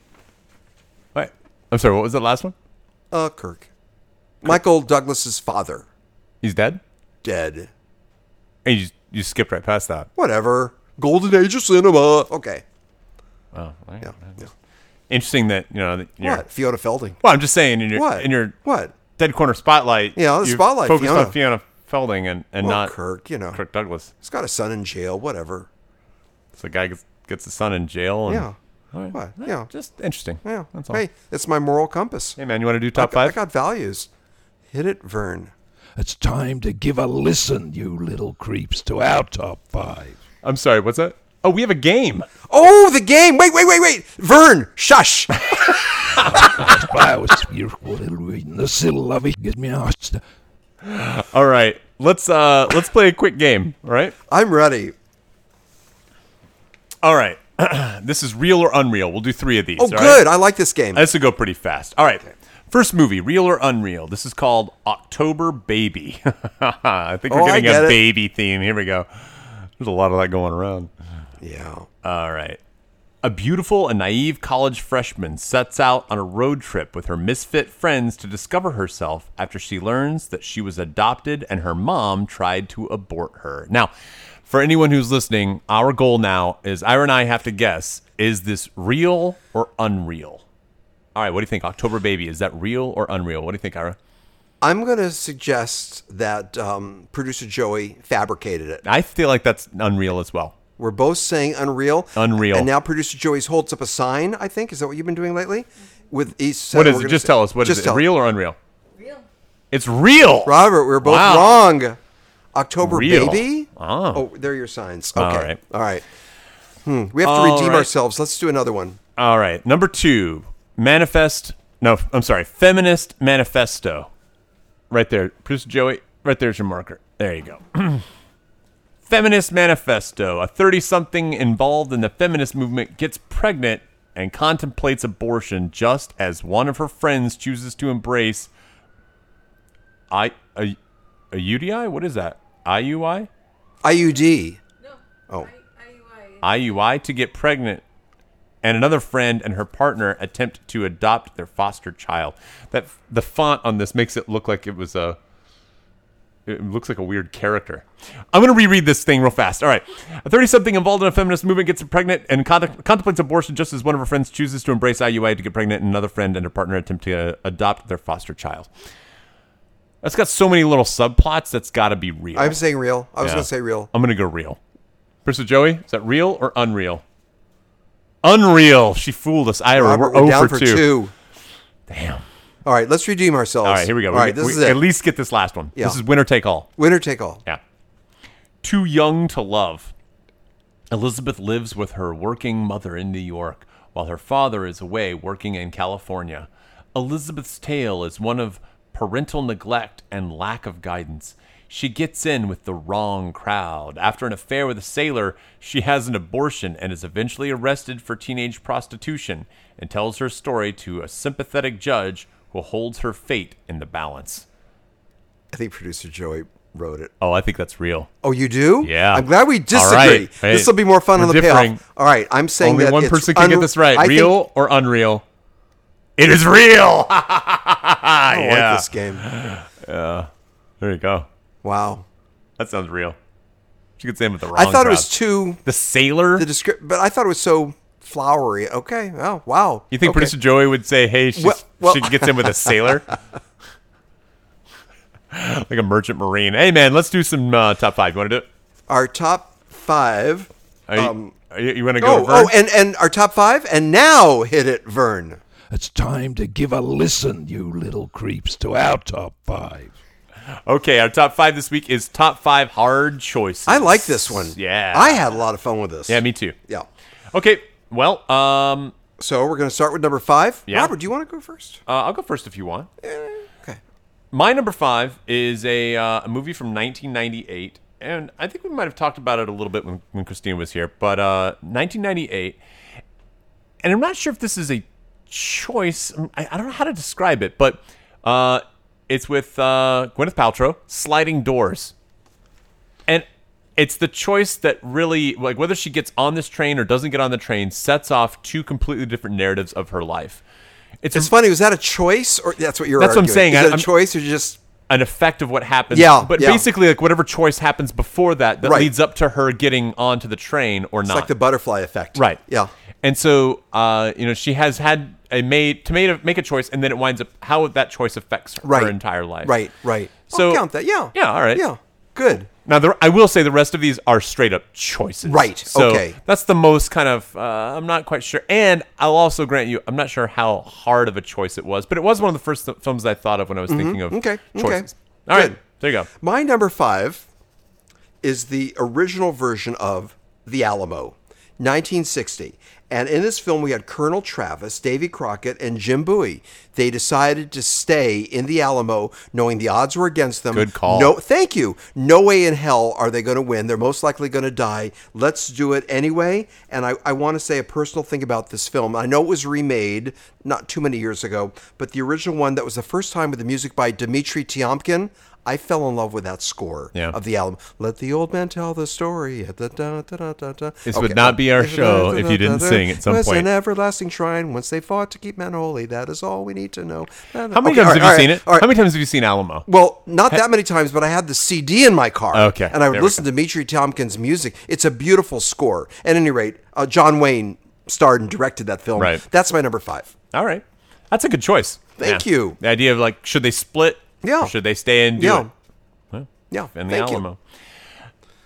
[SPEAKER 2] Wait, I'm sorry. What was the last one?
[SPEAKER 1] uh, Kirk, Michael Douglas's father,
[SPEAKER 2] He's dead.
[SPEAKER 1] dead.
[SPEAKER 2] And you you skipped right past that.
[SPEAKER 1] Whatever. Golden Age of cinema. Okay.
[SPEAKER 2] Oh, yeah. interesting that you know. That you're,
[SPEAKER 1] What? Fiona Felding.
[SPEAKER 2] Well, I'm just saying in your
[SPEAKER 1] What?
[SPEAKER 2] in your
[SPEAKER 1] what?
[SPEAKER 2] dead corner spotlight.
[SPEAKER 1] Yeah, the
[SPEAKER 2] you
[SPEAKER 1] spotlight,
[SPEAKER 2] focused
[SPEAKER 1] Fiona.
[SPEAKER 2] on Fiona Felding and and
[SPEAKER 1] Well,
[SPEAKER 2] not
[SPEAKER 1] Kirk, you know.
[SPEAKER 2] Kirk Douglas.
[SPEAKER 1] He's got a son in jail, whatever.
[SPEAKER 2] So the guy gets, gets his son in jail. And,
[SPEAKER 1] Yeah.
[SPEAKER 2] All right.
[SPEAKER 1] What?
[SPEAKER 2] Eh,
[SPEAKER 1] Yeah.
[SPEAKER 2] Just interesting.
[SPEAKER 1] Yeah.
[SPEAKER 2] That's all.
[SPEAKER 1] Hey,
[SPEAKER 2] Hey,
[SPEAKER 1] it's my moral compass.
[SPEAKER 2] man, you want to do
[SPEAKER 1] I,
[SPEAKER 2] top
[SPEAKER 1] got-
[SPEAKER 2] five?
[SPEAKER 1] I got values. Hit it, Vern.
[SPEAKER 4] It's time to give a listen, you little creeps, to our top five.
[SPEAKER 2] I'm sorry. What's that? Oh, we have a game.
[SPEAKER 1] Oh, the game. Wait, wait, wait, wait. Vern, shush.
[SPEAKER 4] Flowers, you little reading the sill of it. Get me out.
[SPEAKER 2] All right. Let's uh let's play a quick game. All right.
[SPEAKER 1] I'm ready.
[SPEAKER 2] All right. this is real or unreal. We'll do three of these.
[SPEAKER 1] Oh,
[SPEAKER 2] all right?
[SPEAKER 1] good. I like this game.
[SPEAKER 2] This will go pretty fast. All right. First movie, real or unreal? This is called October Baby. I think we're
[SPEAKER 1] Oh, I
[SPEAKER 2] getting
[SPEAKER 1] get
[SPEAKER 2] a
[SPEAKER 1] it.
[SPEAKER 2] baby theme. Here we go. There's a lot of that going around.
[SPEAKER 1] yeah.
[SPEAKER 2] All right. A beautiful and naive college freshman sets out on a road trip with her misfit friends to discover herself after she learns that she was adopted and her mom tried to abort her. Now, for anyone who's listening, our goal now is Ira and I have to guess is this real or unreal? All right, what do you think? October Baby, is that real or unreal? What do you think, Ira?
[SPEAKER 1] I'm going to suggest that um, producer Joey fabricated it.
[SPEAKER 2] I feel like that's unreal as well.
[SPEAKER 1] We're both saying unreal.
[SPEAKER 2] Unreal.
[SPEAKER 1] And now producer Joey's holds up a sign, I think. Is that what you've been doing lately? With East.
[SPEAKER 2] What is it? Just tell us. What is it? Real or unreal?
[SPEAKER 3] Real.
[SPEAKER 2] It's real.
[SPEAKER 1] Robert, we were both
[SPEAKER 2] Wow.
[SPEAKER 1] wrong. October
[SPEAKER 2] Real.
[SPEAKER 1] baby.
[SPEAKER 2] Ah.
[SPEAKER 1] Oh, there are your signs. Okay.
[SPEAKER 2] All
[SPEAKER 1] All
[SPEAKER 2] right.
[SPEAKER 1] right. Hmm. We have to
[SPEAKER 2] All
[SPEAKER 1] redeem
[SPEAKER 2] right.
[SPEAKER 1] ourselves. Let's do another one.
[SPEAKER 2] All right. Number two, manifest. No, I'm sorry. Feminist manifesto. Right there. Producer Joey, right there's your marker. There you go. feminist manifesto. A 30 something involved in the feminist movement gets pregnant and contemplates abortion just as one of her friends chooses to embrace I a, a UDI? What is that? IUI?
[SPEAKER 1] IUD.
[SPEAKER 3] No.
[SPEAKER 1] Oh.
[SPEAKER 3] I, IUI.
[SPEAKER 2] IUI to get pregnant, and another friend and her partner attempt to adopt their foster child. That the font on this makes it look like it was a. It looks like a weird character. I'm going to reread this thing real fast. All right. A 30 something involved in a feminist movement gets pregnant and contem- contemplates abortion just as one of her friends chooses to embrace IUI to get pregnant, and another friend and her partner attempt to uh, adopt their foster child. That's got so many little subplots. That's got to be real.
[SPEAKER 1] I'm saying real. I was
[SPEAKER 2] Yeah.
[SPEAKER 1] going to say real.
[SPEAKER 2] I'm gonna go real. Versus Joey, is that real or unreal? Unreal. She fooled us, Ira.
[SPEAKER 1] Robert,
[SPEAKER 2] we're,
[SPEAKER 1] we're,
[SPEAKER 2] 0
[SPEAKER 1] down
[SPEAKER 2] for
[SPEAKER 1] for
[SPEAKER 2] 2.
[SPEAKER 1] two.
[SPEAKER 2] Damn.
[SPEAKER 1] All right, let's redeem ourselves.
[SPEAKER 2] All right, here we go.
[SPEAKER 1] All
[SPEAKER 2] We-
[SPEAKER 1] right, this
[SPEAKER 2] we
[SPEAKER 1] is it.
[SPEAKER 2] At least get this last one.
[SPEAKER 1] Yeah.
[SPEAKER 2] This is winner take all.
[SPEAKER 1] Winner take all.
[SPEAKER 2] Yeah. Too young to love. Elizabeth lives with her working mother in New York while her father is away working in California. Elizabeth's tale is one of parental neglect and lack of guidance. She gets in with the wrong crowd. After an affair with a sailor, she has an abortion and is eventually arrested for teenage prostitution and tells her story to a sympathetic judge who holds her fate in the balance.
[SPEAKER 1] I think producer Joey wrote it.
[SPEAKER 2] Oh, I think that's real.
[SPEAKER 1] Oh, you do?
[SPEAKER 2] Yeah.
[SPEAKER 1] I'm glad we disagree.
[SPEAKER 2] All right. Hey,
[SPEAKER 1] This will be more fun on
[SPEAKER 2] we're
[SPEAKER 1] the
[SPEAKER 2] differing.
[SPEAKER 1] payoff. All right, I'm saying
[SPEAKER 2] Only
[SPEAKER 1] that
[SPEAKER 2] one
[SPEAKER 1] it's
[SPEAKER 2] person can get
[SPEAKER 1] unre-
[SPEAKER 2] this right.
[SPEAKER 1] I think-
[SPEAKER 2] real or unreal? It is real.
[SPEAKER 1] I don't
[SPEAKER 2] Yeah.
[SPEAKER 1] like this game.
[SPEAKER 2] There you go.
[SPEAKER 1] Wow.
[SPEAKER 2] That sounds real. She could say him with the wrong.
[SPEAKER 1] I thought it
[SPEAKER 2] crowd.
[SPEAKER 1] was too
[SPEAKER 2] the sailor.
[SPEAKER 1] the description, but I thought it was so flowery. Okay. Oh, wow.
[SPEAKER 2] you think
[SPEAKER 1] okay.
[SPEAKER 2] producer Joey would say, "Hey, she's,
[SPEAKER 1] Well- well-
[SPEAKER 2] she gets in with a sailor." like a merchant marine. Hey man, let's do some uh, top five. You want to do it?
[SPEAKER 1] our top five?
[SPEAKER 2] Are you,
[SPEAKER 1] Um,
[SPEAKER 2] are you, want to go?
[SPEAKER 1] Oh,
[SPEAKER 2] to Vern?
[SPEAKER 1] oh, and and our top five, and now hit it, Vern.
[SPEAKER 4] It's time to give a listen, you little creeps, to our top five.
[SPEAKER 2] okay. Our top five this week is top five hard choices.
[SPEAKER 1] I like this one.
[SPEAKER 2] Yeah,
[SPEAKER 1] I had a lot of fun with this.
[SPEAKER 2] Yeah, me too.
[SPEAKER 1] Yeah.
[SPEAKER 2] Okay. Well, um,
[SPEAKER 1] So we're gonna start with number five.
[SPEAKER 2] Yeah.
[SPEAKER 1] Robert, do you want to go first? Eh,
[SPEAKER 2] Uh, I'll go first if you want.
[SPEAKER 1] Okay.
[SPEAKER 2] My number five is a, uh, a movie from 1998, and I think we might have talked about it a little bit when, when Christine was here, but uh, 1998. And I'm not sure if this is a choice. um, I, I don't know how to describe it, but uh, it's with uh, Gwyneth Paltrow, Sliding Doors. And it's the choice that really, like, whether she gets on this train or doesn't get on the train, sets off two completely different narratives of her life. It's,
[SPEAKER 1] It's funny. Was that a choice, or that's what you're?
[SPEAKER 2] That's what I'm
[SPEAKER 1] arguing.
[SPEAKER 2] saying.
[SPEAKER 1] Is
[SPEAKER 2] I-
[SPEAKER 1] that a
[SPEAKER 2] I'm-
[SPEAKER 1] choice, or just
[SPEAKER 2] an effect of what happens.
[SPEAKER 1] Yeah,
[SPEAKER 2] But
[SPEAKER 1] yeah.
[SPEAKER 2] basically, like whatever choice happens before that, that
[SPEAKER 1] Right.
[SPEAKER 2] leads up to her getting onto the train or
[SPEAKER 1] it's
[SPEAKER 2] not.
[SPEAKER 1] like the butterfly effect?
[SPEAKER 2] right.
[SPEAKER 1] Yeah.
[SPEAKER 2] And so, uh, you know, she has had a made to made a, make a choice, and then it winds up how that choice affects her,
[SPEAKER 1] Right.
[SPEAKER 2] entire life.
[SPEAKER 1] Right. Right.
[SPEAKER 2] So-
[SPEAKER 1] I'll count that. Yeah.
[SPEAKER 2] Yeah, all right.
[SPEAKER 1] Yeah. Good.
[SPEAKER 2] Now, the, I will say the rest of these are straight up choices.
[SPEAKER 1] Right,
[SPEAKER 2] So
[SPEAKER 1] okay.
[SPEAKER 2] That's the most kind of, uh, I'm not quite sure. And I'll also grant you, I'm not sure how hard of a choice it was, but it was one of the first th- films I thought of when I was thinking of
[SPEAKER 1] Mm-hmm. okay, okay.
[SPEAKER 2] choices. All right.
[SPEAKER 1] Good.
[SPEAKER 2] There you go.
[SPEAKER 1] My number five is the original version of The Alamo, 1960. And in this film, we had Colonel Travis, Davy Crockett, and Jim Bowie. They decided to stay in the Alamo, knowing the odds were against them.
[SPEAKER 2] Good call.
[SPEAKER 1] No, thank you. No way in hell are they going to win. They're most likely going to die. Let's do it anyway. And I, I want to say a personal thing about this film. I know it was remade not too many years ago, but the original one that was the first time with the music by Dmitri Tiomkin. I fell in love with that score
[SPEAKER 2] Yeah.
[SPEAKER 1] of the album. Let the old man tell the story. This
[SPEAKER 2] This would not be our show if you didn't sing at some
[SPEAKER 1] was
[SPEAKER 2] point.
[SPEAKER 1] an everlasting shrine. Once they fought to keep men holy, that is all we need to know. How
[SPEAKER 2] How many times have you seen it? How many times have you seen Alamo?
[SPEAKER 1] Well, not that many times, but I had the CD in my car.
[SPEAKER 2] Okay,
[SPEAKER 1] And I
[SPEAKER 2] there
[SPEAKER 1] would
[SPEAKER 2] we
[SPEAKER 1] listen to Dimitri Tompkins' music. It's a beautiful score. At any rate, uh, John Wayne starred and directed that film.
[SPEAKER 2] Right.
[SPEAKER 1] That's my number five.
[SPEAKER 2] All right. That's a good choice.
[SPEAKER 1] Thank
[SPEAKER 2] Yeah.
[SPEAKER 1] you.
[SPEAKER 2] The idea of like, should they split?
[SPEAKER 1] Yeah.
[SPEAKER 2] Or should they stay and do
[SPEAKER 1] yeah.
[SPEAKER 2] it?
[SPEAKER 1] Yeah.
[SPEAKER 2] and the
[SPEAKER 1] Thank you.
[SPEAKER 2] Alamo.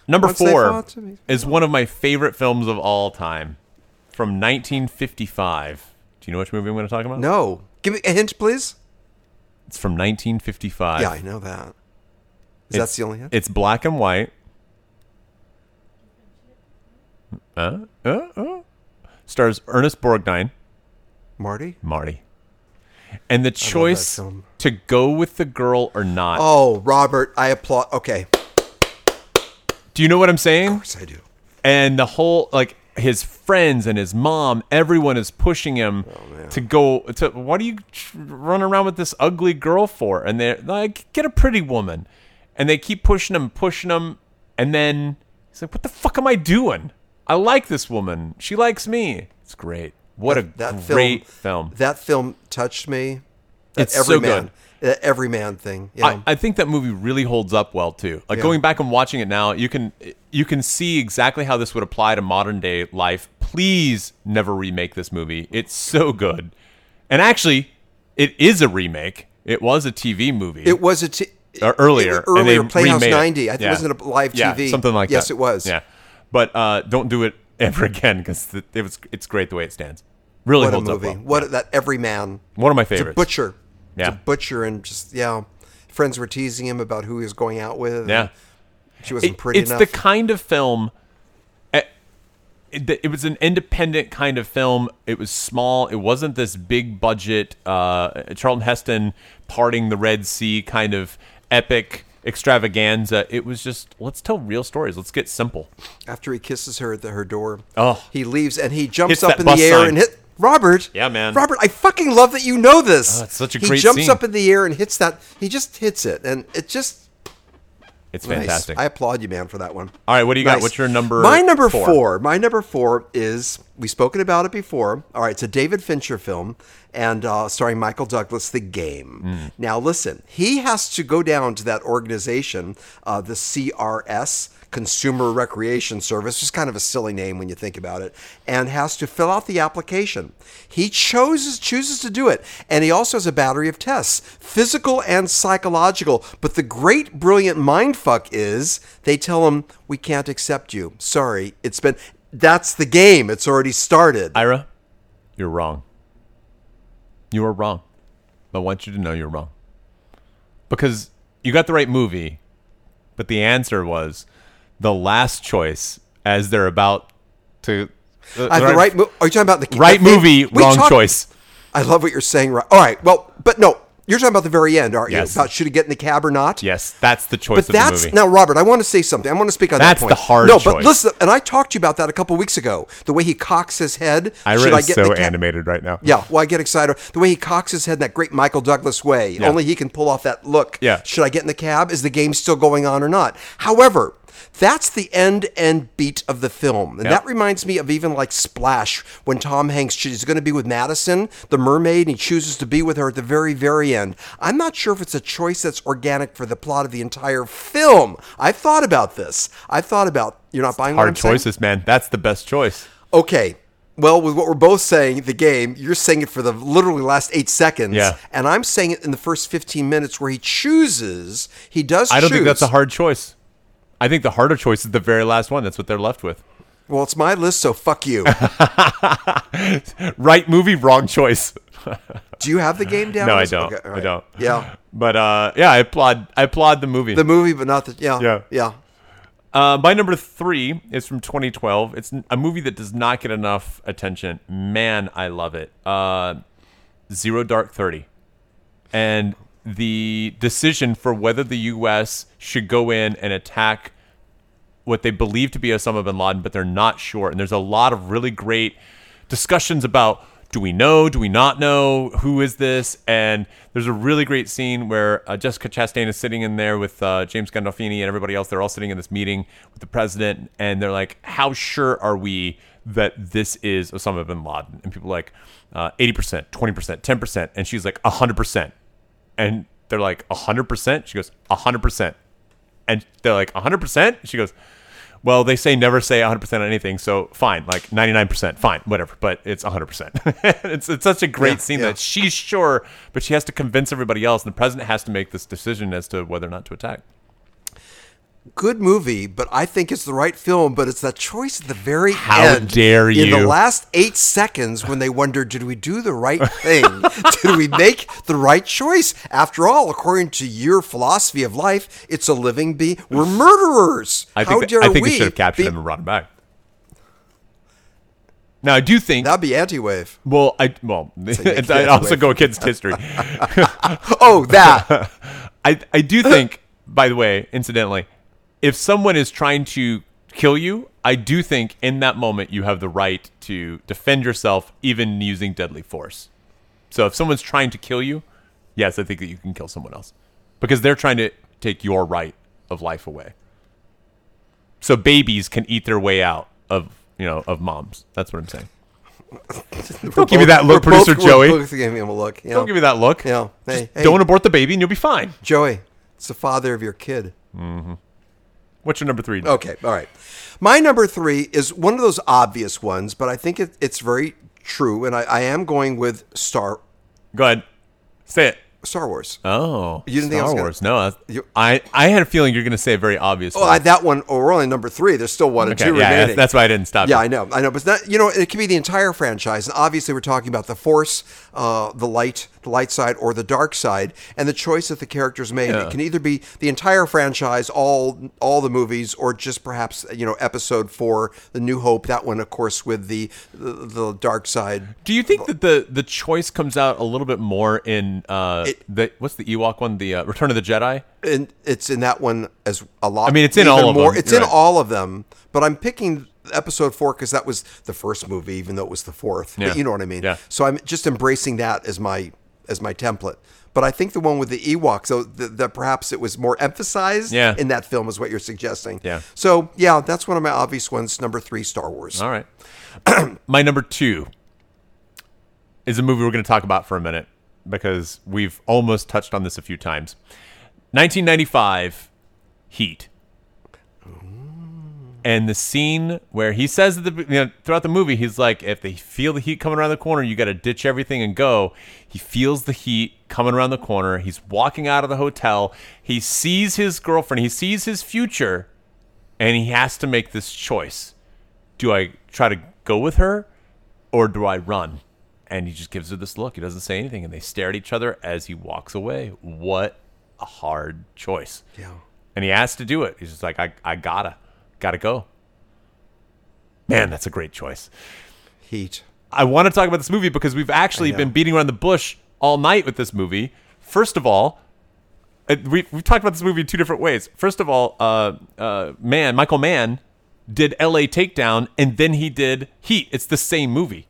[SPEAKER 2] Number
[SPEAKER 1] Once they
[SPEAKER 2] four
[SPEAKER 1] fought to be-
[SPEAKER 2] is one of my favorite films of all time, from 1955. Do you know which movie I'm going to talk about?
[SPEAKER 1] No. Give me a hint, please.
[SPEAKER 2] It's from 1955.
[SPEAKER 1] yeah, I know that. Is that
[SPEAKER 2] It's-
[SPEAKER 1] the only hint?
[SPEAKER 2] It's black and white. Uh, uh, uh. Stars Ernest Borgnine,
[SPEAKER 1] Marty?
[SPEAKER 2] Marty, and the choice
[SPEAKER 1] film.
[SPEAKER 2] to go with the girl or not.
[SPEAKER 1] Oh, Robert, I applaud. Okay. Of
[SPEAKER 2] Do you know what I'm saying?
[SPEAKER 1] course I do.
[SPEAKER 2] and the whole like his friends and his mom everyone is pushing him
[SPEAKER 1] Oh,
[SPEAKER 2] to go to what do you tr- run around with this ugly girl for and they're like get a pretty woman and they keep pushing him pushing him and then he's like what the fuck am i doing i like this woman she likes me it's great what a
[SPEAKER 1] That
[SPEAKER 2] great
[SPEAKER 1] film,
[SPEAKER 2] film,
[SPEAKER 1] That film touched me. That
[SPEAKER 2] It's so
[SPEAKER 1] every man,
[SPEAKER 2] good.
[SPEAKER 1] That every man thing. Yeah.
[SPEAKER 2] I, I think that movie really holds up well too. Like going back and watching it now, you can you can see exactly how this would apply to modern day life. Please never remake this movie. It's so good. And actually, it is a remake. It was a TV movie.
[SPEAKER 1] It was a t-
[SPEAKER 2] Or Uh, earlier.
[SPEAKER 1] it was
[SPEAKER 2] and they
[SPEAKER 1] earlier Playhouse
[SPEAKER 2] remade it.
[SPEAKER 1] 90. I think it
[SPEAKER 2] Yeah.
[SPEAKER 1] was in a live
[SPEAKER 2] Yeah,
[SPEAKER 1] TV.
[SPEAKER 2] something like
[SPEAKER 1] yes,
[SPEAKER 2] that.
[SPEAKER 1] it was.
[SPEAKER 2] Yeah, but uh, don't do it ever again because it was it's great the way it stands. Really
[SPEAKER 1] What a
[SPEAKER 2] holds
[SPEAKER 1] movie.
[SPEAKER 2] up well.
[SPEAKER 1] What a- that every man.
[SPEAKER 2] One of my
[SPEAKER 1] It's
[SPEAKER 2] favorites.
[SPEAKER 1] a butcher.
[SPEAKER 2] Yeah.
[SPEAKER 1] It's a butcher and just yeah. Friends were teasing him about who he was going out with.
[SPEAKER 2] Yeah.
[SPEAKER 1] She wasn't
[SPEAKER 2] It-
[SPEAKER 1] pretty
[SPEAKER 2] it's
[SPEAKER 1] enough.
[SPEAKER 2] the kind of film. eh, It, it was an independent kind of film. It was small. It wasn't this big budget uh, Charlton Heston parting the Red Sea kind of epic extravaganza. It was just let's tell real stories. Let's get simple.
[SPEAKER 1] After he kisses her at the, her door,
[SPEAKER 2] Oh.
[SPEAKER 1] he leaves and he jumps
[SPEAKER 2] Hits
[SPEAKER 1] up
[SPEAKER 2] that
[SPEAKER 1] in
[SPEAKER 2] bus
[SPEAKER 1] the air
[SPEAKER 2] sign.
[SPEAKER 1] and hit Robert.
[SPEAKER 2] Yeah, man.
[SPEAKER 1] Robert, I fucking love that you know this.
[SPEAKER 2] Oh, it's such a
[SPEAKER 1] he
[SPEAKER 2] great
[SPEAKER 1] jumps
[SPEAKER 2] scene.
[SPEAKER 1] up in the air and hits that. He just hits it, and it just
[SPEAKER 2] It's
[SPEAKER 1] nice.
[SPEAKER 2] fantastic.
[SPEAKER 1] I applaud you, man, for that one.
[SPEAKER 2] All right, what do you got?
[SPEAKER 1] Nice.
[SPEAKER 2] What's your number?
[SPEAKER 1] My number four. My number four is we've spoken about it before. All right, it's a David Fincher film and uh, starring Michael Douglas, The Game.
[SPEAKER 2] Hmm.
[SPEAKER 1] Now listen, he has to go down to that organization, uh, the CRS. Consumer Recreation Service, just kind of a silly name when you think about it, and has to fill out the application. He chooses chooses to do it, and he also has a battery of tests, physical and psychological. But the great brilliant mindfuck is they tell him we can't accept you. Sorry, it's been that's the game. It's already started.
[SPEAKER 2] Ira, you're wrong. You are wrong. I want you to know you're wrong. Because you got the right movie, but the answer was the last choice as they're about to. uh, The,
[SPEAKER 1] I have the right. Mo- are you talking about the
[SPEAKER 2] right
[SPEAKER 1] I think
[SPEAKER 2] movie,
[SPEAKER 1] we
[SPEAKER 2] wrong
[SPEAKER 1] talked-
[SPEAKER 2] choice.
[SPEAKER 1] I love what you're saying. Right. All right. Well, but no, you're talking about the very end, aren't
[SPEAKER 2] Yes.
[SPEAKER 1] you? About should he get in the cab or not?
[SPEAKER 2] Yes, that's the choice
[SPEAKER 1] But
[SPEAKER 2] of
[SPEAKER 1] that's
[SPEAKER 2] the movie.
[SPEAKER 1] now, Robert. I want to say something. I want to speak on
[SPEAKER 2] That's
[SPEAKER 1] that point.
[SPEAKER 2] the hard
[SPEAKER 1] No, but
[SPEAKER 2] choice.
[SPEAKER 1] listen. And I talked to you about that a couple weeks ago. The way he cocks his head.
[SPEAKER 2] Ira
[SPEAKER 1] should I
[SPEAKER 2] is
[SPEAKER 1] get in
[SPEAKER 2] so
[SPEAKER 1] the cab?
[SPEAKER 2] animated right now.
[SPEAKER 1] Yeah, well, I get excited. The way he cocks his head in that great Michael Douglas way, only he can pull off that look.
[SPEAKER 2] Yeah.
[SPEAKER 1] Should I get in the cab? Is the game still going on or not? However, that's the end and beat of the film. And
[SPEAKER 2] Yeah.
[SPEAKER 1] that reminds me of even like Splash when Tom Hanks is going to be with Madison, the mermaid, and he chooses to be with her at the very, very end. I'm not sure if it's a choice that's organic for the plot of the entire film. I've thought about this. I've thought about, you're not buying what
[SPEAKER 2] Hard
[SPEAKER 1] I'm saying?
[SPEAKER 2] choices, man. That's the best choice.
[SPEAKER 1] Okay. Well, with what we're both saying, the game, you're saying it for the literally last eight seconds.
[SPEAKER 2] Yeah.
[SPEAKER 1] And I'm saying it in the first 15 minutes where he chooses, he does
[SPEAKER 2] I don't think
[SPEAKER 1] choose-
[SPEAKER 2] that's a hard choice. I think the harder choice is the very last one. That's what they're left with.
[SPEAKER 1] Well, it's my list, so fuck you.
[SPEAKER 2] Right movie, wrong choice.
[SPEAKER 1] Do you have the game down?
[SPEAKER 2] No, I
[SPEAKER 1] Okay,
[SPEAKER 2] don't.
[SPEAKER 1] all
[SPEAKER 2] I
[SPEAKER 1] right.
[SPEAKER 2] don't.
[SPEAKER 1] Yeah.
[SPEAKER 2] But uh, yeah, I applaud. I applaud the movie.
[SPEAKER 1] The movie, but not the. Yeah.
[SPEAKER 2] Yeah.
[SPEAKER 1] Yeah.
[SPEAKER 2] Uh, my number three is from 2012. It's n- a movie that does not get enough attention. Man, I love it. Uh, Zero Dark Thirty, and the decision for whether the U.S. should go in and attack what they believe to be Osama bin Laden, but they're not sure. And there's a lot of really great discussions about do we know, do we not know, who is this? And there's a really great scene where uh, Jessica Chastain is sitting in there with uh, James Gandolfini and everybody else. They're all sitting in this meeting with the president, and they're like, how sure are we that this is Osama bin Laden? And people are like, uh, 80%, 20%, 10%. And she's like, 100%. And they're like, 100%? She goes, 100%. And they're like, 100%? She goes, well, they say never say 100% on anything, so fine, like 99%, fine, whatever, but it's 100%. it's, it's such a great
[SPEAKER 1] Yeah,
[SPEAKER 2] scene
[SPEAKER 1] yeah.
[SPEAKER 2] that she's sure, but she has to convince everybody else, and the president has to make this decision as to whether or not to attack.
[SPEAKER 1] Good movie, but I think it's the right film. But it's that choice at the very
[SPEAKER 2] How
[SPEAKER 1] end.
[SPEAKER 2] dare
[SPEAKER 1] In the
[SPEAKER 2] you.
[SPEAKER 1] last eight seconds, when they wonder, did we do the right thing? did we make the right choice? After all, according to your philosophy of life, it's a living being. We're murderers.
[SPEAKER 2] I
[SPEAKER 1] How
[SPEAKER 2] think,
[SPEAKER 1] dare
[SPEAKER 2] that, I think
[SPEAKER 1] we?
[SPEAKER 2] should have captured
[SPEAKER 1] be-
[SPEAKER 2] him and brought him back. Now, I do think,
[SPEAKER 1] That'd be anti-wave.
[SPEAKER 2] well, I, well, it
[SPEAKER 1] can't
[SPEAKER 2] also
[SPEAKER 1] wait.
[SPEAKER 2] go against history.
[SPEAKER 1] Oh, that.
[SPEAKER 2] I, I do think, by the way, incidentally, if someone is trying to kill you, I do think in that moment you have the right to defend yourself, even using deadly force. So if someone's trying to kill you, yes, I think that you can kill someone else because they're trying to take your right of life away. So babies can eat their way out of you know of moms. That's what I'm saying. Don't give me that look,
[SPEAKER 1] We're both-
[SPEAKER 2] producer
[SPEAKER 1] we're
[SPEAKER 2] Joey.
[SPEAKER 1] Both giving him a look. You know?
[SPEAKER 2] Don't give me that look.
[SPEAKER 1] Yeah. Hey,
[SPEAKER 2] Just
[SPEAKER 1] hey.
[SPEAKER 2] Don't abort the baby and you'll be fine.
[SPEAKER 1] Joey, it's the father of your kid.
[SPEAKER 2] What's your number three? Nick?
[SPEAKER 1] Okay, all right. My number three is one of those obvious ones, but I think it, it's very true, and I, I am going with Star
[SPEAKER 2] Go ahead. Say it.
[SPEAKER 1] Star Wars.
[SPEAKER 2] Oh,
[SPEAKER 1] You didn't think
[SPEAKER 2] Star
[SPEAKER 1] I was gonna-
[SPEAKER 2] Wars? No, that's-
[SPEAKER 1] You-
[SPEAKER 2] I I had a feeling you're going to say a very obvious.
[SPEAKER 1] Oh,
[SPEAKER 2] one.
[SPEAKER 1] I, that one. Oh, we're only number three. There's still one and
[SPEAKER 2] okay,
[SPEAKER 1] two
[SPEAKER 2] yeah,
[SPEAKER 1] remaining.
[SPEAKER 2] that's, that's why I didn't stop.
[SPEAKER 1] yeah,
[SPEAKER 2] you.
[SPEAKER 1] I know, I know, but it's not, you know, it could be the entire franchise, and obviously we're talking about the Force, uh, the light, the light side, or the dark side, and the choice that the characters made. It can either be the entire franchise, all all the movies, or just perhaps you know Episode Four, The New Hope. That one, of course, with the the, the dark side
[SPEAKER 2] Do you think that the the choice comes out a little bit more in uh
[SPEAKER 1] It-
[SPEAKER 2] the what's the Ewok one? The uh, Return of the Jedi.
[SPEAKER 1] and it's in that one as a lot. I
[SPEAKER 2] mean, it's in all of them.
[SPEAKER 1] It's
[SPEAKER 2] You're
[SPEAKER 1] in
[SPEAKER 2] right.
[SPEAKER 1] all of them, but I'm picking episode four because that was the first movie, even though it was the fourth.
[SPEAKER 2] Yeah.
[SPEAKER 1] But you know what I mean.
[SPEAKER 2] Yeah.
[SPEAKER 1] So I'm just embracing that as my as my template. But I think the one with the Ewoks, so th- that perhaps it was more emphasized
[SPEAKER 2] Yeah.
[SPEAKER 1] in that film, is what you're suggesting.
[SPEAKER 2] Yeah.
[SPEAKER 1] So yeah, that's one of my obvious ones. Number three, Star Wars.
[SPEAKER 2] All right. My number two is a movie we're going to talk about for a minute because we've almost touched on this a few times. 1995, Heat. And the scene where he says at the you know, throughout the movie, he's like, if they feel the heat coming around the corner, you got to ditch everything and go. He feels the heat coming around the corner. He's walking out of the hotel. He sees his girlfriend. He sees his future, and he has to make this choice do I try to go with her or do I run? And he just gives her this look. He doesn't say anything. And they stare at each other as he walks away. What a hard choice.
[SPEAKER 1] Yeah.
[SPEAKER 2] And he has to do it. He's just like, I, I gotta, gotta go. Man, that's a great choice.
[SPEAKER 1] Heat.
[SPEAKER 2] I want to talk about this movie because we've actually been beating around the bush all night with this movie. First of all, uh, we, we've talked about this movie in two different ways. First of all, uh, uh, Mann, Michael Mann, did LA Takedown and then he did Heat. It's the same movie.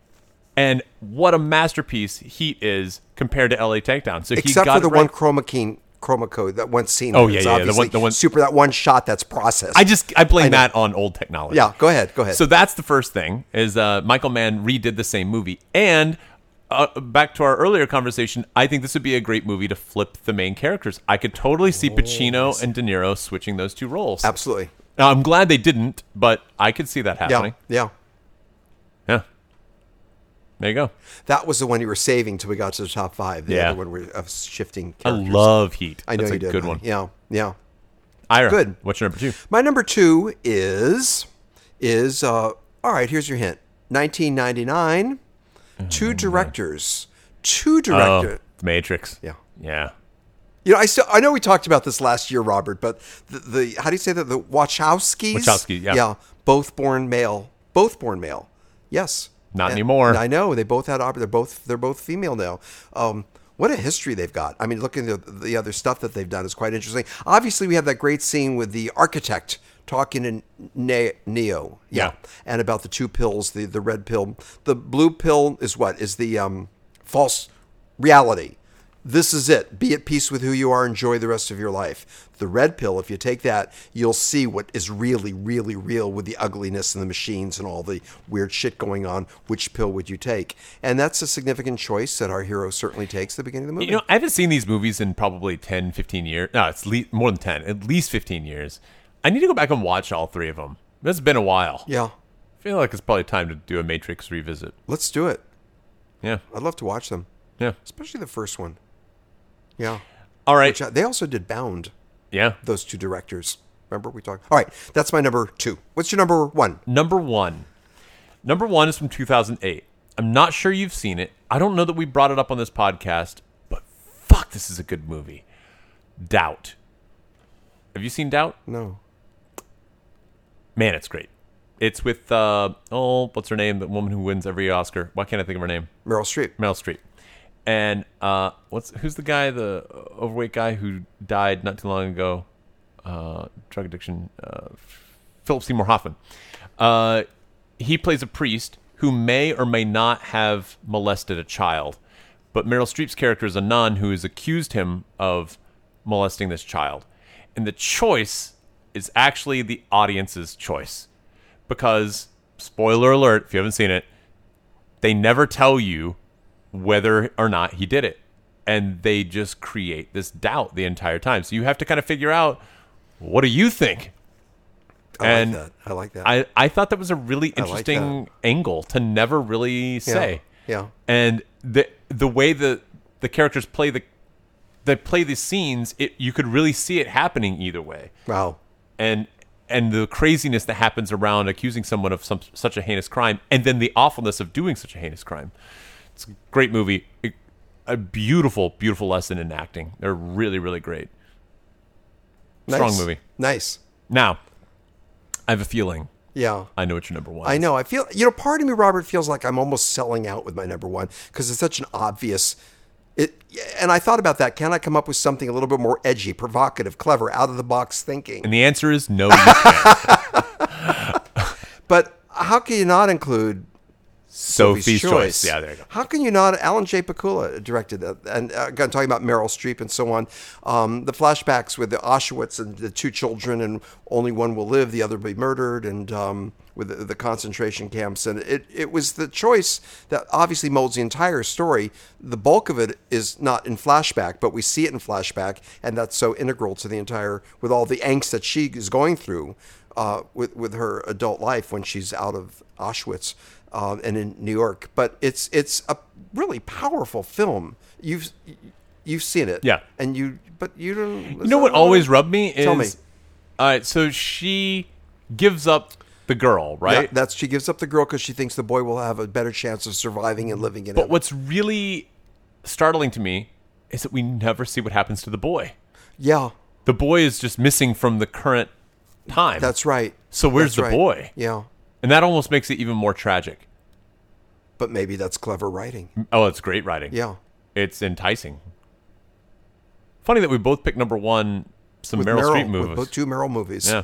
[SPEAKER 2] And what a masterpiece Heat is compared to LA Takedown. So he
[SPEAKER 1] Except
[SPEAKER 2] got
[SPEAKER 1] for the
[SPEAKER 2] it right.
[SPEAKER 1] one chroma key, chroma code, that one scene.
[SPEAKER 2] Oh,
[SPEAKER 1] where
[SPEAKER 2] yeah,
[SPEAKER 1] it's
[SPEAKER 2] yeah, the one-
[SPEAKER 1] obviously
[SPEAKER 2] the one-
[SPEAKER 1] super that one shot that's processed.
[SPEAKER 2] I just I blame that on old technology.
[SPEAKER 1] yeah. Go ahead. Go ahead.
[SPEAKER 2] So that's the first thing is uh, Michael Mann redid the same movie. And uh, back to our earlier conversation, I think this would be a great movie to flip the main characters. I could totally see Pacino and De Niro switching those two roles.
[SPEAKER 1] absolutely.
[SPEAKER 2] Now I'm glad they didn't, but I could see that happening.
[SPEAKER 1] Yeah. Yeah.
[SPEAKER 2] Yeah. There you go.
[SPEAKER 1] That was the one you were saving till we got to the top five. The
[SPEAKER 2] Yeah.
[SPEAKER 1] other one we're of shifting.
[SPEAKER 2] I
[SPEAKER 1] characters.
[SPEAKER 2] love Heat.
[SPEAKER 1] I know
[SPEAKER 2] That's
[SPEAKER 1] you
[SPEAKER 2] a
[SPEAKER 1] did.
[SPEAKER 2] Good
[SPEAKER 1] honey.
[SPEAKER 2] one.
[SPEAKER 1] Yeah, yeah.
[SPEAKER 2] Ira,
[SPEAKER 1] Good.
[SPEAKER 2] What's your number two?
[SPEAKER 1] My number two is is uh, all right. Here's your hint. 1999. Two directors. Two directors.
[SPEAKER 2] Oh, The Matrix.
[SPEAKER 1] Yeah.
[SPEAKER 2] Yeah.
[SPEAKER 1] You know, I still I know we talked about this last year, Robert, but the, the how do you say that the Wachowskis?
[SPEAKER 2] Wachowski, yeah.
[SPEAKER 1] yeah, both born male, both born male. Yes,
[SPEAKER 2] Not
[SPEAKER 1] And-
[SPEAKER 2] anymore.
[SPEAKER 1] I know they both had oper- they're both they're both female now. Um, what a history they've got. I mean, looking at the, the other stuff that they've done is quite interesting. Obviously, we have that great scene with the architect talking to ne- Neo,
[SPEAKER 2] Yeah.
[SPEAKER 1] and about the two pills, the the red pill, the blue pill is what is the um, false reality. This is it. Be at peace with who you are. Enjoy the rest of your life. The red pill, if you take that, you'll see what is really, really real with the ugliness and the machines and all the weird shit going on. Which pill would you take? And that's a significant choice that our hero certainly takes at the beginning of the movie.
[SPEAKER 2] You know, I haven't seen these movies in probably 10, 15 years. No, it's le- more than 10, at least 15 years. I need to go back and watch all three of them. That's been a while.
[SPEAKER 1] yeah,
[SPEAKER 2] I feel like it's probably time to do a Matrix revisit.
[SPEAKER 1] let's do it.
[SPEAKER 2] Yeah.
[SPEAKER 1] I'd love to watch them,
[SPEAKER 2] Yeah.
[SPEAKER 1] especially the first one. Yeah.
[SPEAKER 2] All right.
[SPEAKER 1] Ch- They also did Bound.
[SPEAKER 2] Yeah.
[SPEAKER 1] those two directors. Remember we talked. All right, that's my number two. What's your number one?
[SPEAKER 2] Number one. Number one is from 2008. I'm not sure you've seen it. I don't know that we brought it up on this podcast, but fuck, this is a good movie. Doubt. Have you seen Doubt?
[SPEAKER 1] No,
[SPEAKER 2] Man, it's great. It's with, uh, oh, what's her name? The woman who wins every Oscar. Why can't I think of her name?
[SPEAKER 1] Meryl Streep.
[SPEAKER 2] Meryl Streep. And uh, what's who's the guy, the overweight guy who died not too long ago? Uh, drug addiction. Uh, Philip Seymour Hoffman. Uh, he plays a priest who may or may not have molested a child, but Meryl Streep's character is a nun who has accused him of molesting this child, and the choice is actually the audience's choice, because spoiler alert if you haven't seen it, they never tell you whether or not he did it. And they just create this doubt the entire time. So you have to kind of figure out what do you think?
[SPEAKER 1] I
[SPEAKER 2] And
[SPEAKER 1] like that. I like that.
[SPEAKER 2] I, I thought that was a really
[SPEAKER 1] like
[SPEAKER 2] interesting angle to never really say.
[SPEAKER 1] yeah.
[SPEAKER 2] And the the way the the characters play the they play these scenes, it you could really see it happening either way.
[SPEAKER 1] wow.
[SPEAKER 2] And and the craziness that happens around accusing someone of some such a heinous crime and then the awfulness of doing such a heinous crime. It's a great movie. It- a beautiful, beautiful lesson in acting. They're really, really great.
[SPEAKER 1] Nice.
[SPEAKER 2] Strong movie.
[SPEAKER 1] Nice.
[SPEAKER 2] Now, I have a feeling
[SPEAKER 1] Yeah.
[SPEAKER 2] I know what your number one
[SPEAKER 1] I
[SPEAKER 2] is.
[SPEAKER 1] know. I feel. You know, part of me, Robert, feels like I'm almost selling out with my number one because it's such an obvious. It. And I thought about that. Can I come up with something a little bit more edgy, provocative, clever, out of the box thinking?
[SPEAKER 2] And the answer is no, you can't.
[SPEAKER 1] But how can you not include
[SPEAKER 2] Sophie's,
[SPEAKER 1] Sophie's
[SPEAKER 2] choice. Yeah, there you go.
[SPEAKER 1] How can you not? Alan J. Pakula directed that, and uh, again, talking about Meryl Streep and so on. Um, the flashbacks with the Auschwitz and the two children, and only one will live, the other be murdered, and um, with the, the concentration camps. And it, it was the choice that obviously molds the entire story. The bulk of it is not in flashback, but we see it in flashback, and that's so integral to the entire, with all the angst that she is going through. Uh, with with her adult life when she's out of Auschwitz, um, and in New York. But it's it's a really powerful film. You've you've seen it,
[SPEAKER 2] Yeah.
[SPEAKER 1] And you, but you don't.
[SPEAKER 2] You know what always rubbed me is.
[SPEAKER 1] Tell me.
[SPEAKER 2] All right, so she gives up the girl, right?
[SPEAKER 1] that's she gives up the girl because she thinks the boy will have a better chance of surviving and living in
[SPEAKER 2] but
[SPEAKER 1] it.
[SPEAKER 2] what's really startling to me is that we never see what happens to the boy.
[SPEAKER 1] Yeah,
[SPEAKER 2] The boy is just missing from the current time.
[SPEAKER 1] that's right.
[SPEAKER 2] So where's
[SPEAKER 1] That's
[SPEAKER 2] the
[SPEAKER 1] right.
[SPEAKER 2] boy?
[SPEAKER 1] Yeah,
[SPEAKER 2] And that almost makes it even more tragic.
[SPEAKER 1] but maybe that's clever writing.
[SPEAKER 2] Oh, it's great writing.
[SPEAKER 1] Yeah,
[SPEAKER 2] It's enticing. Funny that we both picked number one some
[SPEAKER 1] with
[SPEAKER 2] Meryl, Streep
[SPEAKER 1] with
[SPEAKER 2] movies.
[SPEAKER 1] both- two Meryl movies.
[SPEAKER 2] Yeah.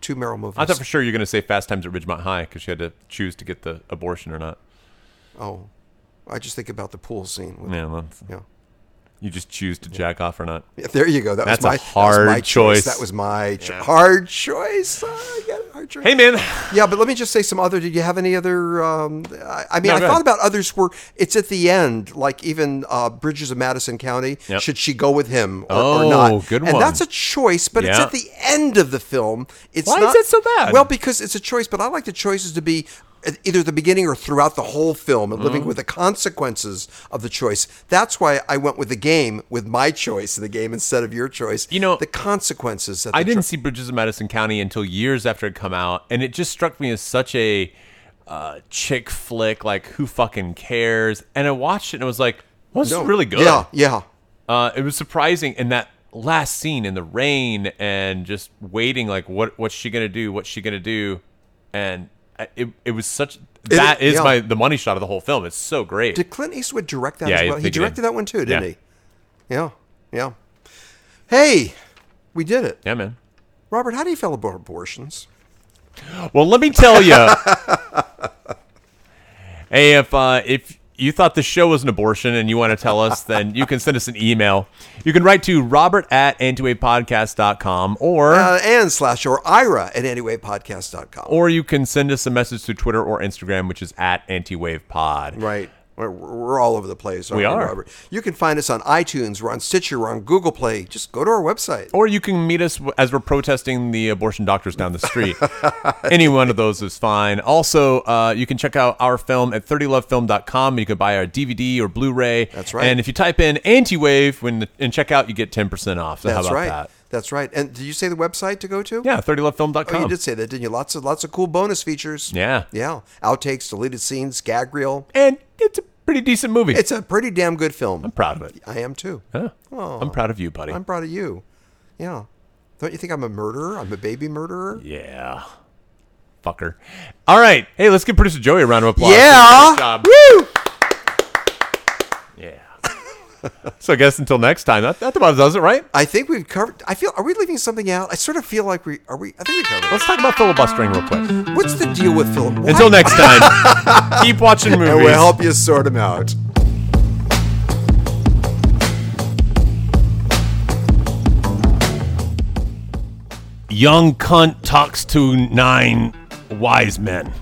[SPEAKER 1] two Meryl movies.
[SPEAKER 2] I thought for sure you were going to say Fast Times at Ridgemont High because she had to choose to get the abortion or not.
[SPEAKER 1] oh, I just think about the pool scene. With,
[SPEAKER 2] Yeah, well, that's-
[SPEAKER 1] yeah.
[SPEAKER 2] you just choose to jack off or not.
[SPEAKER 1] Yeah, There you go. That
[SPEAKER 2] That's
[SPEAKER 1] was my
[SPEAKER 2] a hard
[SPEAKER 1] that was my
[SPEAKER 2] choice.
[SPEAKER 1] That was my cho- hard choice. Ah, yeah, hard choice.
[SPEAKER 2] Hey, man.
[SPEAKER 1] Yeah, but let me just say some other. Did you have any other? Um, I, I mean,
[SPEAKER 2] No,
[SPEAKER 1] I thought
[SPEAKER 2] go ahead.
[SPEAKER 1] about others where it's at the end, like even uh, Bridges of Madison County.
[SPEAKER 2] Yep.
[SPEAKER 1] Should she go with him or, or
[SPEAKER 2] Oh,
[SPEAKER 1] not?
[SPEAKER 2] good
[SPEAKER 1] and
[SPEAKER 2] one.
[SPEAKER 1] that's a choice, but it's
[SPEAKER 2] Yeah.
[SPEAKER 1] at the end of the film. It's
[SPEAKER 2] Why is
[SPEAKER 1] not,
[SPEAKER 2] that so bad?
[SPEAKER 1] Well, because it's a choice, but I like the choices to be at either the beginning or throughout the whole film and
[SPEAKER 2] Mm-hmm.
[SPEAKER 1] living with the consequences of the choice. That's why I went with the game with my choice of the game instead of your choice.
[SPEAKER 2] You know,
[SPEAKER 1] the consequences. That
[SPEAKER 2] I
[SPEAKER 1] the
[SPEAKER 2] didn't
[SPEAKER 1] cho-
[SPEAKER 2] see Bridges of Madison County until years after it come out, and it just struck me as such a uh, chick flick, like who fucking cares? And I watched it and I was like, well, this
[SPEAKER 1] No.
[SPEAKER 2] is really good.
[SPEAKER 1] Yeah, yeah.
[SPEAKER 2] Uh, it was surprising, and that last scene in the rain and just waiting, like what what's she gonna do? What's she gonna do? And I- it it was such. That is
[SPEAKER 1] yeah.
[SPEAKER 2] my the money shot of the whole film. It's so great.
[SPEAKER 1] Did Clint Eastwood direct that
[SPEAKER 2] Yeah,
[SPEAKER 1] as
[SPEAKER 2] I
[SPEAKER 1] well? He
[SPEAKER 2] think he
[SPEAKER 1] directed
[SPEAKER 2] did.
[SPEAKER 1] that one too, didn't
[SPEAKER 2] Yeah.
[SPEAKER 1] he? Yeah, yeah. Hey, we did it.
[SPEAKER 2] yeah, man.
[SPEAKER 1] Robert, how do you feel about abortions?
[SPEAKER 2] Well, let me tell you. hey, if uh, if you thought the show was an abortion and you want to tell us, then you can send us an email. You can write to robert at antiwaypodcast.com or.
[SPEAKER 1] Uh, and slash or Ira at anywaypodcast.com.
[SPEAKER 2] or you can send us a message to Twitter or Instagram, which is at AntiWavePod.
[SPEAKER 1] Right. We're, we're all over the place. Aren't
[SPEAKER 2] We are.
[SPEAKER 1] Robert? You can find us on iTunes. We're on Stitcher. We're on Google Play. Just go to our website.
[SPEAKER 2] Or you can meet us w- as we're protesting the abortion doctors down the street. Any one of those is fine. Also, uh, you can check out our film at 30lovefilm.com. You can buy our DVD or Blu ray.
[SPEAKER 1] That's right.
[SPEAKER 2] And if you type in anti wave when in checkout, you get 10% off. So
[SPEAKER 1] That's
[SPEAKER 2] how about
[SPEAKER 1] right.
[SPEAKER 2] that?
[SPEAKER 1] That's right. And did you say the website to go to?
[SPEAKER 2] Yeah, 30lovefilm.com.
[SPEAKER 1] Oh, you did say that, didn't you? Lots of lots of cool bonus features.
[SPEAKER 2] Yeah.
[SPEAKER 1] Yeah. Outtakes, deleted scenes, gag reel.
[SPEAKER 2] And it's a pretty decent movie.
[SPEAKER 1] It's a pretty damn good film.
[SPEAKER 2] I'm proud of it.
[SPEAKER 1] I am too.
[SPEAKER 2] Huh? I'm proud of you, buddy.
[SPEAKER 1] I'm proud of you. Yeah. Don't you think I'm a murderer? I'm a baby murderer?
[SPEAKER 2] yeah. Fucker. All right. Hey, let's give producer Joey a round of applause.
[SPEAKER 1] Yeah.
[SPEAKER 2] Good job.
[SPEAKER 1] Woo!
[SPEAKER 2] Yeah. so I guess until next time, that, that about does it, right?
[SPEAKER 1] I think we've covered. I feel. Are we leaving something out? I sort of feel like we are. We. I think we covered.
[SPEAKER 2] Let's talk about filibustering real quick.
[SPEAKER 1] it. What's the deal with Philip? Why-
[SPEAKER 2] Until next time, keep watching movies.
[SPEAKER 1] And we'll help you sort them out.
[SPEAKER 2] Young cunt talks to nine wise men.